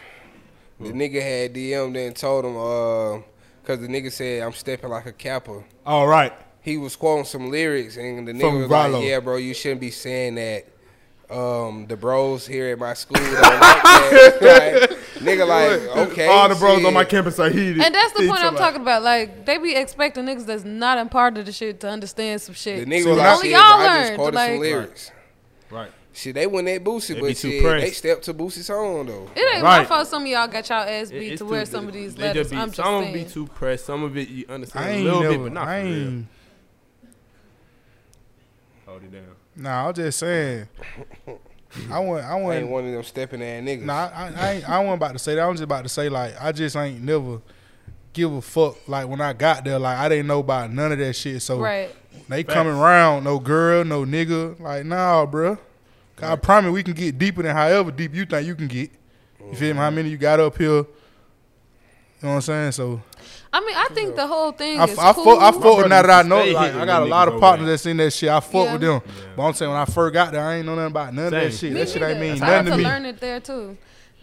Speaker 2: The nigga had DM'd and told him, uh, cause the nigga said I'm stepping like a kappa.
Speaker 1: All right.
Speaker 2: He was quoting some lyrics and the nigga
Speaker 1: From
Speaker 2: was
Speaker 1: Rallo.
Speaker 2: like, Yeah, bro, you shouldn't be saying that. Um, the bros here at my school
Speaker 1: *laughs*
Speaker 2: don't like that. Like, nigga like, okay.
Speaker 1: All the bros
Speaker 2: shit.
Speaker 1: on my campus are heated.
Speaker 4: *laughs* And that's the
Speaker 1: It's
Speaker 4: point I'm
Speaker 1: about-
Speaker 4: talking about. Like they be expecting niggas that's not a part of the shit to understand some
Speaker 2: The
Speaker 4: shit.
Speaker 2: nigga
Speaker 6: See,
Speaker 1: "Oh,
Speaker 2: was
Speaker 6: when
Speaker 2: like,
Speaker 6: I-
Speaker 4: Only
Speaker 2: shit, bro,
Speaker 4: y'all
Speaker 2: I just
Speaker 4: learned,
Speaker 2: quoted some
Speaker 4: like-
Speaker 2: lyrics.
Speaker 1: Right.
Speaker 2: Shit, they went at Boosie,
Speaker 1: They be
Speaker 2: but
Speaker 1: too
Speaker 2: shit, they
Speaker 1: pressed.
Speaker 2: stepped to Boosie song though.
Speaker 4: It ain't my
Speaker 1: Right.
Speaker 4: fault some of y'all got y'all ass
Speaker 1: It-
Speaker 4: beat
Speaker 1: it's
Speaker 4: to wear
Speaker 1: too-
Speaker 4: some of these
Speaker 1: they
Speaker 4: letters.
Speaker 1: Just be,
Speaker 4: I'm just
Speaker 1: some of
Speaker 4: saying.
Speaker 1: it be too pressed. Some of it you understand
Speaker 6: I
Speaker 1: a
Speaker 6: ain't
Speaker 1: little bit,
Speaker 6: never.
Speaker 1: but not
Speaker 6: I
Speaker 1: for real.
Speaker 6: ain't.
Speaker 1: Hold it down.
Speaker 6: Nah, I'm just saying. I want. I
Speaker 2: I ain't
Speaker 6: want.
Speaker 2: one of them stepping ass niggas.
Speaker 6: Nah, I, I, ain't, I wasn't about to say that. I'm just about to say like I just ain't never give a fuck. Like when I got there, like I didn't know about none of that shit. So
Speaker 4: right.
Speaker 6: they coming around, no girl, no nigga. Like nah, bruh. 'Cause I promise we can get deeper than however deep you think you can get. You feel me? How many you got up here? You know what I'm saying? So
Speaker 4: I mean, I think the whole thing
Speaker 6: I,
Speaker 4: is
Speaker 6: I,
Speaker 4: cool.
Speaker 6: fuck, I fuck with now that I know.
Speaker 1: stay
Speaker 6: Like,
Speaker 1: hitting
Speaker 6: I got a
Speaker 1: them
Speaker 6: lot
Speaker 1: niggas
Speaker 6: of
Speaker 1: over
Speaker 6: partners
Speaker 1: there.
Speaker 6: that's in that shit. I fuck
Speaker 4: Yeah.
Speaker 6: with them. But I'm saying when I first got there, I ain't know nothing about none of that
Speaker 1: Same.
Speaker 6: shit.
Speaker 4: Me
Speaker 6: that shit ain't
Speaker 4: neither.
Speaker 6: mean
Speaker 4: So I had
Speaker 6: nothing
Speaker 4: to
Speaker 6: to me.
Speaker 4: learn it there too.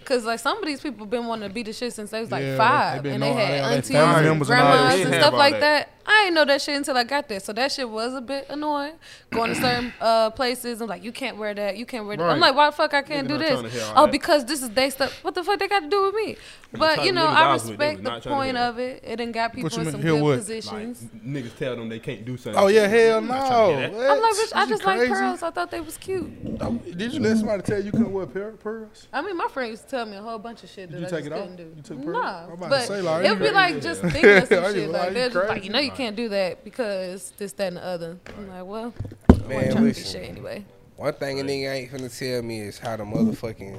Speaker 4: Cause like some of these people been wanting to be the shit since they was like
Speaker 6: Yeah,
Speaker 4: five,
Speaker 6: they been
Speaker 4: and they
Speaker 6: knowing all
Speaker 4: had
Speaker 6: their- all their
Speaker 4: aunties,
Speaker 6: family members and all that
Speaker 4: grandmas,
Speaker 1: shit.
Speaker 4: and,
Speaker 1: Didn't have
Speaker 4: stuff
Speaker 1: all
Speaker 4: like
Speaker 1: that.
Speaker 4: that. I ain't know that shit until I got there, so that shit was a bit annoying. Going to
Speaker 6: *clears throat*
Speaker 4: certain uh, places, I'm like, you can't wear that, you can't wear that. I'm
Speaker 1: Right.
Speaker 4: like, why the fuck I can't
Speaker 1: Niggas
Speaker 4: do
Speaker 1: not
Speaker 4: this?
Speaker 1: trying to hear all
Speaker 4: Oh,
Speaker 1: that.
Speaker 4: because this is they stuff. What the fuck they got to do with me? But
Speaker 1: type
Speaker 4: you
Speaker 1: of
Speaker 4: know,
Speaker 1: niggas
Speaker 4: I
Speaker 1: I was with, they
Speaker 4: respect
Speaker 1: was not
Speaker 4: the
Speaker 1: trying to
Speaker 4: point
Speaker 1: hear
Speaker 4: of it. It done got people
Speaker 6: you
Speaker 4: in
Speaker 6: mean,
Speaker 4: some
Speaker 6: hear
Speaker 4: good
Speaker 6: what?
Speaker 1: Like
Speaker 4: positions.
Speaker 1: n- niggas tell them they can't do something.
Speaker 6: Oh yeah, hell no.
Speaker 1: hear
Speaker 4: I'm like, bitch,
Speaker 6: What?
Speaker 4: I
Speaker 6: Is you
Speaker 4: just like
Speaker 6: crazy?
Speaker 4: pearls. I thought they was cute.
Speaker 6: Did you let somebody tell you you couldn't wear pear- pearls?
Speaker 4: I mean, my friend used to tell me a whole bunch of shit that
Speaker 6: you
Speaker 4: I
Speaker 6: take
Speaker 4: just
Speaker 6: it off?
Speaker 4: couldn't do.
Speaker 6: You took pearl?
Speaker 4: nah,
Speaker 6: I'm about to
Speaker 4: but
Speaker 6: say, like,
Speaker 4: it
Speaker 6: you
Speaker 4: would be
Speaker 6: crazy.
Speaker 4: like just thinking of
Speaker 6: *laughs* I
Speaker 4: some
Speaker 6: was
Speaker 4: shit.
Speaker 6: like,
Speaker 4: Like
Speaker 6: you
Speaker 4: they're just like,
Speaker 6: crazy.
Speaker 4: you know, you can't do that because this, that, and the other. I'm like, well, I'm
Speaker 2: Man,
Speaker 4: trying to do
Speaker 2: listen.
Speaker 4: shit anyway.
Speaker 2: One thing a nigga ain't finna tell me is how to motherfucking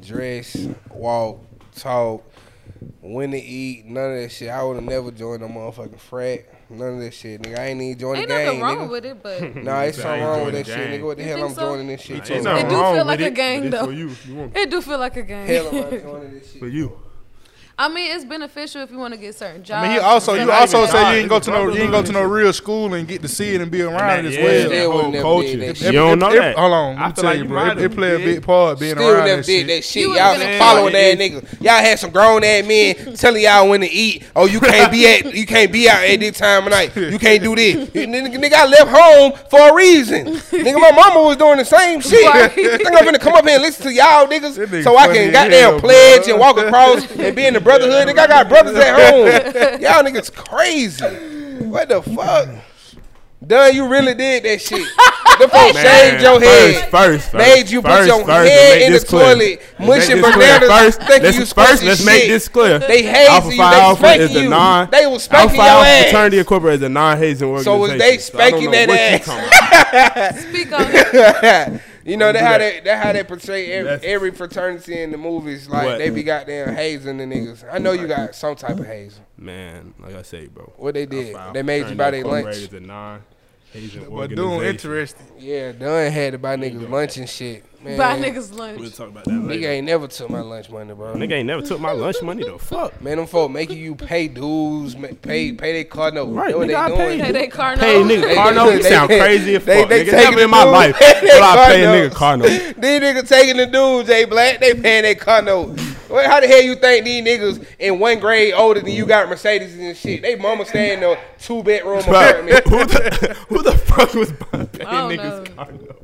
Speaker 2: dress, walk, talk, when to eat, none of that shit. I would have never joined no motherfucking frat. None of that shit, nigga. I ain't even joined
Speaker 4: Ain't
Speaker 2: the
Speaker 4: nothing
Speaker 2: gang,
Speaker 4: wrong
Speaker 2: nigga.
Speaker 4: with it,
Speaker 6: *laughs*
Speaker 4: but it
Speaker 2: Nah,
Speaker 1: *laughs*
Speaker 2: it's
Speaker 1: I
Speaker 2: something
Speaker 1: ain't
Speaker 2: wrong with
Speaker 1: joined
Speaker 2: that
Speaker 1: the
Speaker 2: shit,
Speaker 1: gang.
Speaker 2: nigga. What the
Speaker 4: You
Speaker 2: hell
Speaker 4: think
Speaker 2: I'm
Speaker 4: so?
Speaker 2: joining this shit
Speaker 1: Ain't
Speaker 2: for?
Speaker 1: nothing
Speaker 4: do
Speaker 1: wrong
Speaker 4: feel
Speaker 1: with
Speaker 4: like a
Speaker 1: it,
Speaker 4: gang
Speaker 1: but it's
Speaker 4: though.
Speaker 1: For you, you want
Speaker 4: do feel like a
Speaker 2: Hell, am
Speaker 4: gang. *laughs*
Speaker 2: I joining this
Speaker 1: for
Speaker 2: shit?
Speaker 1: you.
Speaker 4: I mean, it's beneficial if you want to get certain
Speaker 6: I
Speaker 4: jobs.
Speaker 6: mean, he also
Speaker 4: and
Speaker 6: you
Speaker 4: stuff
Speaker 6: also
Speaker 4: like
Speaker 6: say
Speaker 4: that.
Speaker 6: you ain't go to no you ain't go to no
Speaker 1: And
Speaker 6: real school and get to see it and be around
Speaker 1: that-
Speaker 6: it as
Speaker 1: yeah,
Speaker 6: well.
Speaker 1: that
Speaker 2: Still
Speaker 1: whole
Speaker 2: wouldn't have
Speaker 1: culture.
Speaker 2: did that
Speaker 1: If-
Speaker 2: shit.
Speaker 1: if-
Speaker 6: It-
Speaker 1: if-
Speaker 6: it- Hold on,
Speaker 1: I
Speaker 6: let me
Speaker 1: feel
Speaker 6: tell
Speaker 1: like
Speaker 6: you,
Speaker 1: you
Speaker 6: bro. It,
Speaker 1: might
Speaker 6: it play a
Speaker 1: have
Speaker 6: big
Speaker 1: did.
Speaker 6: part being
Speaker 2: Still
Speaker 6: around
Speaker 2: never
Speaker 6: that
Speaker 2: did
Speaker 6: shit.
Speaker 2: that shit.
Speaker 4: You
Speaker 2: Y'all
Speaker 4: would've been
Speaker 2: some
Speaker 4: a-
Speaker 2: following that nigga. Y'all had some grown ass men telling y'all when to eat. Oh, you can't be at you can't be out at this time of night. You can't do this.
Speaker 6: *laughs*
Speaker 2: You- nigga, nigga, I left home for a reason. Nigga, my mama was doing the same shit.
Speaker 4: Right.
Speaker 2: *laughs* Think I'm finna come up here and listen to y'all niggas
Speaker 6: That nigga
Speaker 2: so I
Speaker 6: funny
Speaker 2: can
Speaker 6: as
Speaker 2: goddamn
Speaker 6: hell,
Speaker 2: pledge
Speaker 6: bro.
Speaker 2: and walk across and be in the brotherhood. Nigga, I got brothers
Speaker 4: *laughs*
Speaker 2: at home. Y'all niggas crazy. What the fuck? Done, you really did that shit. The fuck shaved your
Speaker 1: First,
Speaker 2: head.
Speaker 1: first, first,
Speaker 2: Made you put
Speaker 1: first,
Speaker 2: your
Speaker 1: first,
Speaker 2: head
Speaker 1: make
Speaker 2: in
Speaker 1: this
Speaker 2: the
Speaker 1: clear.
Speaker 2: toilet,
Speaker 1: Make
Speaker 2: mushing
Speaker 1: this clear.
Speaker 2: bananas,
Speaker 1: First,
Speaker 2: thinking
Speaker 1: let's,
Speaker 2: you
Speaker 1: first,
Speaker 2: squishy
Speaker 1: let's
Speaker 2: shit.
Speaker 1: make this clear.
Speaker 2: They hazing
Speaker 1: Alpha
Speaker 2: you,
Speaker 1: Phi
Speaker 2: they
Speaker 1: Alpha
Speaker 2: spanking
Speaker 1: is the
Speaker 2: you.
Speaker 1: non.
Speaker 2: They was spanking
Speaker 1: Alpha
Speaker 2: your
Speaker 1: Alpha
Speaker 2: ass.
Speaker 1: Fraternity of Corporate is a non-hazing organization.
Speaker 2: So was they
Speaker 1: I don't
Speaker 2: spanking
Speaker 1: know
Speaker 2: that
Speaker 1: what you
Speaker 2: ass?
Speaker 1: talking about.
Speaker 4: Speak on it.
Speaker 6: *laughs*
Speaker 2: *laughs* you know that how
Speaker 1: that.
Speaker 2: they that how they portray every,
Speaker 1: That's-
Speaker 2: every fraternity in the movies. Like
Speaker 1: What?
Speaker 2: they be goddamn hazing the niggas. I know you got some type of hazing.
Speaker 1: Man, like I say, bro.
Speaker 2: What they did,
Speaker 1: Alpha
Speaker 2: they made you
Speaker 1: Fraternity
Speaker 2: buy their
Speaker 1: of
Speaker 2: lunch.
Speaker 1: Corporate is a non-hazing
Speaker 6: But doing
Speaker 1: organization.
Speaker 6: interesting.
Speaker 2: Yeah, done had to buy niggas lunch and shit. Man,
Speaker 4: Buy niggas
Speaker 1: We'll
Speaker 4: lunch. *laughs*
Speaker 1: talk about that
Speaker 2: nigga
Speaker 1: later.
Speaker 2: ain't never took my lunch money, bro.
Speaker 1: Nigga ain't never took my lunch money. The fuck.
Speaker 2: Man, them folk making you pay dues, ma- pay pay their car note.
Speaker 1: Right,
Speaker 2: Know what
Speaker 1: nigga, I
Speaker 2: they doing?
Speaker 1: paid.
Speaker 4: Hey, they car
Speaker 1: Pay
Speaker 4: note.
Speaker 1: nigga car note. You sound
Speaker 2: They-
Speaker 1: crazy as
Speaker 2: they-
Speaker 1: fuck.
Speaker 2: they
Speaker 1: nigga.
Speaker 2: taking
Speaker 1: Never in
Speaker 2: the
Speaker 1: my
Speaker 2: dude-
Speaker 1: life
Speaker 2: *laughs* they
Speaker 1: will I pay a
Speaker 2: car
Speaker 1: nigga
Speaker 2: notes.
Speaker 1: car note.
Speaker 2: These niggas taking the dudes, J Black. They paying their car note. What, how the hell you think these niggas in one grade older than you got Mercedes and shit? They mama stay in a two bedroom
Speaker 1: Bro, *laughs*
Speaker 2: apartment.
Speaker 1: who the who the fuck was buying paying
Speaker 4: I don't
Speaker 1: niggas
Speaker 4: know.
Speaker 1: car notes?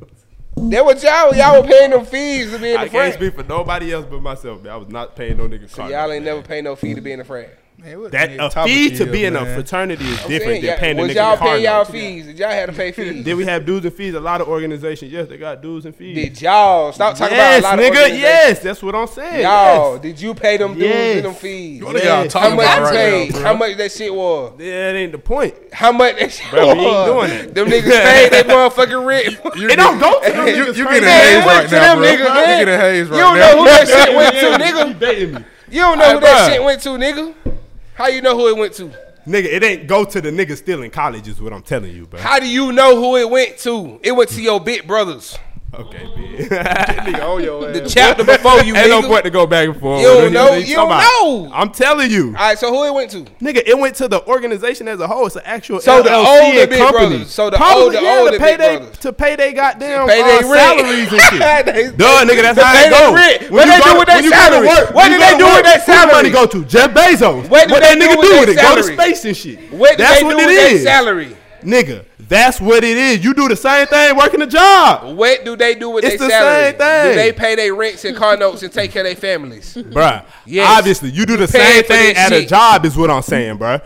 Speaker 2: That what y'all y'all were paying them fees to be in
Speaker 1: I
Speaker 2: the
Speaker 1: can't
Speaker 2: frat.
Speaker 1: speak for nobody else but myself. Man. I was not paying no niggas.
Speaker 2: So
Speaker 1: card.
Speaker 2: y'all ain't never pay no fee to be in the frat.
Speaker 6: Man, what
Speaker 1: that
Speaker 6: nigga
Speaker 1: a
Speaker 6: topic
Speaker 1: fee to
Speaker 6: is,
Speaker 1: be in a
Speaker 6: man?
Speaker 1: fraternity is
Speaker 2: I'm
Speaker 1: different
Speaker 2: saying,
Speaker 1: than paying the
Speaker 2: was
Speaker 1: niggas
Speaker 2: y'all
Speaker 1: card.
Speaker 2: pay y'all
Speaker 1: notes.
Speaker 2: fees? Did y'all had to pay fees?
Speaker 1: Then we have dues and fees. A lot of organizations, yes, they got dues and fees.
Speaker 2: Did y'all stop talking
Speaker 1: yes,
Speaker 2: about a lot of
Speaker 1: nigga.
Speaker 2: organizations.
Speaker 1: yes, that's what I'm saying.
Speaker 2: Y'all, did you pay them dues
Speaker 1: Yes.
Speaker 2: and them fees?
Speaker 6: What are y'all
Speaker 1: Yes.
Speaker 6: talking
Speaker 2: How much
Speaker 6: about
Speaker 2: you
Speaker 6: right
Speaker 2: paid?
Speaker 6: now, bro?
Speaker 2: How much that shit was?
Speaker 1: Yes. Yeah, that ain't the point.
Speaker 2: How much that shit
Speaker 1: Bro, we ain't
Speaker 2: was?
Speaker 1: doing it.
Speaker 2: Them niggas
Speaker 1: *laughs*
Speaker 2: paid they motherfucking rent.
Speaker 1: It don't go to them.
Speaker 6: You, you
Speaker 1: niggas,
Speaker 6: get
Speaker 1: crazy.
Speaker 6: a
Speaker 2: Man,
Speaker 6: haze
Speaker 2: what
Speaker 6: right
Speaker 2: to
Speaker 6: now,
Speaker 2: them
Speaker 6: bro. You
Speaker 2: niggas, man?
Speaker 6: get a haze
Speaker 2: You don't
Speaker 6: right
Speaker 2: know
Speaker 6: now.
Speaker 2: who that shit went
Speaker 1: *laughs*
Speaker 2: to,
Speaker 1: You
Speaker 2: nigga.
Speaker 1: dating me.
Speaker 2: You don't know
Speaker 6: Hey,
Speaker 2: who that
Speaker 6: bruh.
Speaker 2: shit went to, nigga. How you know who it went to?
Speaker 1: Nigga, it ain't go to the niggas still in college is what I'm telling you, bro.
Speaker 2: How do you know who it went to? It went to your big brothers.
Speaker 1: Okay,
Speaker 2: *laughs*
Speaker 1: bitch.
Speaker 6: Nigga, oh, yo, ass.
Speaker 1: *laughs*
Speaker 2: The chapter before you,
Speaker 1: Ain't no
Speaker 2: nigga.
Speaker 1: point to go back and forth.
Speaker 2: You
Speaker 1: with
Speaker 2: don't
Speaker 1: it.
Speaker 2: know-
Speaker 1: He's
Speaker 2: you
Speaker 1: talking
Speaker 2: don't
Speaker 1: about-
Speaker 2: know.
Speaker 1: I'm telling you,
Speaker 2: All right, so who it went to?
Speaker 1: nigga. It went to the organization as a whole. It's an actual
Speaker 2: So the
Speaker 1: LLC
Speaker 2: older
Speaker 1: and
Speaker 2: Big
Speaker 1: company.
Speaker 2: Brothers. So the
Speaker 1: Probably,
Speaker 2: older-
Speaker 1: yeah,
Speaker 2: older
Speaker 1: to
Speaker 2: Big
Speaker 1: pay they
Speaker 2: Brothers.
Speaker 1: to pay they goddamn
Speaker 2: Pay they
Speaker 1: uh,
Speaker 2: rent.
Speaker 1: salaries *laughs* and shit.
Speaker 2: They-
Speaker 1: Duh, nigga, that's
Speaker 2: they
Speaker 1: how
Speaker 2: pay
Speaker 1: it
Speaker 2: their
Speaker 1: go.
Speaker 2: rent.
Speaker 1: When
Speaker 2: What
Speaker 1: you
Speaker 2: they
Speaker 1: go-
Speaker 2: do
Speaker 1: when
Speaker 2: with their
Speaker 1: you go to
Speaker 2: salary?
Speaker 1: work,
Speaker 2: What
Speaker 1: you
Speaker 2: do
Speaker 1: go
Speaker 2: they
Speaker 1: to
Speaker 2: do
Speaker 1: work,
Speaker 2: with their
Speaker 1: who the money
Speaker 2: salary?
Speaker 1: go to Jeff Bezos.
Speaker 2: What do
Speaker 1: that
Speaker 2: they do
Speaker 1: nigga
Speaker 2: with
Speaker 1: do
Speaker 2: their
Speaker 1: with it? Go to
Speaker 2: salary?
Speaker 1: space and shit.
Speaker 2: What did
Speaker 1: that's
Speaker 2: they
Speaker 1: what
Speaker 2: do
Speaker 1: it
Speaker 2: with their
Speaker 1: is.
Speaker 2: salary?
Speaker 1: Nigga, that's what it is. You do the same thing working a job.
Speaker 2: What do they do with
Speaker 1: It's
Speaker 2: their
Speaker 1: the
Speaker 2: salary?
Speaker 1: same thing.
Speaker 2: Do they pay their rents and car notes and take care of their families?
Speaker 1: Bruh,
Speaker 2: Yes.
Speaker 1: obviously, you do the
Speaker 2: paying
Speaker 1: same
Speaker 2: for
Speaker 1: thing
Speaker 2: this
Speaker 1: at a
Speaker 2: shit.
Speaker 1: job is what I'm saying, bruh.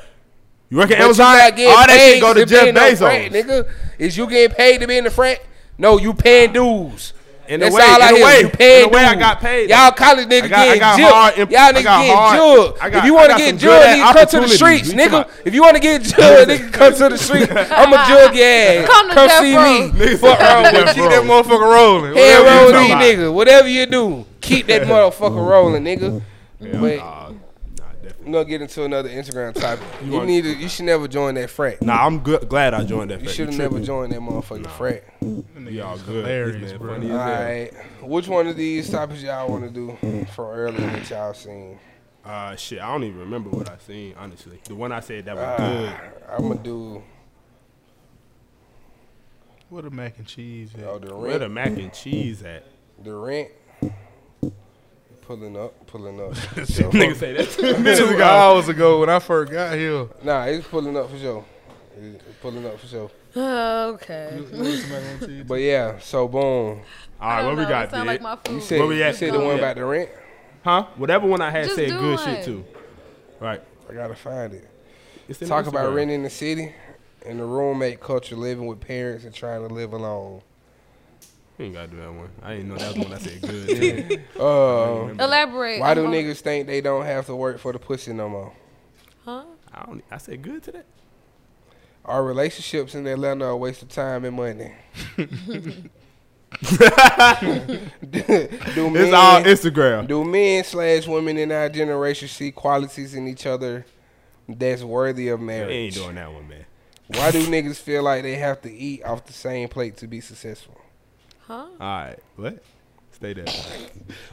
Speaker 1: You work at
Speaker 2: But you
Speaker 1: Amazon, all
Speaker 2: not getting
Speaker 1: that
Speaker 2: paid
Speaker 1: shit go to
Speaker 2: be
Speaker 1: Jeff
Speaker 2: in no frat,
Speaker 1: Bezos.
Speaker 2: nigga, is you getting paid to be in the frat? No, you paying dues.
Speaker 1: In
Speaker 2: That's
Speaker 1: a way,
Speaker 2: all I
Speaker 1: in a
Speaker 2: hear.
Speaker 1: way,
Speaker 2: you
Speaker 1: in
Speaker 2: paying
Speaker 1: a way, I
Speaker 2: dues.
Speaker 1: got paid.
Speaker 2: Y'all college
Speaker 1: I
Speaker 2: niggas
Speaker 1: got- I
Speaker 2: getting
Speaker 1: got hard
Speaker 2: jugged.
Speaker 1: imp-
Speaker 2: Y'all
Speaker 1: I
Speaker 2: niggas
Speaker 1: got hard-
Speaker 2: getting
Speaker 1: I
Speaker 2: jugged.
Speaker 1: got-
Speaker 2: If you
Speaker 1: I
Speaker 2: want to
Speaker 1: got
Speaker 2: get
Speaker 1: some good
Speaker 2: jugged,
Speaker 1: ass
Speaker 2: nigga, come to the
Speaker 1: opportunities.
Speaker 2: streets,
Speaker 1: You talking
Speaker 2: nigga.
Speaker 1: about-
Speaker 2: If you want to get jugged, nigga, come to
Speaker 1: *laughs*
Speaker 2: the street. I'm a jug your
Speaker 4: *laughs*
Speaker 2: ass.
Speaker 4: Come to Death
Speaker 2: see
Speaker 4: Row.
Speaker 2: me.
Speaker 1: Niggas
Speaker 2: Fuck
Speaker 1: is out
Speaker 2: wrong
Speaker 1: there,
Speaker 2: with you.
Speaker 1: bro.
Speaker 6: Keep that motherfucker rolling.
Speaker 2: Head
Speaker 1: Whatever you
Speaker 2: roll
Speaker 1: talking
Speaker 2: these
Speaker 1: about.
Speaker 2: nigga. Whatever you do,
Speaker 1: *laughs*
Speaker 2: keep that motherfucker rolling, nigga. But
Speaker 1: Nah, nah, definitely.
Speaker 2: I'm gonna get into another Instagram topic. you
Speaker 1: want-
Speaker 2: need to, you should never join that frat.
Speaker 1: Nah, I'm good, glad I joined that.
Speaker 2: You should have never joined that motherfucking frat.
Speaker 1: Y'all good.
Speaker 6: hilarious,
Speaker 1: man,
Speaker 6: bro.
Speaker 1: funny as hell.
Speaker 2: Alright. Which one of these topics y'all wanna do from earlier that y'all seen?
Speaker 1: Uh, shit, I don't even remember what I seen. Honestly, the one I said that was
Speaker 2: Uh, I'ma do
Speaker 6: What a mac and cheese. at?
Speaker 2: oh, the
Speaker 1: good. Where the
Speaker 2: rent.
Speaker 1: mac and cheese at?
Speaker 2: The rent. Pulling up,
Speaker 1: *laughs*
Speaker 2: pulling up.
Speaker 1: Nigga say that two minutes
Speaker 6: Two
Speaker 1: ago.
Speaker 6: hours ago when I first got here.
Speaker 2: nah, it's pulling up for sure. It's pulling up for sure.
Speaker 4: *laughs* Okay.
Speaker 2: But yeah, so boom.
Speaker 1: All right,
Speaker 4: I
Speaker 1: what
Speaker 4: don't
Speaker 1: we
Speaker 4: know,
Speaker 1: got,
Speaker 4: it sound like
Speaker 1: Dick?
Speaker 4: my
Speaker 2: You
Speaker 4: food.
Speaker 2: said,
Speaker 1: Where we
Speaker 2: you
Speaker 1: at?
Speaker 2: said the one
Speaker 1: Yeah.
Speaker 2: about the rent?
Speaker 1: Huh? Whatever one I had
Speaker 4: Just
Speaker 1: said
Speaker 4: do
Speaker 1: good
Speaker 4: one.
Speaker 1: shit too. Right.
Speaker 2: I gotta find it.
Speaker 1: It's in
Speaker 2: Talk
Speaker 1: the
Speaker 2: about
Speaker 1: Instagram.
Speaker 2: renting the city and the roommate culture living with parents and trying to live alone.
Speaker 1: You ain't gotta do that one. I didn't know that was one I said good.
Speaker 2: Uh,
Speaker 4: Elaborate.
Speaker 2: why do
Speaker 4: I'm on-
Speaker 2: niggas think they don't have to work for the pussy no more?
Speaker 4: Huh?
Speaker 1: I don't. e, I said good to that.
Speaker 2: Our relationships in Atlanta are a waste of time and
Speaker 1: *laughs*
Speaker 2: money. do men,
Speaker 1: It's all Instagram.
Speaker 2: do men slash women in our generation see qualities in each other that's worthy of
Speaker 1: They
Speaker 2: marriage?
Speaker 1: ain't doing that one, man.
Speaker 2: Why do niggas feel like they have to eat off the same plate to be successful?
Speaker 4: Huh?
Speaker 1: All right, what? Stay there.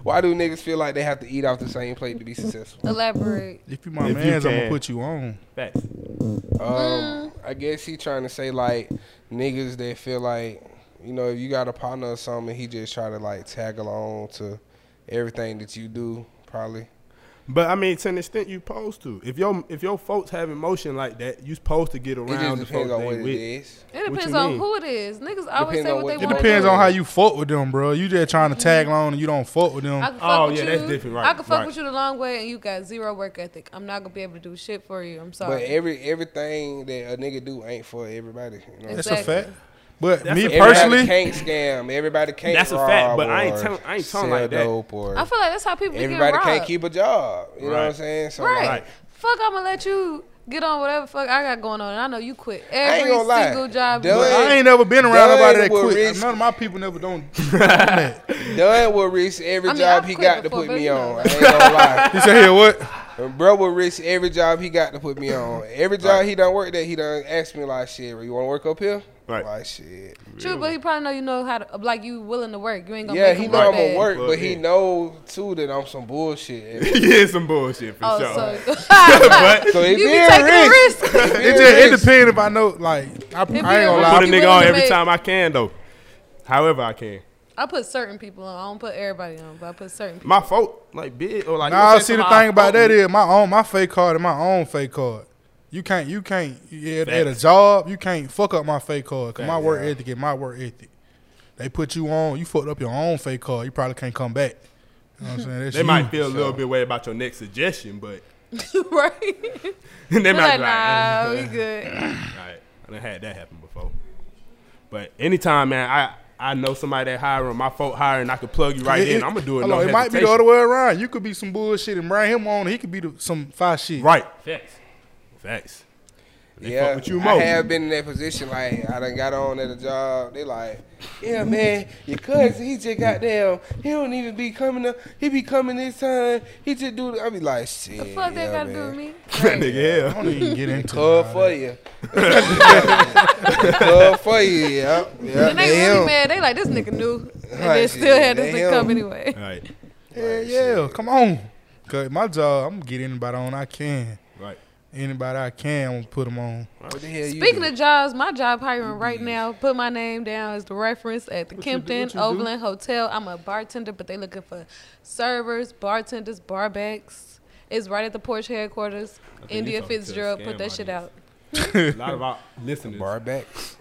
Speaker 2: Why do niggas feel like they have to eat off the same plate to be successful?
Speaker 4: Elaborate.
Speaker 6: If you my
Speaker 1: If you
Speaker 6: man's, I'm
Speaker 1: can.
Speaker 6: gonna put you on.
Speaker 1: Facts.
Speaker 4: Mm.
Speaker 2: Um, I guess he trying to say like niggas that feel like you know if you got a partner or something, he just try to like tag along to everything that you do. Probably
Speaker 1: But I mean, to an extent, you supposed to. If your if your folks have emotion like that, you supposed to get
Speaker 2: it just
Speaker 1: around the folks
Speaker 2: depends on
Speaker 1: they
Speaker 2: what it
Speaker 1: with.
Speaker 2: is.
Speaker 4: It
Speaker 1: What
Speaker 4: depends
Speaker 1: you
Speaker 4: on
Speaker 1: mean?
Speaker 4: who it is. Niggas always
Speaker 2: Depends
Speaker 4: say
Speaker 2: on
Speaker 4: what
Speaker 2: what-
Speaker 4: they
Speaker 2: It
Speaker 6: It
Speaker 4: want.
Speaker 6: depends on how you fuck with them, bro. You just
Speaker 1: Mm-hmm.
Speaker 6: trying to tag along and you don't fuck with them.
Speaker 4: I can fuck
Speaker 1: Oh,
Speaker 4: with
Speaker 1: yeah,
Speaker 4: you.
Speaker 1: that's different, right,
Speaker 4: I can fuck
Speaker 1: right.
Speaker 4: with you the long way, and you got zero work ethic. I'm not gonna be able to do shit for you. I'm
Speaker 2: But
Speaker 4: sorry.
Speaker 2: every everything that a nigga do ain't for everybody. You know?
Speaker 6: That's
Speaker 4: Exactly.
Speaker 6: a fact. But
Speaker 1: That's
Speaker 6: me
Speaker 1: a fact.
Speaker 2: Everybody
Speaker 6: personally,
Speaker 2: can't scam. Everybody can't.
Speaker 1: That's a
Speaker 2: rob
Speaker 1: fact, but I ain't
Speaker 2: or
Speaker 1: tell- I ain't telling
Speaker 2: sell
Speaker 1: like that.
Speaker 2: dope Or
Speaker 4: I feel like that's how people get
Speaker 2: everybody
Speaker 4: robbed.
Speaker 2: can't keep a job. You know what I'm
Speaker 1: Right.
Speaker 2: saying? So
Speaker 4: right.
Speaker 2: like,
Speaker 4: Fuck, I'm gonna let you get on whatever fuck I got going on, and I know you quit
Speaker 2: ain't
Speaker 4: every
Speaker 2: gonna lie.
Speaker 4: single job. you
Speaker 2: Duh.
Speaker 4: got.
Speaker 6: I ain't never been around
Speaker 2: Done
Speaker 6: nobody that
Speaker 2: with
Speaker 6: quit.
Speaker 2: risk.
Speaker 6: None of my people never don't. do that. *laughs*
Speaker 2: Dunn will risk every
Speaker 4: I mean,
Speaker 2: job
Speaker 4: I've
Speaker 2: he
Speaker 4: quit
Speaker 2: got
Speaker 4: before,
Speaker 2: to
Speaker 4: but
Speaker 2: put me
Speaker 4: you know,
Speaker 2: on. I
Speaker 4: like-
Speaker 2: ain't
Speaker 4: *laughs*
Speaker 2: gonna lie.
Speaker 6: You say here what?
Speaker 2: Bro will risk every job he got to put me on. Every job he done worked at, he done asked me like, "Shit, you want to work up here?"
Speaker 1: Right.
Speaker 2: Like, shit.
Speaker 4: True, but he probably know you know how to like you willing to work. You ain't gonna
Speaker 2: yeah,
Speaker 4: make
Speaker 2: he
Speaker 4: him
Speaker 2: know
Speaker 4: work
Speaker 2: I'm gonna
Speaker 4: bad.
Speaker 2: work, but he
Speaker 1: Yeah.
Speaker 2: know too that I'm some
Speaker 1: *laughs* *laughs*
Speaker 2: bullshit.
Speaker 1: yeah, some bullshit for
Speaker 4: Oh,
Speaker 1: sure.
Speaker 4: so *laughs*
Speaker 1: but
Speaker 2: So
Speaker 4: you
Speaker 2: it
Speaker 4: be
Speaker 2: being
Speaker 4: taking a
Speaker 2: risk.
Speaker 4: risk.
Speaker 2: *laughs*
Speaker 4: Put
Speaker 6: It just it depends if I know like I, I ain't
Speaker 1: put
Speaker 4: you a
Speaker 6: gonna lie.
Speaker 1: a
Speaker 4: You willing
Speaker 1: nigga on
Speaker 4: to
Speaker 1: every
Speaker 4: make-
Speaker 1: time I can though. However I can.
Speaker 4: I put certain people on. I don't put everybody on, but I put certain people.
Speaker 1: My fault, like big or like.
Speaker 6: Nah,
Speaker 1: you say
Speaker 6: see the
Speaker 1: somebody
Speaker 6: thing about
Speaker 1: fault me.
Speaker 6: that is my own my fake card and my own fake card. You can't you can't you- at, at a
Speaker 1: Facts.
Speaker 6: job you can't fuck up my fake card. Cause my work ethic, is my work ethic. They put you on, you fucked up your own fake card. You probably can't come back. You know what I'm saying? That's
Speaker 1: They might
Speaker 6: you.
Speaker 1: feel a little bit way about your next suggestion, but *laughs*
Speaker 4: *laughs* right?
Speaker 1: they might be like, uh, *laughs*
Speaker 4: like, nah, we good.
Speaker 1: Right. I done had that happen before. But anytime, man, I I know somebody that hiring, my folk hiring, I could plug you right
Speaker 6: It-
Speaker 1: in.
Speaker 6: it-
Speaker 1: I'm gonna do it.
Speaker 6: Hello,
Speaker 1: no
Speaker 6: it might be the
Speaker 1: hesitation.
Speaker 6: other way around. You could be some bullshit and bring him on. He could be the, some fire shit.
Speaker 1: Right.
Speaker 3: Facts.
Speaker 1: Facts.
Speaker 2: yeah,
Speaker 1: fuck with you
Speaker 2: I
Speaker 1: more.
Speaker 2: have been in that position. Like I done got on at a job. They like, yeah, man, your cousin, he just got down. He don't even be coming up. He be coming this time. He just do. I be like, shit.
Speaker 4: The fuck
Speaker 2: yeah,
Speaker 4: that got to do
Speaker 2: man.
Speaker 4: with me?
Speaker 1: *laughs* That nigga,
Speaker 6: I
Speaker 1: hell.
Speaker 6: don't
Speaker 1: *laughs*
Speaker 6: even get into
Speaker 2: Cub
Speaker 6: it.
Speaker 2: for
Speaker 6: *laughs*
Speaker 2: you. Cub for you. Yeah, yeah.
Speaker 4: And they really
Speaker 2: him.
Speaker 4: mad. They like, this nigga knew. And they
Speaker 2: Right,
Speaker 4: still had this
Speaker 2: they
Speaker 4: nigga come
Speaker 2: him.
Speaker 4: anyway.
Speaker 1: All right.
Speaker 6: Hell yeah, come on. Cause my job, I'm gonna get anybody on I can.
Speaker 1: Right.
Speaker 6: Anybody I can, I'm gonna put them on.
Speaker 2: What the
Speaker 4: *laughs*
Speaker 2: hell you
Speaker 4: Speaking
Speaker 2: do?
Speaker 4: of jobs, my job hiring right now, put my name down as the reference at the Kempton Overland Hotel. I'm a bartender, but they looking for servers, bartenders, barbacks. It's right at the porch headquarters.
Speaker 1: think you
Speaker 4: India
Speaker 1: talking to a
Speaker 4: Fitzgerald
Speaker 1: scam
Speaker 4: put that shit out.
Speaker 1: audience. A lot of our listeners.
Speaker 2: bar backs.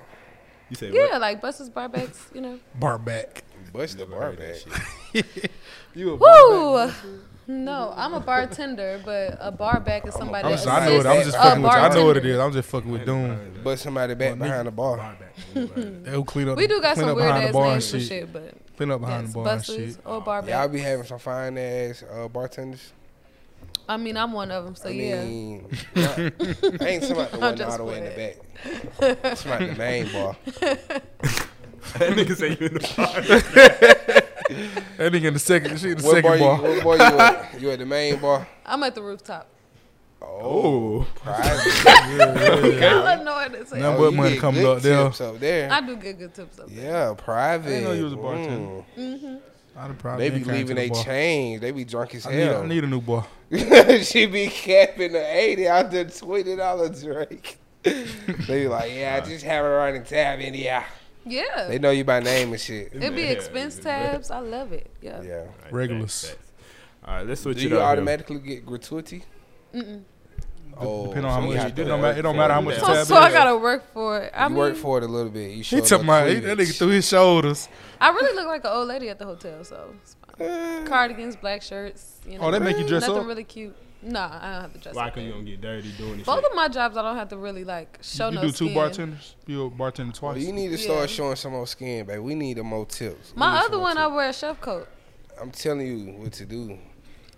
Speaker 1: You say
Speaker 4: Yeah,
Speaker 1: what?
Speaker 4: like buses, barbacks, you know.
Speaker 6: Barback. back.
Speaker 2: Bust the bar back.
Speaker 6: You a
Speaker 4: Woo! No, I'm a bartender, but a barback is somebody
Speaker 6: I'm
Speaker 4: that
Speaker 6: just, I know it. I'm
Speaker 4: assists
Speaker 6: just
Speaker 4: a
Speaker 6: fucking with you. I know what it
Speaker 4: bartender.
Speaker 6: is. I'm just fucking with Doom.
Speaker 2: Bust somebody back behind the bar.
Speaker 6: They'll clean up.
Speaker 4: We do got
Speaker 6: clean
Speaker 4: some
Speaker 6: up
Speaker 4: weird
Speaker 6: behind the
Speaker 4: ass
Speaker 6: bar and
Speaker 4: names for shit, but
Speaker 6: Clean up behind
Speaker 4: yes,
Speaker 6: the bar and
Speaker 4: buses
Speaker 6: shit.
Speaker 4: or barbacks.
Speaker 2: Y'all be having some fine ass uh, bartenders.
Speaker 4: I mean, I'm one of them, so
Speaker 2: I
Speaker 4: yeah.
Speaker 6: *laughs*
Speaker 2: mean, I ain't
Speaker 4: *laughs*
Speaker 2: somebody the one
Speaker 4: just
Speaker 2: all the way in the back. Somebody the main
Speaker 6: *laughs*
Speaker 2: bar.
Speaker 1: *laughs* that nigga say you in the bar.
Speaker 6: That nigga in the second, she in the
Speaker 2: What bar,
Speaker 6: second
Speaker 2: you,
Speaker 6: bar.
Speaker 2: what bar you
Speaker 6: *laughs*
Speaker 2: at? You at the main bar?
Speaker 4: *laughs* I'm at the
Speaker 2: *laughs*
Speaker 4: rooftop.
Speaker 2: Oh,
Speaker 1: Oh.
Speaker 2: private.
Speaker 4: *laughs* Y'all know what it is.
Speaker 6: Number-
Speaker 2: oh,
Speaker 6: What money
Speaker 2: get
Speaker 6: coming
Speaker 2: good
Speaker 6: up there?
Speaker 2: tips up there.
Speaker 4: I do get good tips up there.
Speaker 2: yeah, private.
Speaker 6: know you was a bartender.
Speaker 2: Mm.
Speaker 6: I'd probably
Speaker 2: They be leaving they change. They be drunk as
Speaker 6: I need,
Speaker 2: hell.
Speaker 6: I need a new bar.
Speaker 2: *laughs* she be capping the 80 out the $20 drink. *laughs* they be like, yeah, I just have a running tab in here.
Speaker 4: Yeah.
Speaker 2: They know you by name and shit.
Speaker 4: It'd be
Speaker 1: Yeah.
Speaker 4: expense tabs. I love it. Yeah.
Speaker 2: Yeah.
Speaker 6: Regulars.
Speaker 1: All right, let's switch
Speaker 2: Do
Speaker 1: it
Speaker 2: you
Speaker 1: up.
Speaker 2: automatically get gratuity? Mm-mm. Oh,
Speaker 6: Depending on how
Speaker 2: so you
Speaker 6: much.
Speaker 2: have
Speaker 6: It
Speaker 2: to
Speaker 6: don't
Speaker 2: work
Speaker 6: matter. It don't
Speaker 2: for
Speaker 6: matter how much
Speaker 1: it.
Speaker 4: So,
Speaker 6: tab.
Speaker 4: so I
Speaker 6: it is.
Speaker 4: gotta work for it. I
Speaker 2: You
Speaker 4: mean,
Speaker 2: work for it a little bit. You
Speaker 6: He
Speaker 2: showed
Speaker 6: took my. he- That nigga threw his shoulders.
Speaker 4: I really look like an old lady at the hotel, so it's fine. cardigans, black shirts. You know,
Speaker 6: Oh, they make you dress
Speaker 4: nothing
Speaker 6: up?
Speaker 4: really cute. Nah, I don't have to dress
Speaker 1: Why
Speaker 4: up.
Speaker 1: can you don't get dirty doing this
Speaker 4: Both
Speaker 1: shit?
Speaker 4: of my jobs, I don't have to really like show
Speaker 6: You
Speaker 4: no
Speaker 6: do two
Speaker 4: skin.
Speaker 6: bartenders. You a bartender
Speaker 2: Well,
Speaker 6: twice.
Speaker 2: Oh, you need to
Speaker 4: Yeah.
Speaker 2: start showing some more skin, babe. We need a more tips. We need
Speaker 4: My
Speaker 2: some
Speaker 4: other
Speaker 2: more
Speaker 4: one,
Speaker 2: tips.
Speaker 4: I wear a chef coat.
Speaker 2: I'm telling you what to do.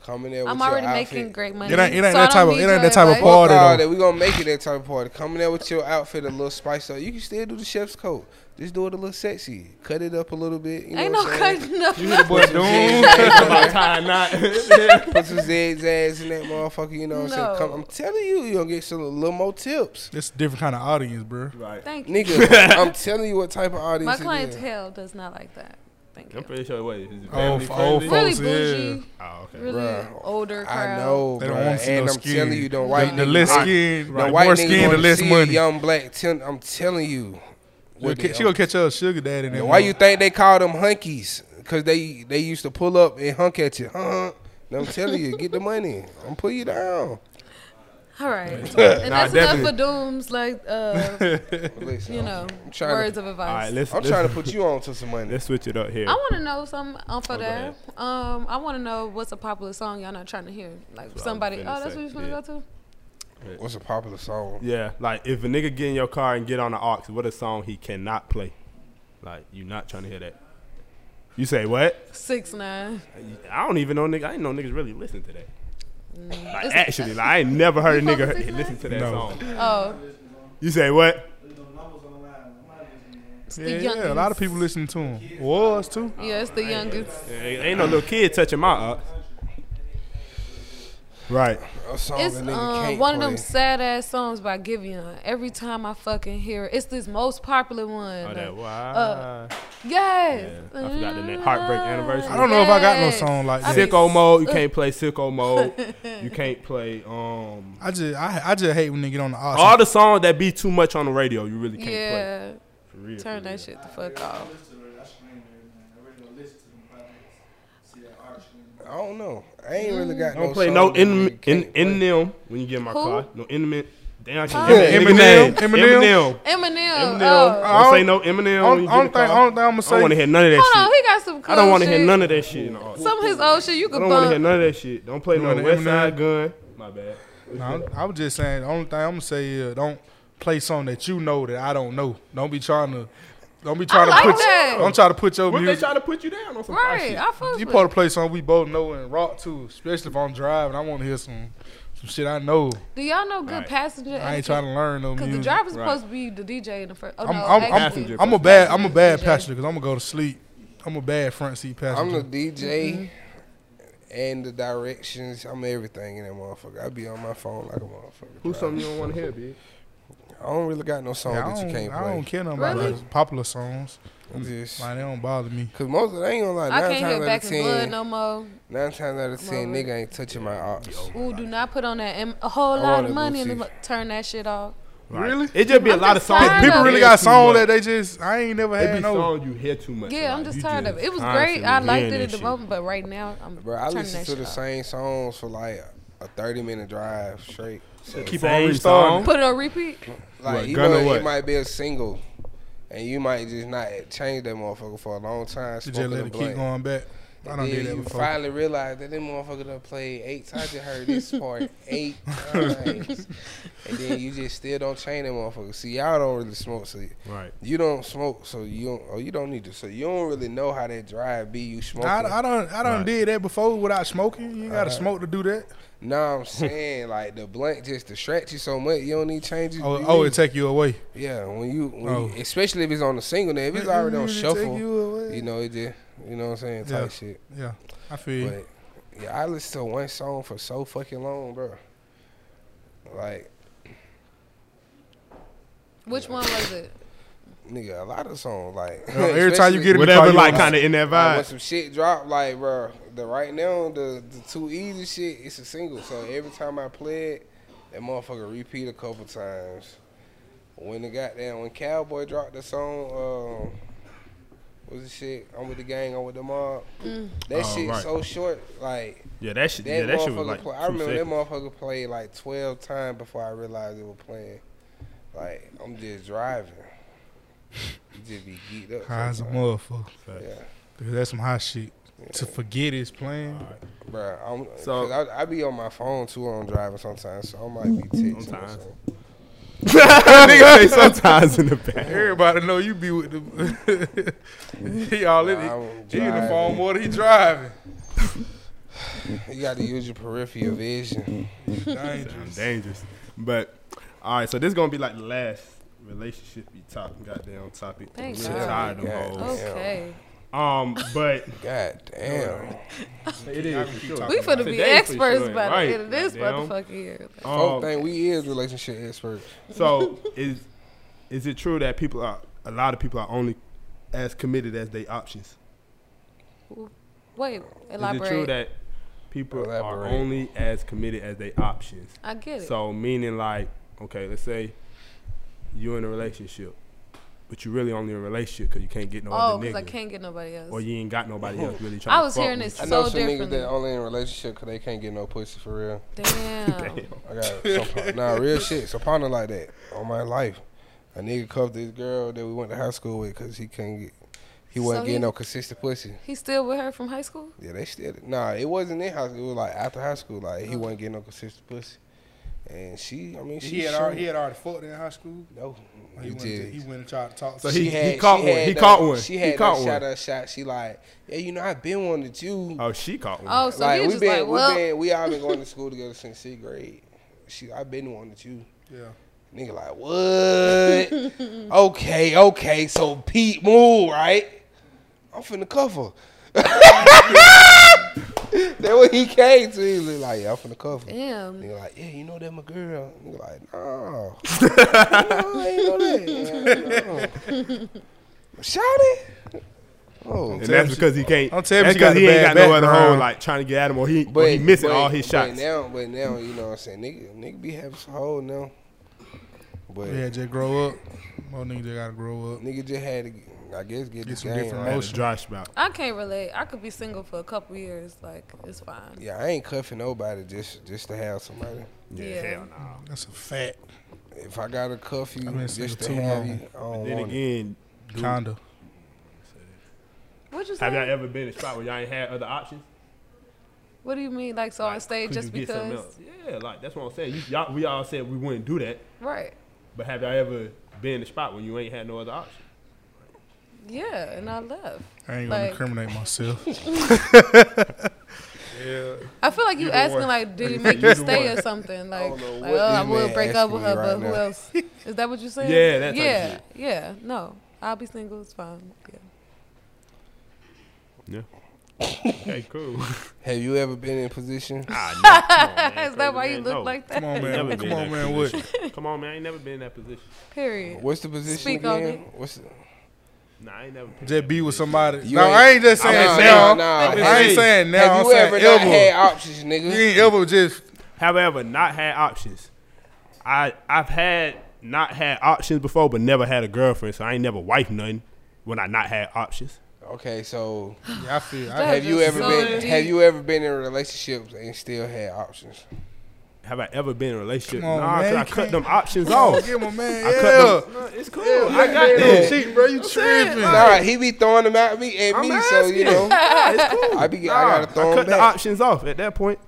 Speaker 2: Come in there with
Speaker 4: I'm
Speaker 2: your
Speaker 4: already
Speaker 2: outfit.
Speaker 4: making great money.
Speaker 6: It ain't- it ain't
Speaker 4: so I
Speaker 6: that
Speaker 4: don't
Speaker 6: type of-
Speaker 4: need
Speaker 6: it ain't
Speaker 4: your
Speaker 6: that type of
Speaker 4: advice.
Speaker 2: Fuck
Speaker 6: part. party,
Speaker 2: all
Speaker 6: though.
Speaker 2: that. We gonna make it that type of party. Come in there with your outfit a little spiced up. You can still do the chef's coat. Just do it a little sexy. Cut it up a little bit. You
Speaker 4: Ain't
Speaker 2: know
Speaker 4: no
Speaker 2: what I'm saying?
Speaker 4: cutting up. *laughs*
Speaker 6: You hear the boy Doom?
Speaker 1: About tying knot.
Speaker 2: Put some zigzags in that motherfucker. You know what I'm saying? Come,
Speaker 4: No.
Speaker 2: I'm telling you, you gonna get some little more tips,
Speaker 6: It's a different kind of audience, bro.
Speaker 1: Right.
Speaker 4: Thank you.
Speaker 6: *laughs*
Speaker 2: nigga. I'm telling you what type of audience.
Speaker 4: My
Speaker 2: it is.
Speaker 4: clientele does not like that. Thank
Speaker 1: *laughs*
Speaker 4: you.
Speaker 1: I'm pretty sure what is it?
Speaker 6: Oh,
Speaker 1: family
Speaker 6: f- oh,
Speaker 1: friendly?
Speaker 6: fuck.
Speaker 4: Really
Speaker 6: folks,
Speaker 4: bougie,
Speaker 1: Oh, okay.
Speaker 4: really
Speaker 2: Bruh,
Speaker 4: older crowd.
Speaker 2: I know,
Speaker 6: They
Speaker 2: bro.
Speaker 6: don't want to see
Speaker 2: and
Speaker 6: no
Speaker 2: I'm
Speaker 6: skin.
Speaker 2: telling you, don't
Speaker 6: The-
Speaker 2: white
Speaker 6: the
Speaker 2: niggas-
Speaker 6: less
Speaker 2: I-
Speaker 6: skin,
Speaker 2: the white
Speaker 6: the more
Speaker 2: niggas
Speaker 6: skin, the
Speaker 2: wanna
Speaker 6: less
Speaker 2: see a
Speaker 6: money.
Speaker 2: Young black, tell- I'm telling you.
Speaker 6: She'll
Speaker 2: what
Speaker 6: ca-
Speaker 2: they-
Speaker 6: she gonna catch her a sugar daddy. in that
Speaker 2: And why
Speaker 6: motherfucker.
Speaker 2: you think they call them hunkies? Cause they they used to pull up and hunk at you. Huh? And I'm telling you, get the money. I'm pull you down.
Speaker 1: *laughs*
Speaker 4: All right, and that's enough
Speaker 1: definitely.
Speaker 4: for Doom's like uh,
Speaker 2: Listen,
Speaker 4: you
Speaker 6: *laughs*
Speaker 4: know
Speaker 2: I'm trying
Speaker 4: words
Speaker 2: to,
Speaker 4: of
Speaker 1: All right,
Speaker 4: advice.
Speaker 1: let's,
Speaker 2: I'm
Speaker 1: let's,
Speaker 2: trying to put you on to some money.
Speaker 1: let's switch it up here.
Speaker 4: I want to know some um, for that.
Speaker 1: Oh, ahead.
Speaker 4: Um, I want to know what's a popular song y'all not trying to hear. Like
Speaker 1: what I was
Speaker 4: somebody.
Speaker 1: finna
Speaker 4: Oh, that's
Speaker 1: say,
Speaker 4: what you finna
Speaker 1: yeah.
Speaker 4: go to.
Speaker 2: What's a popular song?
Speaker 1: Yeah, like if a nigga get in your car and get on the aux, what a song he cannot play. Like you not trying to hear that. You say what?
Speaker 4: Six nine.
Speaker 1: I don't even know nigga. I ain't know niggas really listen to that. Like
Speaker 4: Mm. It's-
Speaker 1: actually, like I ain't never heard a
Speaker 4: You fuck
Speaker 1: nigga
Speaker 4: with Six
Speaker 1: listen to that
Speaker 6: No.
Speaker 1: song.
Speaker 4: Oh,
Speaker 1: You say what?
Speaker 7: There's no numbers on the line. I'm not listening.
Speaker 4: it's
Speaker 6: Yeah,
Speaker 4: the
Speaker 6: yeah,
Speaker 4: youngins.
Speaker 6: a lot of people listening to him. Was too.
Speaker 4: Yeah, it's the youngest.
Speaker 1: Ain't ain't no little kid touching my aux. Right.
Speaker 2: A song
Speaker 6: Oh,
Speaker 4: It's
Speaker 2: a nigga
Speaker 4: uh,
Speaker 2: can't
Speaker 4: one of them
Speaker 2: play.
Speaker 4: sad ass songs by Giveon. Every time I fucking hear it, it's this most popular one.
Speaker 1: Oh, that
Speaker 4: Uh,
Speaker 1: why?
Speaker 4: yes.
Speaker 1: Yeah, I forgot the name. Heartbreak Anniversary.
Speaker 6: I don't know if I got no
Speaker 4: Yes.
Speaker 6: song like
Speaker 4: I
Speaker 6: that.
Speaker 4: mean, uh,
Speaker 1: sicko mode. You can't play
Speaker 4: *laughs*
Speaker 1: sicko mode. You can't play um
Speaker 6: I just, I, I just hate when they get on the awesome.
Speaker 1: all the songs that be too much on the radio. You really can't play.
Speaker 4: Yeah.
Speaker 1: For real,
Speaker 4: Turn
Speaker 1: for real.
Speaker 4: that shit the fuck off.
Speaker 7: listen to it. I stream everything. I really don't listen to them projects. See that art stream.
Speaker 2: I
Speaker 4: Mm.
Speaker 2: don't know. I ain't really got.
Speaker 1: Don't
Speaker 2: no
Speaker 1: play
Speaker 2: song
Speaker 1: no
Speaker 2: that a
Speaker 1: in
Speaker 2: nigga
Speaker 1: in
Speaker 2: can't
Speaker 1: in
Speaker 2: play.
Speaker 1: them when you get in my
Speaker 4: Who?
Speaker 1: car. No intimate Damn, I
Speaker 4: Oh.
Speaker 1: can't nigga
Speaker 6: Eminem,
Speaker 1: name.
Speaker 6: Eminem.
Speaker 1: Eminem.
Speaker 4: Eminem.
Speaker 1: Eminem.
Speaker 4: Oh.
Speaker 1: Don't
Speaker 6: I
Speaker 1: say no Eminem. You
Speaker 6: only- only
Speaker 1: get a call.
Speaker 6: thing- only thing I'ma
Speaker 1: I don't want
Speaker 6: say-
Speaker 1: to hear none of that
Speaker 4: Hold on,
Speaker 1: Oh, shit.
Speaker 4: he got some cool
Speaker 1: I don't want to
Speaker 4: shit.
Speaker 1: hear none of that shit. No.
Speaker 4: Some of his old shit you
Speaker 1: I
Speaker 4: could
Speaker 1: don't want to hear
Speaker 4: bump.
Speaker 1: none of that shit. Don't play no
Speaker 6: wanna
Speaker 1: West
Speaker 6: Eminem?
Speaker 1: Side Gun. My bad.
Speaker 6: Nah, I was just saying. The only thing I'm gonna say is don't play something that you know that I don't know. Don't be trying to. Don't be trying
Speaker 4: like
Speaker 6: to put.
Speaker 4: that.
Speaker 6: Don't try to put your
Speaker 1: What they
Speaker 6: music.
Speaker 1: trying to put you down on some hot
Speaker 4: Right,
Speaker 1: shit?
Speaker 4: I fuck
Speaker 6: you
Speaker 4: with.
Speaker 6: probably play something we both know and rock to, especially if I'm driving. I want to hear some some shit I know.
Speaker 4: Do y'all know good passenger?
Speaker 6: I ain't
Speaker 4: etiquette?
Speaker 6: trying to learn no
Speaker 4: Cause the
Speaker 6: music.
Speaker 4: driver's
Speaker 1: Right.
Speaker 4: supposed to be the DJ in the first. Oh,
Speaker 6: I'm,
Speaker 4: no,
Speaker 6: I'm,
Speaker 4: actually.
Speaker 6: I'm, I'm a bad I'm a bad passenger because I'm gonna go to sleep. I'm a bad front seat
Speaker 2: I'm
Speaker 6: passenger.
Speaker 2: the DJ
Speaker 4: Mm-hmm.
Speaker 2: and the directions. I'm everything in that motherfucker. I be on my phone like a motherfucker.
Speaker 1: Who's something you don't want to hear, bitch?
Speaker 2: I don't really got no song
Speaker 6: Yeah, I,
Speaker 2: that you
Speaker 6: don't,
Speaker 2: can't
Speaker 6: I don't
Speaker 2: play.
Speaker 6: care nothing about
Speaker 4: Really?
Speaker 6: those popular songs.
Speaker 2: I'm just
Speaker 6: Like they don't bother me.
Speaker 2: cause most of it I ain't gonna lie.
Speaker 4: I
Speaker 2: Nine
Speaker 4: can't
Speaker 2: times
Speaker 4: hear
Speaker 2: out
Speaker 4: back
Speaker 2: of
Speaker 4: in blood
Speaker 2: ten,
Speaker 4: no more.
Speaker 2: nine times out of ten,
Speaker 4: Mother.
Speaker 2: nigga ain't touching my ops.
Speaker 4: Ooh, do not put on that em- a whole
Speaker 1: Oh,
Speaker 2: I
Speaker 4: lot
Speaker 2: want
Speaker 4: of
Speaker 2: it,
Speaker 4: money and then
Speaker 2: Bootsy.
Speaker 4: look- turn that shit off.
Speaker 6: Really?
Speaker 1: It just be a
Speaker 4: I'm
Speaker 1: lot of
Speaker 4: just
Speaker 1: songs.
Speaker 4: tired
Speaker 1: you
Speaker 4: of
Speaker 6: People
Speaker 4: it.
Speaker 6: really
Speaker 1: hear
Speaker 6: got
Speaker 1: too
Speaker 6: songs
Speaker 1: much.
Speaker 6: that they just I ain't never
Speaker 1: It
Speaker 6: had
Speaker 1: be
Speaker 6: no.
Speaker 1: songs you hear too much.
Speaker 4: Yeah, I'm
Speaker 1: Like,
Speaker 4: just
Speaker 1: you
Speaker 4: tired of it. It was
Speaker 1: constantly
Speaker 4: great. I liked
Speaker 1: hearing
Speaker 4: it
Speaker 1: that
Speaker 4: at the
Speaker 1: shit.
Speaker 4: moment, but right now I'm
Speaker 2: Bro, I
Speaker 4: turning
Speaker 2: listen
Speaker 4: that
Speaker 2: to
Speaker 4: shit
Speaker 2: the
Speaker 4: off.
Speaker 2: same songs for like a thirty minute drive straight. So,
Speaker 6: Keep
Speaker 1: Same
Speaker 6: on restarting.
Speaker 1: song.
Speaker 4: Put it on repeat.
Speaker 2: like
Speaker 1: What,
Speaker 2: you
Speaker 1: Gunna
Speaker 2: know,
Speaker 1: what?
Speaker 2: it might be a single, and you might just not change that motherfucker for a long time.
Speaker 6: You
Speaker 2: smoking
Speaker 6: just let
Speaker 2: a
Speaker 6: it
Speaker 2: blunt.
Speaker 6: keep going back. I don't
Speaker 2: Then
Speaker 6: did that
Speaker 2: you
Speaker 6: before.
Speaker 2: finally realize that this motherfucker done played eight times. I just heard this
Speaker 6: *laughs*
Speaker 2: part eight times. And then you just still don't chain that motherfucker. See, y'all don't really smoke, so
Speaker 1: Right.
Speaker 2: you don't smoke, so you don't, or you don't need to. So you don't really know how that drive be. You smoking?
Speaker 6: I, I don't I don't
Speaker 1: Right.
Speaker 6: did that before without smoking. You ain't gotta smoke to do that.
Speaker 2: no, I'm saying like the blunt just distracts you so much. You don't need changes.
Speaker 6: Oh, oh it take you away.
Speaker 2: yeah. When you, when
Speaker 6: Oh.
Speaker 2: you, especially if it's on the single, now, if it's already on
Speaker 6: *laughs* It take
Speaker 2: shuffle, you,
Speaker 6: you away.
Speaker 2: know it just, you know what I'm saying, type
Speaker 6: Yeah.
Speaker 2: shit.
Speaker 6: Yeah, I feel. you.
Speaker 2: But yeah, I listened to one song for so fucking long, bro. Like,
Speaker 4: Which one was it?
Speaker 2: nigga, a lot of songs. Like,
Speaker 6: No, every time
Speaker 2: *laughs*
Speaker 6: you
Speaker 2: especially
Speaker 6: get it,
Speaker 1: Whatever,
Speaker 6: because
Speaker 1: like,
Speaker 6: you-
Speaker 1: kind of in that
Speaker 2: like, when
Speaker 1: vibe.
Speaker 2: some shit drop, like, bro, the right now the the too easy shit, it's a single. So every time I play it, that motherfucker repeat a couple times. When the goddamn when Cowboy dropped the song, um, what's the shit? I'm with the gang, I'm with the mob. That
Speaker 1: Oh,
Speaker 2: shit
Speaker 1: right.
Speaker 2: so short, like.
Speaker 1: Yeah, that shit.
Speaker 2: That
Speaker 1: yeah, that
Speaker 2: motherfucker
Speaker 1: shit was like.
Speaker 2: play, I
Speaker 1: two
Speaker 2: remember
Speaker 1: seconds.
Speaker 2: that motherfucker played like twelve times before I realized it was playing. Like I'm just driving. *laughs* You just be geeked up.
Speaker 6: High as a
Speaker 2: sometimes.
Speaker 6: motherfucker.
Speaker 2: Yeah,
Speaker 6: Because that's some hot shit. To forget it's playing.
Speaker 2: bro. I'm,
Speaker 1: So-
Speaker 2: so I, I be on my phone too when I'm driving sometimes, so I might be
Speaker 6: Mm-hmm.
Speaker 2: texting.
Speaker 1: Sometimes.
Speaker 2: Sometimes.
Speaker 1: *laughs* Nigga say sometimes in the back.
Speaker 6: Everybody know you be with the *laughs* he all in
Speaker 2: Nah, I
Speaker 6: it.
Speaker 2: won't
Speaker 6: He in the
Speaker 2: drive.
Speaker 6: phone more than he driving.
Speaker 2: You got to use your peripheral vision.
Speaker 1: *laughs*
Speaker 6: Dangerous.
Speaker 1: Dangerous. But all right, so this gonna be like the last relationship top goddamn topic. I'm
Speaker 4: Thank
Speaker 1: really
Speaker 4: God. Oh.
Speaker 1: tired of them
Speaker 2: God.
Speaker 1: hoes.
Speaker 4: Okay.
Speaker 1: Um,
Speaker 6: *laughs*
Speaker 1: but
Speaker 2: God damn.
Speaker 1: it is for sure.
Speaker 4: We finna be
Speaker 1: Today for
Speaker 4: experts
Speaker 1: sure,
Speaker 4: by
Speaker 1: right,
Speaker 4: the end of this
Speaker 1: goddamn.
Speaker 4: motherfucking year.
Speaker 6: oh.
Speaker 2: Folk
Speaker 1: Um,
Speaker 2: think we is relationship experts.
Speaker 6: *laughs*
Speaker 1: so is is it true that people are a lot of people are only as committed as they options?
Speaker 4: Wait,
Speaker 1: Is it true
Speaker 4: elaborate.
Speaker 1: that people are
Speaker 2: Elaborate.
Speaker 1: only as committed as they options?
Speaker 4: I get it.
Speaker 1: So meaning like, okay, let's say you're in a relationship, but you really only in a relationship because you can't get no
Speaker 4: Oh,
Speaker 1: other
Speaker 4: because I
Speaker 1: nigga,
Speaker 4: can't get nobody else.
Speaker 1: or you ain't got nobody else really trying.
Speaker 4: I
Speaker 1: to
Speaker 4: was
Speaker 1: fuck
Speaker 4: hearing
Speaker 1: with
Speaker 4: this
Speaker 2: I
Speaker 1: you.
Speaker 2: know
Speaker 4: so
Speaker 2: some niggas
Speaker 4: differently.
Speaker 2: that only in a relationship because they can't get no pussy for real.
Speaker 1: *laughs*
Speaker 4: Damn.
Speaker 2: I
Speaker 6: *laughs*
Speaker 2: got some par- nah real shit. Some partner like that on my life. A nigga cuffed this girl that we went to high school with because he couldn't get, he wasn't
Speaker 4: So
Speaker 2: getting
Speaker 4: he-
Speaker 2: no consistent pussy.
Speaker 4: He still with her from high school?
Speaker 2: Yeah, they still nah. It wasn't in high school. It was like after high school. Like
Speaker 4: Uh-huh.
Speaker 2: he wasn't getting no consistent pussy. And she, I mean, she
Speaker 6: He had
Speaker 2: showed-
Speaker 6: already he had already fucked in high school.
Speaker 4: Oh,
Speaker 2: no.
Speaker 6: He
Speaker 2: He
Speaker 6: went, to, he
Speaker 2: just.
Speaker 6: went and tried to talk.
Speaker 1: So
Speaker 6: So
Speaker 1: he-
Speaker 6: he,
Speaker 2: She had,
Speaker 1: caught
Speaker 2: she
Speaker 1: one.
Speaker 2: had
Speaker 1: He
Speaker 2: that-
Speaker 1: caught one.
Speaker 2: She
Speaker 1: He
Speaker 2: had
Speaker 1: caught
Speaker 2: that
Speaker 1: one.
Speaker 2: shot. That shot. She like, yeah, you know, I've been wanting you.
Speaker 1: Oh, she caught one.
Speaker 4: Oh, so
Speaker 2: like
Speaker 4: he
Speaker 2: we
Speaker 4: just
Speaker 2: been,
Speaker 4: like,
Speaker 2: we
Speaker 4: well,
Speaker 2: been, we all been going to school together since sixth grade. She, I've been wanting you.
Speaker 6: yeah.
Speaker 2: Nigga
Speaker 4: *laughs*
Speaker 2: like, what? okay, okay, so Pete move, right? I'm finna cuff her. *laughs* That's what he came to. He was like, yeah, I'm finna cuff her.
Speaker 4: damn.
Speaker 2: Nigga like, yeah, you know that my girl. Nigga like, no. *laughs* no I ain't know that. No. Shout it. Oh,
Speaker 1: and that's because he can't.
Speaker 6: Don't tell me
Speaker 1: that's
Speaker 6: she got
Speaker 1: because
Speaker 6: a
Speaker 1: he ain't got
Speaker 6: bad
Speaker 1: no other
Speaker 6: background.
Speaker 1: hole like trying to get at him, or he or he missing all his
Speaker 2: But
Speaker 1: shots.
Speaker 2: now, but now, you know what I'm saying? Nigga, nigga be having some hole now. But
Speaker 6: Yeah, just grow up. More niggas just gotta grow up.
Speaker 2: Nigga just had to. I guess get,
Speaker 6: Get
Speaker 2: this
Speaker 6: some
Speaker 2: game
Speaker 6: different
Speaker 2: right.
Speaker 6: motion.
Speaker 1: dry spout.
Speaker 4: I can't relate. I could be single for a couple years. Like it's fine.
Speaker 2: Yeah, I ain't cuffing nobody just just to have somebody.
Speaker 1: Yeah,
Speaker 4: Yeah.
Speaker 1: hell no.
Speaker 6: That's a fact.
Speaker 2: If I gotta cuff you
Speaker 6: I've been single
Speaker 2: just to
Speaker 6: too
Speaker 2: have
Speaker 6: long.
Speaker 2: you, I don't
Speaker 1: Then
Speaker 2: want it.
Speaker 1: again, dude,
Speaker 6: Kinda.
Speaker 4: What you
Speaker 1: have
Speaker 4: say?
Speaker 1: y'all ever been in a spot where y'all ain't had other options?
Speaker 4: what do you mean? Like so on
Speaker 1: Like,
Speaker 4: stage
Speaker 1: could
Speaker 4: just
Speaker 1: you get something
Speaker 4: because?
Speaker 1: else? Yeah, like that's what I'm saying. You, y'all, we all said we wouldn't do that,
Speaker 4: Right.
Speaker 1: but have y'all ever been in a spot where you ain't had no other option?
Speaker 4: Yeah, and I left.
Speaker 6: I ain't gonna
Speaker 4: Like- *laughs*
Speaker 6: incriminate myself. yeah.
Speaker 4: I feel like you
Speaker 6: Either
Speaker 4: asking
Speaker 6: one.
Speaker 4: like, did it make you
Speaker 1: Either
Speaker 4: stay
Speaker 1: one.
Speaker 4: or something? Like,
Speaker 2: don't know
Speaker 4: like,
Speaker 2: what
Speaker 4: oh, I
Speaker 2: this
Speaker 4: will
Speaker 2: man
Speaker 4: break up with her,
Speaker 2: asking me
Speaker 4: but
Speaker 2: right
Speaker 4: who
Speaker 2: now.
Speaker 4: else? Is that what you're saying?
Speaker 1: Yeah, that type of
Speaker 4: yeah,
Speaker 1: shit.
Speaker 4: yeah. No, I'll be single. It's fine. Yeah.
Speaker 1: Okay,
Speaker 4: *laughs*
Speaker 1: cool.
Speaker 2: Have you ever been in position?
Speaker 1: Ah.
Speaker 4: *laughs* Is that why you look like that?
Speaker 6: Come on,
Speaker 1: Never
Speaker 6: man.
Speaker 1: been
Speaker 6: Come on,
Speaker 1: in
Speaker 6: man.
Speaker 1: that
Speaker 6: What?
Speaker 1: position. Come on, man. I ain't never been in that position.
Speaker 4: Period.
Speaker 2: What's the position
Speaker 4: Speak on
Speaker 2: again? What's the,
Speaker 1: Nah, I ain't never. been in
Speaker 6: Just
Speaker 1: that
Speaker 6: be with
Speaker 1: position.
Speaker 6: somebody.
Speaker 2: You
Speaker 6: no,
Speaker 2: ain't-
Speaker 6: I ain't just
Speaker 2: I'm
Speaker 6: saying
Speaker 2: not
Speaker 6: now.
Speaker 2: saying- nah,
Speaker 6: I ain't
Speaker 2: hey,
Speaker 6: saying now.
Speaker 2: Have
Speaker 6: I'm
Speaker 2: you ever
Speaker 6: saying
Speaker 2: not
Speaker 6: ever.
Speaker 2: had options,
Speaker 6: you
Speaker 2: nigga?
Speaker 6: ain't ever just.
Speaker 1: Have I ever not had options? I I've had not had options before, but never had a girlfriend, so I ain't never wife nothing when I not had options.
Speaker 2: Okay, so
Speaker 6: Yeah, I feel. I,
Speaker 4: That
Speaker 2: have you
Speaker 4: just
Speaker 2: ever
Speaker 4: so
Speaker 2: been?
Speaker 4: deep.
Speaker 2: Have you ever been in relationships and still had options?
Speaker 1: Have I ever been in a relationship?
Speaker 6: Come on,
Speaker 1: nah, 'cause
Speaker 6: man,
Speaker 1: I
Speaker 6: you
Speaker 1: cut
Speaker 6: can't-
Speaker 1: them options
Speaker 6: oh,
Speaker 1: off.
Speaker 6: give him a man.
Speaker 1: I
Speaker 6: yeah.
Speaker 1: cut them. No, it's cool. I got
Speaker 6: Damn,
Speaker 1: them.
Speaker 6: cheap, bro. You tripping?
Speaker 2: Nah, he be throwing them at me and me, so you know,
Speaker 1: It's cool.
Speaker 2: I be get-
Speaker 1: Nah,
Speaker 2: I gotta throw
Speaker 1: I
Speaker 2: them
Speaker 1: cut the
Speaker 2: back.
Speaker 1: options off at that point.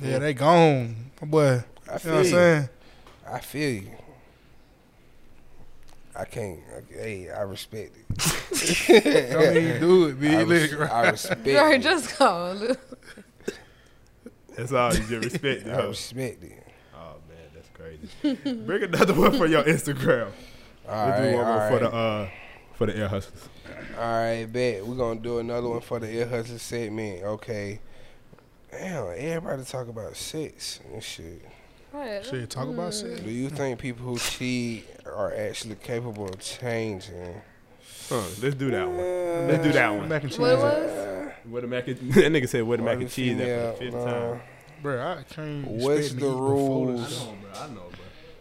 Speaker 6: Yeah, they gone. My
Speaker 2: I
Speaker 6: boy. You know what I'm
Speaker 2: feel you.
Speaker 6: saying?
Speaker 2: I feel you. I can't. I- Hey, I respect it. *laughs*
Speaker 6: Don't even do it,
Speaker 2: I,
Speaker 6: big
Speaker 2: res-
Speaker 6: lick.
Speaker 2: I
Speaker 4: *laughs*
Speaker 2: respect
Speaker 4: Girl,
Speaker 2: it.
Speaker 4: just go. *laughs* Luke.
Speaker 1: That's all you get respect.
Speaker 2: I
Speaker 1: huh?
Speaker 2: respect it.
Speaker 1: Oh man, that's crazy. *laughs* Bring another one for your Instagram.
Speaker 2: All
Speaker 1: We'll
Speaker 2: right,
Speaker 1: do one
Speaker 2: all
Speaker 1: more
Speaker 2: right.
Speaker 1: for the uh for the air hustlers.
Speaker 2: All right, bet. We're going to do another one for the ear hustler segment. Okay. Damn, everybody talk about sex and shit.
Speaker 4: Right.
Speaker 6: Shit, talk about
Speaker 4: Mm.
Speaker 6: sex.
Speaker 2: Do you think people who cheat are actually capable of changing?
Speaker 1: Huh, let's do that one. Let's do that one.
Speaker 6: Mac and cheese.
Speaker 4: What it was?
Speaker 1: Where the mac and, that nigga said where the
Speaker 2: Or
Speaker 1: mac
Speaker 2: the
Speaker 1: and cheese at for the
Speaker 2: female,
Speaker 1: fifth time.
Speaker 6: Bro, I can't.
Speaker 2: What's the
Speaker 6: expect to eat before
Speaker 2: rules?
Speaker 3: Come on, bro. I know,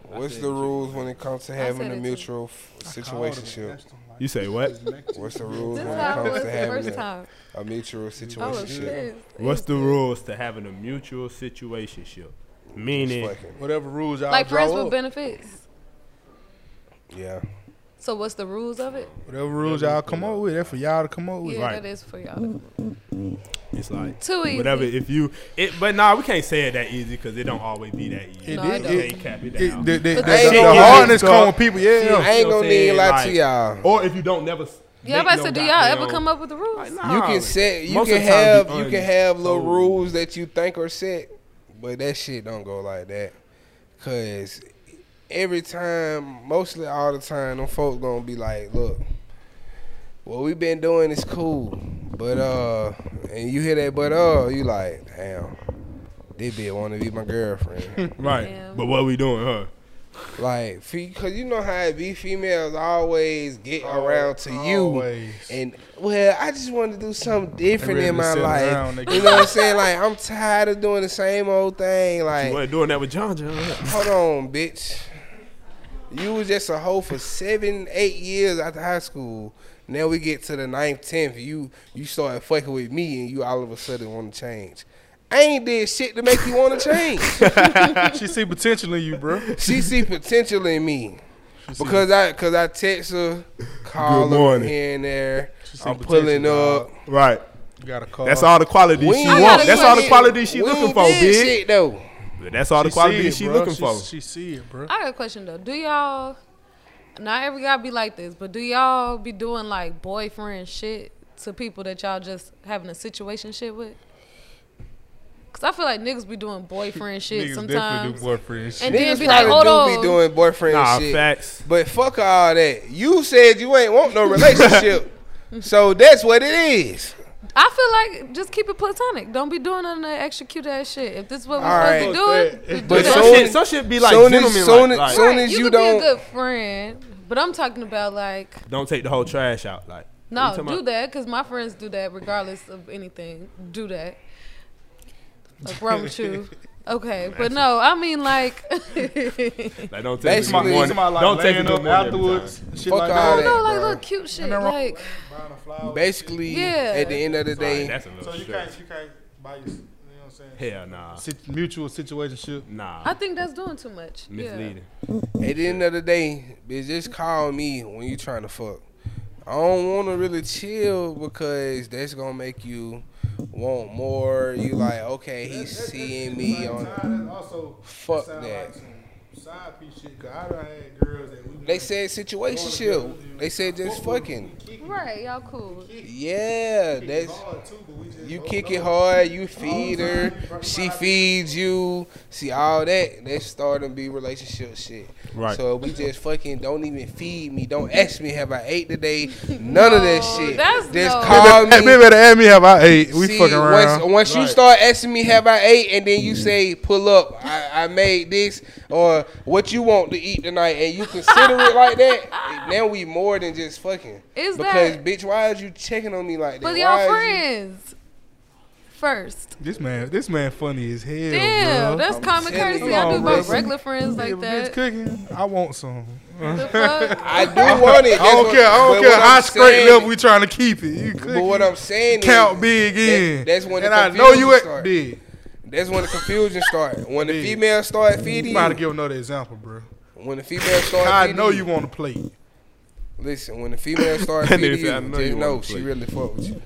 Speaker 3: bro.
Speaker 2: What's the rules when it comes to having
Speaker 4: said
Speaker 2: a
Speaker 4: it too.
Speaker 2: mutual f- situationship?
Speaker 1: You say what?
Speaker 2: What's the rules
Speaker 4: This
Speaker 2: when
Speaker 4: is
Speaker 2: it
Speaker 4: how I
Speaker 2: comes
Speaker 4: was the
Speaker 2: to having
Speaker 4: first
Speaker 2: a,
Speaker 4: time.
Speaker 2: a mutual
Speaker 4: I was
Speaker 2: situationship?
Speaker 4: pissed.
Speaker 1: What's the rules to having a mutual situationship? Meaning,
Speaker 2: Fucking,
Speaker 6: Whatever rules y'all
Speaker 4: Like
Speaker 6: draw
Speaker 4: friends
Speaker 6: up.
Speaker 4: with benefits.
Speaker 2: yeah.
Speaker 4: So what's the rules of it?
Speaker 6: Whatever rules y'all come up with, that's for y'all to come up with.
Speaker 4: Yeah,
Speaker 1: Right.
Speaker 4: that is for y'all.
Speaker 1: it's like
Speaker 4: Too easy.
Speaker 1: whatever. If you, it, but nah, we can't say it that easy because it don't always be that easy.
Speaker 6: It,
Speaker 4: No, I
Speaker 6: it,
Speaker 4: don't.
Speaker 1: You can't
Speaker 6: it,
Speaker 1: cap it
Speaker 6: it-
Speaker 1: down.
Speaker 6: the, the, the,
Speaker 4: I ain't
Speaker 6: the
Speaker 4: gonna
Speaker 6: hardness
Speaker 1: lie.
Speaker 6: come with people, yeah.
Speaker 2: I ain't
Speaker 1: You know what
Speaker 2: gonna
Speaker 1: I'm
Speaker 2: need to
Speaker 1: saying?
Speaker 2: lie to
Speaker 1: Like,
Speaker 2: y'all.
Speaker 1: Or if you don't never. s-
Speaker 4: Yeah,
Speaker 1: make
Speaker 4: but
Speaker 1: no
Speaker 4: so do y'all ever
Speaker 1: goddamn-
Speaker 4: come up with the rules?
Speaker 1: Nah,
Speaker 2: You can
Speaker 1: like,
Speaker 2: set. You
Speaker 1: most
Speaker 2: can
Speaker 1: of the time
Speaker 2: have.
Speaker 1: be
Speaker 2: You
Speaker 1: un-
Speaker 2: can have little
Speaker 1: told.
Speaker 2: rules that you think are set, but that shit don't go like that. Cause every time, mostly all the time, them folks gonna be like, "Look, what we been doing is cool, but uh," and you hear that, but uh, you like, "Damn, this bitch want to be my
Speaker 1: *laughs*
Speaker 2: girlfriend."
Speaker 1: Right.
Speaker 4: Yeah.
Speaker 1: But what we doing, huh?
Speaker 2: like, fe- cause you know how it be. Females always get around to you.
Speaker 6: Always.
Speaker 2: And well, I just want to do something different
Speaker 6: ready
Speaker 2: in
Speaker 6: to
Speaker 2: my
Speaker 6: sit
Speaker 2: life.
Speaker 6: around, nigga.
Speaker 2: you know what I'm saying? Like I'm tired of doing the same old thing.
Speaker 1: You
Speaker 2: Like,
Speaker 1: wasn't doing that with John John. huh?
Speaker 2: hold on, bitch. You was just a hoe for seven, eight years after high school. Now we get to the ninth, tenth. You you started fucking with me, and you all of a sudden want to change. I ain't did shit to make you want to change.
Speaker 6: She see potential in you, bro.
Speaker 2: she see potential in me. Because I, cause I text her, call
Speaker 1: Good
Speaker 2: her
Speaker 1: morning.
Speaker 2: here and there.
Speaker 6: She see
Speaker 2: I'm
Speaker 6: potential,
Speaker 2: pulling
Speaker 6: dog.
Speaker 2: up.
Speaker 1: Right.
Speaker 6: You got a call.
Speaker 1: That's all the quality
Speaker 2: We
Speaker 1: she
Speaker 2: ain't
Speaker 1: wants.
Speaker 4: gotta
Speaker 1: That's all the
Speaker 4: do
Speaker 1: quality she
Speaker 2: We
Speaker 1: looking
Speaker 2: ain't
Speaker 1: for,
Speaker 2: did
Speaker 1: bitch.
Speaker 2: Shit though.
Speaker 1: That's all the
Speaker 6: She
Speaker 1: quality
Speaker 6: see it,
Speaker 1: she
Speaker 6: bro.
Speaker 1: looking
Speaker 6: She-
Speaker 1: for.
Speaker 6: She see it, bro.
Speaker 4: I got a question though. Do y'all not every guy be like this, but do y'all be doing like boyfriend shit to people that y'all just having a situation shit with? Cause I feel like niggas be doing boyfriend shit sometimes,
Speaker 6: boyfriend
Speaker 4: and then
Speaker 2: Niggas
Speaker 4: be like,
Speaker 2: probably
Speaker 4: hold
Speaker 2: do
Speaker 4: on,
Speaker 2: be doing boyfriend
Speaker 1: Nah,
Speaker 2: shit.
Speaker 1: facts.
Speaker 2: But fuck all that. You said you ain't want no
Speaker 4: *laughs*
Speaker 2: relationship. so that's what it is.
Speaker 4: I feel like just keep it platonic. Don't be doing none of that extra cute ass shit. If this is what we're
Speaker 2: All
Speaker 4: supposed
Speaker 6: right.
Speaker 4: to do, it,
Speaker 2: But
Speaker 4: do
Speaker 1: Some
Speaker 4: that.
Speaker 2: soon-
Speaker 1: shit, some shit be like
Speaker 2: soon as-
Speaker 1: gentlemen.
Speaker 2: soon
Speaker 1: like,
Speaker 2: as-
Speaker 1: like,
Speaker 2: soon as you
Speaker 4: could be
Speaker 2: don't-
Speaker 4: a good friend, but I'm talking about like
Speaker 1: don't take the whole trash out. Like you
Speaker 4: No,
Speaker 1: talking
Speaker 4: do
Speaker 1: about-
Speaker 4: that because my friends
Speaker 6: *laughs*
Speaker 4: do that regardless of anything. Do that. Like, wrong with you? Okay, but no, I mean like. *laughs*
Speaker 1: Like, don't take me
Speaker 2: Basically,
Speaker 1: to morning.
Speaker 6: Somebody like
Speaker 1: Don't take me
Speaker 6: laying
Speaker 1: to
Speaker 6: up
Speaker 1: morning every
Speaker 6: afterwards.
Speaker 1: time.
Speaker 6: Shit
Speaker 2: Fuck
Speaker 6: like
Speaker 2: all
Speaker 6: that.
Speaker 2: that.
Speaker 4: No, like
Speaker 2: bro.
Speaker 4: look, cute shit.
Speaker 6: nothing wrong
Speaker 4: Like,
Speaker 6: Buying a flower.
Speaker 2: Basically,
Speaker 4: Yeah.
Speaker 2: at the end of the day,
Speaker 1: That's a
Speaker 6: So
Speaker 1: little
Speaker 6: you
Speaker 1: stretch.
Speaker 6: can't you can't buy your. You know what I'm saying?
Speaker 1: Hell nah.
Speaker 6: Sit- mutual situationship.
Speaker 1: Nah.
Speaker 4: I think that's doing too much.
Speaker 1: Misleading.
Speaker 2: At the end of the day, bitch, just call me when you trying to fuck. I don't want to really chill because that's gonna make you want more. You like, okay, he's seeing me on.
Speaker 6: Also,
Speaker 2: Fuck
Speaker 6: sound
Speaker 2: that.
Speaker 6: like some Side piece shit. Cause I done had girls that we.
Speaker 2: They said situationship. They said just fucking.
Speaker 4: Yeah. Right, y'all cool.
Speaker 2: Yeah, that's
Speaker 6: Hard too, but we just
Speaker 2: you kick it hard. You feed her. She feeds you. See all that. That's starting to be relationship shit.
Speaker 1: Right.
Speaker 2: So we just fucking don't even feed me. Don't ask me have I ate today. None of that
Speaker 4: No,
Speaker 2: shit.
Speaker 4: that's
Speaker 2: just
Speaker 4: no.
Speaker 2: call me.
Speaker 6: Maybe better add me have I ate. We
Speaker 2: See,
Speaker 6: fucking around.
Speaker 2: Once, once you start asking me, have I ate, and then you
Speaker 6: Mm-hmm.
Speaker 2: say, pull up, I, I made this, or what you want to eat tonight, and you consider it like that, now we more than just fucking.
Speaker 4: Is
Speaker 2: because,
Speaker 4: that-
Speaker 2: bitch, why is you checking on me like that?
Speaker 4: But
Speaker 2: Why
Speaker 4: y'all
Speaker 2: is you-
Speaker 4: friends first.
Speaker 6: This man, this man, funny as hell.
Speaker 4: Damn,
Speaker 6: bro.
Speaker 4: that's common
Speaker 2: telling
Speaker 4: courtesy.
Speaker 6: you.
Speaker 4: I do
Speaker 6: Come
Speaker 4: about
Speaker 6: on, bro.
Speaker 4: regular friends like
Speaker 6: If a bitch
Speaker 4: that.
Speaker 6: cooking, I want some. *laughs*
Speaker 4: The fuck?
Speaker 2: I do want it.
Speaker 6: I don't care. I don't care how straight level we trying to keep it. You
Speaker 2: But what
Speaker 6: cooking.
Speaker 2: I'm saying
Speaker 6: Count
Speaker 2: is,
Speaker 6: big in.
Speaker 2: That, that's when
Speaker 6: and
Speaker 2: the
Speaker 6: I know you
Speaker 2: confusion
Speaker 6: at
Speaker 2: start.
Speaker 6: big.
Speaker 2: That's when the confusion start. When the
Speaker 6: Big.
Speaker 2: female start feeding
Speaker 6: You about to
Speaker 2: you,
Speaker 6: give another example, bro.
Speaker 2: when the female start
Speaker 6: I
Speaker 2: feeding
Speaker 6: know you want to play.
Speaker 2: Listen, when
Speaker 1: *coughs*
Speaker 2: the female start
Speaker 1: That nigga said,
Speaker 2: feeding you,
Speaker 1: "I know
Speaker 2: just
Speaker 1: you
Speaker 2: know
Speaker 1: wanna
Speaker 2: she
Speaker 1: play."
Speaker 2: really fuck with you.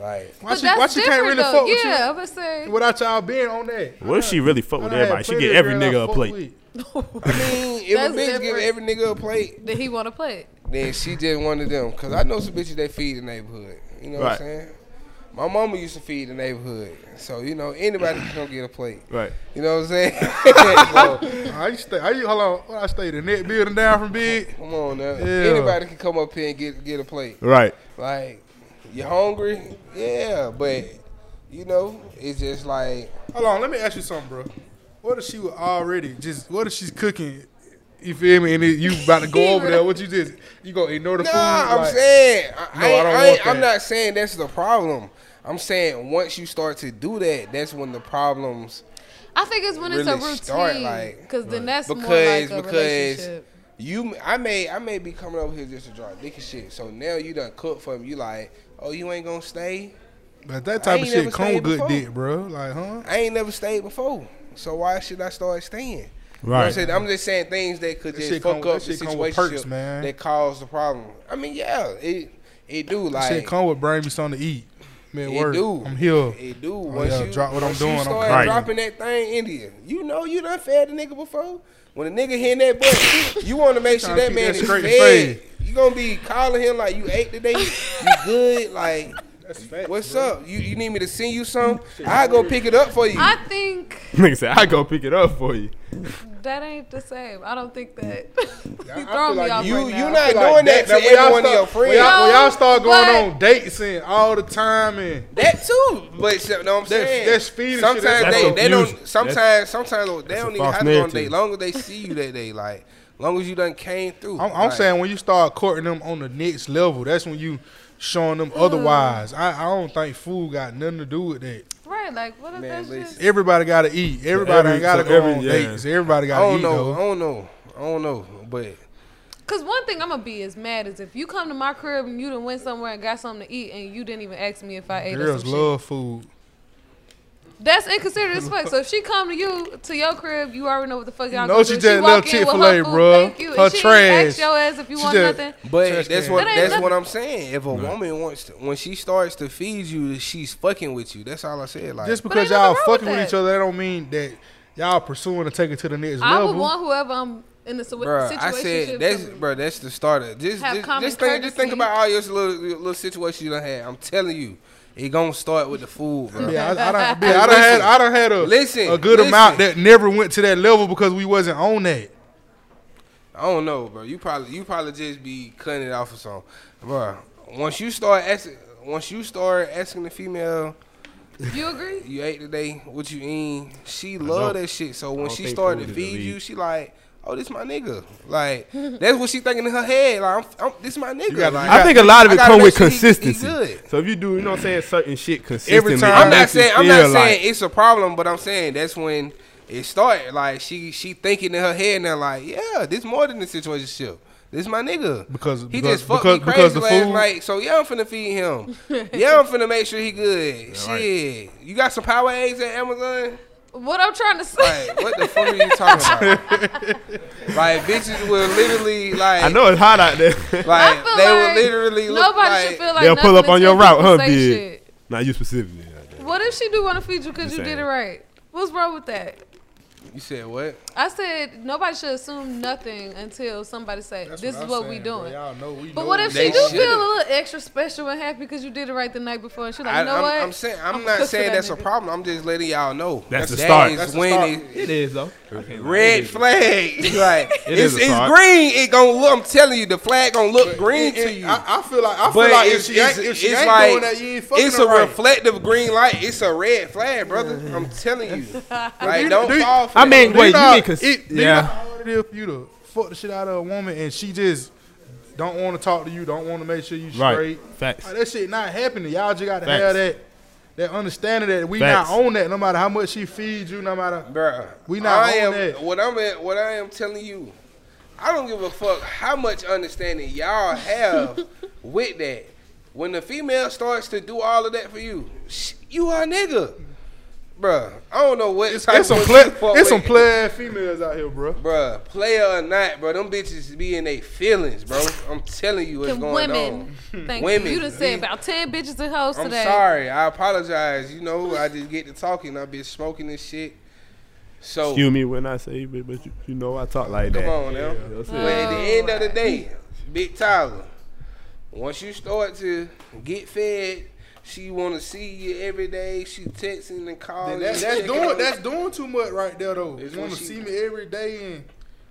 Speaker 2: Like,
Speaker 6: Why
Speaker 4: But
Speaker 6: she, why
Speaker 4: that's
Speaker 6: she can't
Speaker 4: different
Speaker 6: really
Speaker 4: though.
Speaker 6: fuck with
Speaker 4: yeah,
Speaker 6: you
Speaker 4: I'm gonna say.
Speaker 6: without y'all being on that?
Speaker 8: What if she really fuck with everybody? She get every nigga a plate.
Speaker 2: I
Speaker 4: *laughs*
Speaker 2: mean, if
Speaker 4: That's
Speaker 2: a bitch give
Speaker 4: different.
Speaker 2: every nigga a plate,
Speaker 4: Did he want to play?
Speaker 2: then she just one of them. Cause I know some bitches that feed the neighborhood. You know what I'm
Speaker 1: Right.
Speaker 2: saying? My mama used to feed the neighborhood, so you know anybody can go get a plate.
Speaker 1: Right. *laughs*
Speaker 2: You know what I'm saying? *laughs* so,
Speaker 6: I used to, I used, hold on, what I stayed the net building down from big.
Speaker 2: come on now,
Speaker 6: Yeah.
Speaker 2: anybody can come up here and get get a plate.
Speaker 1: Right.
Speaker 2: Like, you hungry? Yeah, but you know, it's just like
Speaker 6: Hold on, let me ask you something, bro. What if she was already just? What if she's cooking? You feel me? And then you about
Speaker 2: *laughs*
Speaker 6: to go over there? What you just? You gonna ignore the
Speaker 2: No,
Speaker 6: food?
Speaker 2: I'm
Speaker 6: like-
Speaker 2: saying I,
Speaker 6: No,
Speaker 2: I,
Speaker 6: I
Speaker 2: ain't-
Speaker 6: don't
Speaker 2: I, ain't-
Speaker 6: want
Speaker 2: I'm
Speaker 6: that.
Speaker 2: not saying that's the problem. I'm saying once you start to do that, that's when the problems
Speaker 4: I think it's when it's a
Speaker 2: Really
Speaker 4: routine,
Speaker 2: start, like-
Speaker 4: cause then that's more
Speaker 2: Because-
Speaker 4: like a
Speaker 2: because-
Speaker 4: relationship.
Speaker 2: you. I may I may be coming over here just to drop dick and shit. So now you done cook for me. You like, oh, you ain't gonna stay.
Speaker 6: But that
Speaker 2: I
Speaker 6: type of
Speaker 2: ain't
Speaker 6: shit
Speaker 2: never
Speaker 6: come
Speaker 2: stayed
Speaker 6: with good
Speaker 2: before.
Speaker 6: dick, bro. Like, huh?
Speaker 2: I ain't never stayed before. So why should I start staying? You know what I'm,
Speaker 1: Right.
Speaker 2: saying? I'm just saying things that could
Speaker 6: That
Speaker 2: just
Speaker 6: shit
Speaker 2: fuck
Speaker 6: come-
Speaker 2: up
Speaker 6: that
Speaker 2: the
Speaker 6: shit come with perks,
Speaker 2: situation
Speaker 6: man.
Speaker 2: that caused the problem. I mean, yeah, it it do like
Speaker 6: shit come with bring me something to eat. Man,
Speaker 2: It
Speaker 6: work.
Speaker 2: do.
Speaker 6: I'm here.
Speaker 2: It do. Once
Speaker 6: Oh, yeah,
Speaker 2: you
Speaker 6: drop what I'm
Speaker 2: once
Speaker 6: doing,
Speaker 2: You
Speaker 6: I'm
Speaker 2: start
Speaker 6: crying.
Speaker 2: dropping that thing, India. You know you done fed a nigga before. When a nigga hit that butt, you
Speaker 6: *laughs*
Speaker 2: want to make sure
Speaker 6: Tryna
Speaker 2: that
Speaker 6: keep
Speaker 2: man
Speaker 6: that
Speaker 2: is
Speaker 6: straight and
Speaker 2: fed.
Speaker 6: fade.
Speaker 2: You gonna be calling him like you ate today. You good? Like what's up? You you need me to send you some? I go pick it up for you.
Speaker 4: I think
Speaker 1: Nigga said, I go pick it up for you.
Speaker 4: that ain't the same. I don't think that. *laughs* you
Speaker 6: feel
Speaker 4: throwing me
Speaker 6: like
Speaker 4: off
Speaker 2: you
Speaker 4: right
Speaker 2: you
Speaker 4: now.
Speaker 2: not
Speaker 6: Like
Speaker 2: doing that, to
Speaker 6: now when y'all
Speaker 2: every one of your
Speaker 6: start- When
Speaker 2: friends.
Speaker 6: y'all, when y'all start going
Speaker 4: But-
Speaker 6: on dates and all the time and
Speaker 2: That too, but you know what I'm
Speaker 6: That's-
Speaker 2: saying.
Speaker 6: that's feeding shit.
Speaker 2: Sometimes
Speaker 6: That's
Speaker 2: they, they
Speaker 1: confusion.
Speaker 2: don't. Sometimes sometimes they don't even
Speaker 1: false
Speaker 2: have to go on a
Speaker 1: narrative.
Speaker 2: date. Long as they see you that day, like long as you done came through.
Speaker 6: I'm, I'm
Speaker 2: like,
Speaker 6: saying when you start courting them on the next level, that's when you showing them otherwise. I, I don't think food got nothing to do with that.
Speaker 4: right. Like what if
Speaker 2: Man,
Speaker 4: that's
Speaker 2: listen.
Speaker 4: just
Speaker 6: Everybody got to eat. Everybody
Speaker 1: every-
Speaker 6: ain't got to
Speaker 1: so
Speaker 6: go
Speaker 1: every-
Speaker 6: on
Speaker 1: yeah.
Speaker 6: dates. Everybody
Speaker 2: I
Speaker 6: got to
Speaker 2: don't
Speaker 6: eat
Speaker 2: know. I
Speaker 6: though.
Speaker 2: don't know. I don't know. But
Speaker 4: Cause one thing I'm gonna be is mad is if you come to my crib and you done went somewhere and got something to eat and you didn't even ask me if I ate or
Speaker 6: Girls
Speaker 4: some
Speaker 6: love food.
Speaker 4: shit. That's inconsiderate as
Speaker 6: *laughs*
Speaker 4: fuck. So if she come to you to your crib, you already know what the fuck y'all
Speaker 6: No,
Speaker 4: gonna
Speaker 6: she
Speaker 4: do.
Speaker 6: just
Speaker 4: walk
Speaker 6: left
Speaker 4: in with
Speaker 6: Chick-fil-A,
Speaker 4: her food,
Speaker 6: bruh.
Speaker 4: thank you,
Speaker 6: Her
Speaker 4: and she didn't ask
Speaker 6: trash.
Speaker 4: your ass if you
Speaker 6: She
Speaker 4: want
Speaker 6: just-
Speaker 4: nothing.
Speaker 2: but
Speaker 6: Trash
Speaker 2: that's
Speaker 6: can.
Speaker 2: what
Speaker 4: That ain't
Speaker 2: that's
Speaker 4: nothing.
Speaker 2: what I'm saying. If a woman wants to, when she starts to feed you, she's fucking with you. That's all I said. Like
Speaker 6: Just
Speaker 4: But
Speaker 6: because
Speaker 4: ain't nothing
Speaker 6: y'all
Speaker 4: wrong with
Speaker 6: fucking with
Speaker 4: that.
Speaker 6: each other, that don't mean that y'all pursuing to take it to the next
Speaker 4: I would
Speaker 6: level.
Speaker 4: want whoever I'm in the
Speaker 2: Bruh,
Speaker 4: situation.
Speaker 2: I said that's bro. That's the starter. Just
Speaker 4: Have
Speaker 2: just,
Speaker 4: common
Speaker 2: just think just think
Speaker 4: courtesy.
Speaker 2: about all your little your little situations you done had. I'm telling you, it gonna start with the food, bro.
Speaker 6: Yeah, I, I done, yeah, I done had I done had a
Speaker 2: Listen,
Speaker 6: a good
Speaker 2: listen.
Speaker 6: amount that never went to that level because we wasn't on that.
Speaker 2: I don't know, bro. You probably you probably just be cutting it off or something, bro. Once you start asking, once you start asking the female,
Speaker 4: You agree?
Speaker 2: you ate today, what you eat, she love that shit. So when she
Speaker 1: think food
Speaker 2: started to
Speaker 1: is the
Speaker 2: feed you,
Speaker 1: lead.
Speaker 2: she like, oh, this my nigga. Like *laughs* that's what she thinking in her head. Like I'm, I'm this my nigga.
Speaker 6: gotta-
Speaker 2: like,
Speaker 6: I
Speaker 1: I think a lot of
Speaker 2: I
Speaker 1: it
Speaker 2: gotta
Speaker 1: come
Speaker 2: make
Speaker 1: with
Speaker 2: sure he- he
Speaker 1: consistency.
Speaker 2: good.
Speaker 1: so if you do, you know what I'm saying, certain shit consistently,
Speaker 6: time-
Speaker 1: it
Speaker 6: I'm
Speaker 2: I'm not
Speaker 1: makes you
Speaker 2: saying I'm
Speaker 1: feel
Speaker 2: not
Speaker 1: like-
Speaker 2: saying it's a problem, but I'm saying that's when it started. Like she she thinking in her head now, like yeah, this more than a situationship. This my nigga.
Speaker 6: Because-
Speaker 2: he
Speaker 6: because-
Speaker 2: just fucked
Speaker 6: because-
Speaker 2: me
Speaker 6: because
Speaker 2: crazy
Speaker 6: the
Speaker 2: last
Speaker 6: food-
Speaker 2: night, so yeah, I'm finna feed him. yeah, I'm finna make sure he good. Shit, you got some power eggs at Amazon?
Speaker 4: What I'm trying to say.
Speaker 2: Like what the fuck are you talking about? like bitches will literally like
Speaker 1: I know it's hot out there.
Speaker 4: *laughs*
Speaker 1: *laughs*
Speaker 4: I
Speaker 2: like
Speaker 4: feel like
Speaker 2: they will literally look
Speaker 4: nobody
Speaker 2: like
Speaker 4: should feel like
Speaker 1: They'll pull
Speaker 4: nothing
Speaker 1: up on
Speaker 4: until
Speaker 1: your route,
Speaker 4: people
Speaker 1: huh,
Speaker 4: say
Speaker 1: Big?
Speaker 4: shit.
Speaker 1: not you specifically.
Speaker 4: What if she do want to feed you because
Speaker 1: Just
Speaker 4: you did
Speaker 1: saying.
Speaker 4: it right? What's wrong with that?
Speaker 2: you said what?
Speaker 4: I said nobody should assume nothing until somebody say this is what we doing.
Speaker 6: Y'all know we
Speaker 4: But what if she
Speaker 2: They
Speaker 4: do
Speaker 2: should've.
Speaker 4: feel a little extra special and happy because you did it right the night before? And she like,
Speaker 2: I,
Speaker 4: you know
Speaker 2: am
Speaker 4: what?
Speaker 2: I'm saying I'm,
Speaker 4: I'ma cook
Speaker 2: not
Speaker 4: for
Speaker 2: saying
Speaker 4: that
Speaker 2: that's a
Speaker 4: nigga.
Speaker 2: problem. I'm just letting y'all know.
Speaker 8: That's the
Speaker 2: that
Speaker 8: start.
Speaker 2: is
Speaker 8: That's
Speaker 2: when
Speaker 3: It is though. I can't
Speaker 2: it-
Speaker 3: lie.
Speaker 2: red flag. *laughs* like it's,
Speaker 1: is a
Speaker 2: it's
Speaker 1: start.
Speaker 2: green. It gonna look. I'm telling you, the flag gonna look green to you.
Speaker 6: I, I feel like I feel
Speaker 2: but
Speaker 6: like if
Speaker 2: it's,
Speaker 6: she ain't,
Speaker 2: it's,
Speaker 6: if she
Speaker 2: it's
Speaker 6: ain't
Speaker 2: like
Speaker 6: doing that, you ain't fucking
Speaker 2: it's
Speaker 6: her
Speaker 2: a
Speaker 6: right.
Speaker 2: reflective green light. It's a red flag, brother. I'm telling
Speaker 4: *laughs*
Speaker 2: you. Like don't
Speaker 6: do you-
Speaker 2: fall for
Speaker 3: I
Speaker 2: that.
Speaker 3: mean,
Speaker 6: Do
Speaker 3: wait, you
Speaker 6: know-
Speaker 3: mean cons-
Speaker 6: it- do you know
Speaker 3: yeah.
Speaker 6: how hard it is for you to fuck the shit out of a woman and she just don't want to talk to you, don't want to make sure you
Speaker 1: Right.
Speaker 6: straight.
Speaker 1: Facts.
Speaker 6: Like, that shit not happening. Y'all just got to
Speaker 1: Facts.
Speaker 6: have that that understanding that we
Speaker 1: Facts.
Speaker 6: not on that. No matter how much she feeds you, no matter
Speaker 2: Bruh,
Speaker 6: We not
Speaker 2: I
Speaker 6: on
Speaker 2: am,
Speaker 6: that.
Speaker 2: What I'm at, what I am telling you, I don't give a fuck how much understanding y'all
Speaker 6: *laughs*
Speaker 2: have with that. When the female starts to do all of that for you, sh- you are a nigga, bruh. I don't know what type
Speaker 6: it's some
Speaker 2: of
Speaker 6: play,
Speaker 2: you fuck
Speaker 6: it's some
Speaker 2: with.
Speaker 6: player females out here, bro.
Speaker 2: Bruh, player or not, bro, them bitches be in their feelings, bro. I'm telling you what's
Speaker 4: Can
Speaker 2: going
Speaker 4: women, *laughs*
Speaker 2: on.
Speaker 4: thank
Speaker 2: Women,
Speaker 4: you. You done said
Speaker 2: be-
Speaker 4: about ten bitches and hoes
Speaker 2: I'm
Speaker 4: today.
Speaker 2: sorry. I apologize. You know, I just get to talking. I've been smoking this shit. So
Speaker 8: Excuse me when I say, but, but you, you know I talk like that.
Speaker 2: Oh. Come on now. But at the end of the
Speaker 1: Oh,
Speaker 2: day, Big Tyler, once you start to get fed, she want to see you every day. She texting and calling.
Speaker 6: That's,
Speaker 2: you,
Speaker 6: that's
Speaker 2: checking
Speaker 6: doing
Speaker 2: on you.
Speaker 6: that's doing too much right there though.
Speaker 2: It's
Speaker 6: You want
Speaker 2: when
Speaker 6: to
Speaker 2: she-
Speaker 6: see me every day and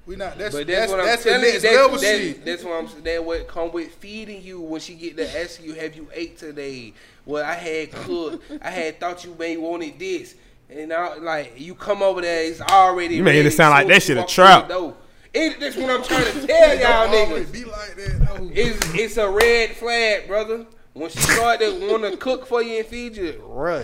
Speaker 6: we not. That's
Speaker 2: But
Speaker 6: that's
Speaker 2: that's, what I'm
Speaker 6: that's the
Speaker 2: telling you.
Speaker 6: next
Speaker 2: That's,
Speaker 6: level
Speaker 2: that's-
Speaker 6: shit.
Speaker 2: that's what I'm. That what come with feeding you when she get to ask you, "Have you ate today?" Well, I had cooked. I had thought you may wanted this, and I like you come over there. It's already.
Speaker 1: You making
Speaker 2: ready
Speaker 1: it sound like
Speaker 2: soon as
Speaker 1: that
Speaker 2: you
Speaker 1: shit a
Speaker 2: walk through the
Speaker 1: trap.
Speaker 2: door. It, that's what I'm trying to
Speaker 6: *laughs*
Speaker 2: tell y'all
Speaker 6: Don't
Speaker 2: niggas.
Speaker 6: always Be like that. though.
Speaker 2: It's it's a red flag, brother. When she start to want to cook for you and feed you, run.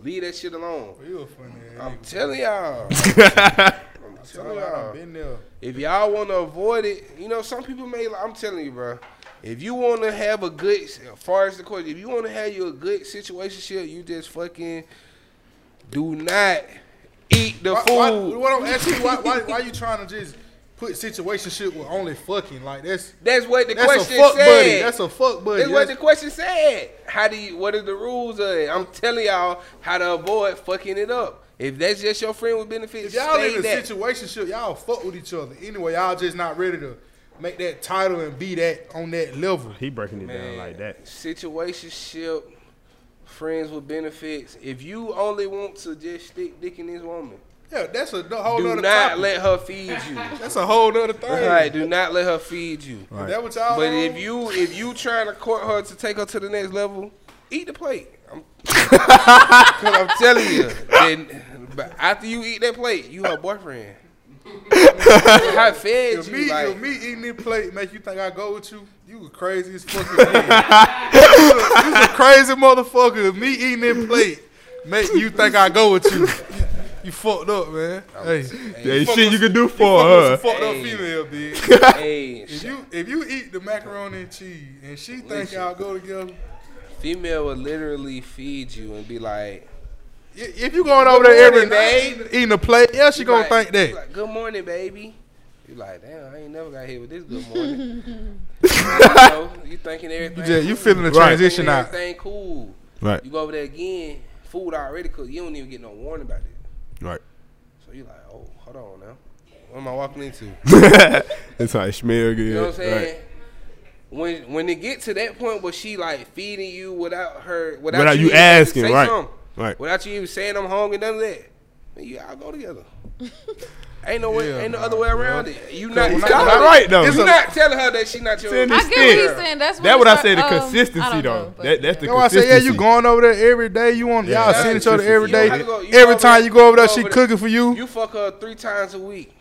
Speaker 2: Leave that shit alone.
Speaker 6: You a funny ass
Speaker 2: I'm telling y'all.
Speaker 1: *laughs*
Speaker 2: I'm telling
Speaker 6: nigga. I've
Speaker 2: y'all.
Speaker 6: been there.
Speaker 2: If y'all want to avoid it, you know, some people may. I'm telling you, bro. If you want to have a good, as far as the question, if you want to have your good situation, you just fucking do not eat the
Speaker 6: Why,
Speaker 2: food.
Speaker 6: why, what I'm asking, you, why, why, why you trying to just put situation shit with only fucking like that's
Speaker 2: That's what the
Speaker 6: that's a
Speaker 2: question
Speaker 6: fuck
Speaker 2: said.
Speaker 6: buddy. That's a fuck buddy.
Speaker 2: That's what the
Speaker 6: That's-
Speaker 2: question said. How do you? What are the rules of it? I'm telling y'all how to avoid fucking it up. If that's just your friend with benefits,
Speaker 6: if y'all
Speaker 2: stay
Speaker 6: in a
Speaker 2: that.
Speaker 6: situation shit, y'all fuck with each other anyway. Y'all just not ready to make that title and be that on that level.
Speaker 8: He breaking it down
Speaker 2: Man,
Speaker 8: like that.
Speaker 2: Situationship, friends with benefits. If you only want to just stick dick in this woman,
Speaker 6: Yeah, that's a whole
Speaker 2: do
Speaker 6: nother
Speaker 2: not
Speaker 6: topic.
Speaker 2: let her feed
Speaker 6: *laughs*
Speaker 2: you.
Speaker 6: that's a whole nother thing.
Speaker 2: right, do not let her feed you.
Speaker 6: Is that what y'all?
Speaker 2: But
Speaker 6: on?
Speaker 2: if you if you trying to court her to take her to the next level, eat the plate.
Speaker 6: *laughs*
Speaker 2: I'm, 'Cause I'm telling you, then but after you eat that plate, you her boyfriend. I fed
Speaker 6: If
Speaker 2: you
Speaker 6: me, if
Speaker 2: like
Speaker 6: me eating this plate make you think I go with you, you was
Speaker 1: *laughs*
Speaker 6: crazy as fucking. you a you a crazy motherfucker. If me eating this plate make you think I go with you, you fucked up, man. Hey,
Speaker 1: Yeah,
Speaker 6: fuck
Speaker 1: shit
Speaker 6: with
Speaker 1: you
Speaker 6: some-
Speaker 1: can do
Speaker 6: fuck
Speaker 1: for
Speaker 6: with some
Speaker 1: her.
Speaker 6: fucked
Speaker 2: Hey.
Speaker 6: up female, bitch.
Speaker 2: hey,
Speaker 6: If you if you eat the macaroni and cheese and she think y'all go together,
Speaker 2: female will literally feed you and be like,
Speaker 6: i- if you going over there every
Speaker 2: morning,
Speaker 6: night
Speaker 2: babe.
Speaker 6: eating- eating a plate, yeah, she gonna
Speaker 2: like-
Speaker 6: think that.
Speaker 2: like, good morning, baby. You like, damn, I ain't never got hit with this good morning. you, know, you thinking everything
Speaker 6: You just you feeling the
Speaker 1: Right.
Speaker 6: transition out.
Speaker 2: everything cool.
Speaker 1: Right,
Speaker 2: You go over there again, food already cooked. You don't even get no warning about it.
Speaker 1: right. *laughs*
Speaker 2: So you like, oh, hold on now. What am I walking into? You
Speaker 1: It's like smell good.
Speaker 2: know what I'm saying?
Speaker 1: Right.
Speaker 2: When when it get to that point where she like feeding you without her without,
Speaker 1: Without you
Speaker 2: even having to
Speaker 1: asking,
Speaker 2: say
Speaker 1: right.
Speaker 2: something,
Speaker 1: Right.
Speaker 2: Without you even saying I'm hungry, none of that. Man, you all go
Speaker 1: *laughs*
Speaker 2: together. ain't no way,
Speaker 6: Yeah,
Speaker 2: ain't no
Speaker 6: nah,
Speaker 2: other way
Speaker 6: bro.
Speaker 2: around it. You not,
Speaker 6: when I-
Speaker 2: telling
Speaker 6: when I-
Speaker 2: her that-
Speaker 1: right, though.
Speaker 2: You
Speaker 1: It's
Speaker 6: a-
Speaker 2: not telling her that she not your.
Speaker 1: It's
Speaker 4: I get what he's
Speaker 1: Yeah.
Speaker 4: saying. That's what,
Speaker 1: That what I said. The
Speaker 4: um, I
Speaker 1: consistency
Speaker 4: don't
Speaker 1: though.
Speaker 4: know, but
Speaker 1: That, that's the
Speaker 6: That's why I say,
Speaker 1: consistency.
Speaker 6: yeah, you going over there every day. You on
Speaker 1: Yeah.
Speaker 6: y'all seeing each other every
Speaker 2: You don't
Speaker 6: day.
Speaker 2: have to go- you
Speaker 6: every
Speaker 2: over
Speaker 6: time
Speaker 2: there-
Speaker 6: you Mm. go over there,
Speaker 2: you
Speaker 6: she
Speaker 2: over there.
Speaker 6: cooking for you.
Speaker 2: You fuck her three times a week.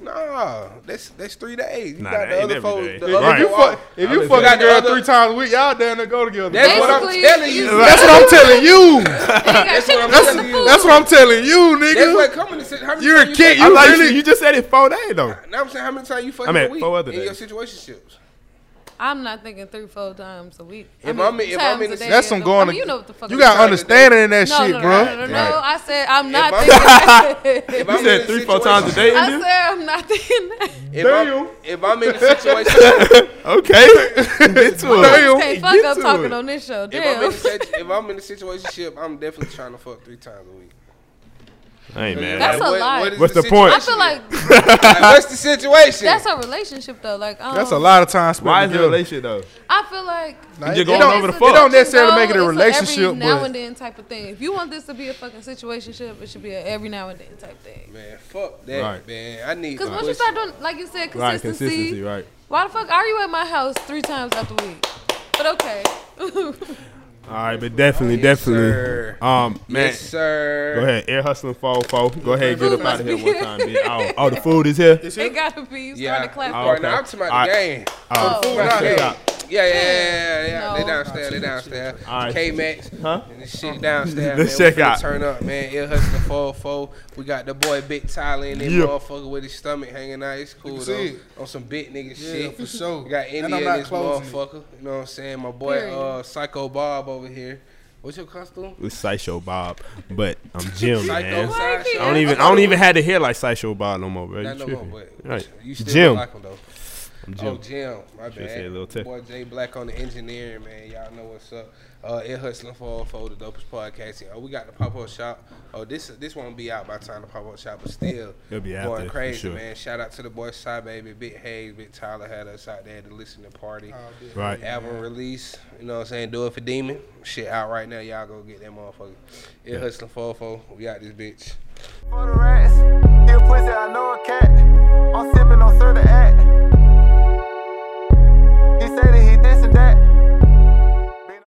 Speaker 2: Nah, that's that's three days. You
Speaker 1: Nah,
Speaker 2: got
Speaker 1: that
Speaker 2: the
Speaker 1: ain't
Speaker 2: other
Speaker 1: every
Speaker 2: four.
Speaker 1: day.
Speaker 2: The
Speaker 6: If,
Speaker 2: other
Speaker 1: Right.
Speaker 6: if you
Speaker 2: four
Speaker 6: fuck,
Speaker 2: off.
Speaker 6: if you
Speaker 2: I've
Speaker 6: fuck
Speaker 2: been
Speaker 6: a
Speaker 2: saying the
Speaker 6: girl three
Speaker 2: other-
Speaker 6: times a week, y'all down there go together.
Speaker 2: That's what I'm
Speaker 4: Basically,
Speaker 2: telling
Speaker 4: you-
Speaker 2: you.
Speaker 6: *laughs* that's what I'm telling you.
Speaker 4: That's
Speaker 2: what I'm
Speaker 6: That's,
Speaker 2: telling you.
Speaker 6: that's what I'm telling you,
Speaker 2: That's what
Speaker 6: nigga.
Speaker 2: coming to sit. How many
Speaker 6: You're a
Speaker 2: times
Speaker 6: kid.
Speaker 2: You,
Speaker 6: You
Speaker 8: I like
Speaker 6: really.
Speaker 8: you, you just said it four days though.
Speaker 2: fuck- now I'm saying how many times you fucking
Speaker 8: I mean,
Speaker 2: a week
Speaker 8: four other
Speaker 2: in your
Speaker 8: days.
Speaker 2: situationships?
Speaker 4: I'm not thinking three, four times a week. I
Speaker 2: If
Speaker 4: mean,
Speaker 2: I'm in- if I'm
Speaker 4: times
Speaker 2: in
Speaker 4: a
Speaker 2: the-
Speaker 4: day
Speaker 6: that's
Speaker 4: is
Speaker 6: some
Speaker 4: a-
Speaker 6: going.
Speaker 4: I mean, you know what the fuck?
Speaker 6: you
Speaker 4: I'm
Speaker 6: got
Speaker 4: saying.
Speaker 6: understanding in that
Speaker 4: no,
Speaker 6: shit,
Speaker 4: no,
Speaker 6: bro.
Speaker 4: No, no, no,
Speaker 2: Right.
Speaker 4: no. I said I'm not
Speaker 2: I'm-
Speaker 4: thinking. *laughs* that.
Speaker 2: If I'm
Speaker 8: You said
Speaker 2: in a
Speaker 8: three, four times a
Speaker 2: situation-
Speaker 8: day.
Speaker 4: I
Speaker 8: India?
Speaker 4: said I'm not thinking
Speaker 6: *laughs*
Speaker 4: that.
Speaker 2: If I'm, if
Speaker 8: *laughs*
Speaker 2: I'm in a situation,
Speaker 6: *laughs*
Speaker 8: Okay, get to it.
Speaker 4: Can't fuck
Speaker 8: Get
Speaker 4: up
Speaker 8: to
Speaker 4: talking
Speaker 8: it.
Speaker 4: on this show.
Speaker 2: if I'm in
Speaker 4: Damn.
Speaker 2: a situ- if I'm in a situationship, I'm definitely trying to fuck three times a week.
Speaker 8: Hey man,
Speaker 4: That's a
Speaker 2: Like, what-
Speaker 4: lot.
Speaker 2: what is
Speaker 8: What's the point?
Speaker 4: I
Speaker 2: situation?
Speaker 4: feel like
Speaker 2: Like, what's the situation?
Speaker 4: that's a relationship though. Like um,
Speaker 6: That's a lot of time spent.
Speaker 8: why is it a
Speaker 6: together.
Speaker 8: relationship though?
Speaker 4: I feel like
Speaker 6: Like,
Speaker 8: just
Speaker 6: it
Speaker 8: going
Speaker 6: don't-
Speaker 8: over the
Speaker 6: It
Speaker 8: fuck.
Speaker 6: don't necessarily
Speaker 4: No,
Speaker 6: make it a
Speaker 4: it's
Speaker 6: relationship,
Speaker 4: every now
Speaker 6: but
Speaker 4: and then type of thing. If you want this to be a fucking situationship, it should be an every now and then type thing.
Speaker 2: man, fuck that,
Speaker 8: Right.
Speaker 2: man. I need.
Speaker 4: Because once you
Speaker 2: pussy.
Speaker 4: start doing, like you said, consistency.
Speaker 8: Right, consistency, right?
Speaker 4: Why the fuck are you at my house three times out the week? But okay,
Speaker 1: All right, but definitely,
Speaker 2: Yes,
Speaker 1: definitely.
Speaker 2: sir.
Speaker 1: Um, man,
Speaker 2: yes, sir.
Speaker 1: go ahead. Air hustling four four. Go ahead, get up
Speaker 4: Food
Speaker 1: out of here
Speaker 4: must
Speaker 1: one
Speaker 4: be-
Speaker 1: time. B. Oh, oh, the food is here.
Speaker 4: *laughs* it gotta be you
Speaker 2: Yeah,
Speaker 4: starting to clap.
Speaker 2: Oh,
Speaker 1: okay.
Speaker 2: now I'm talking about
Speaker 1: All right.
Speaker 2: the game.
Speaker 1: Oh,
Speaker 2: Food not
Speaker 1: check
Speaker 2: game.
Speaker 1: it out.
Speaker 2: Yeah, yeah, yeah, yeah. yeah. They
Speaker 4: No.
Speaker 2: downstairs. They downstairs.
Speaker 1: All right.
Speaker 2: K Max.
Speaker 1: Huh?
Speaker 2: And this shit downstairs.
Speaker 1: Let's
Speaker 2: man.
Speaker 1: check
Speaker 2: We finna
Speaker 1: out.
Speaker 2: Turn up, man. It hustling four four. We got the boy Big Tyler in there,
Speaker 1: Yeah.
Speaker 2: motherfucker with his stomach hanging out. It's cool
Speaker 6: can
Speaker 2: though.
Speaker 6: see it.
Speaker 2: On some big nigga
Speaker 6: Yeah,
Speaker 2: shit.
Speaker 6: for sure.
Speaker 2: We got India
Speaker 6: And I'm
Speaker 2: in
Speaker 6: not
Speaker 2: this
Speaker 6: closing it.
Speaker 2: motherfucker. You know what I'm saying? My boy
Speaker 4: Period.
Speaker 2: uh, Psycho Bob over here. What's your costume?
Speaker 1: It's Sideshow Bob, but I'm Jim, man.
Speaker 4: Bob.
Speaker 2: side
Speaker 4: Why
Speaker 2: shot.
Speaker 1: I don't even, I don't even had to hair like Sideshow Bob no more, bro. You
Speaker 2: Not no more,
Speaker 1: tripping?
Speaker 2: but
Speaker 1: Right,
Speaker 2: you still
Speaker 1: Jim.
Speaker 2: like him though.
Speaker 1: I'm
Speaker 2: Oh,
Speaker 1: Jim.
Speaker 2: Jim, my
Speaker 1: Should've
Speaker 2: bad.
Speaker 1: said Lil Tech.
Speaker 2: Boy Jay Black on the engineering, man. Y'all know what's up. Uh, it hustling for for the dopest podcasting. Oh, we got the pop up shop. Oh, this this won't be out by the time the pop up shop, but still
Speaker 1: It'll be
Speaker 2: going
Speaker 1: after, for
Speaker 2: crazy,
Speaker 1: sure.
Speaker 2: man. Shout out to the boy Shy Baby, Big Hayes, Big Tyler had us out there to listen to party.
Speaker 1: Right.
Speaker 2: Album release, you know what I'm saying? Do it for Demon. Shit out right now. Y'all go get that motherfucker. It hustling for for. We out this bitch.
Speaker 9: For the rats, you pussy, I know a cat. I'm sipping on certain act. He said that he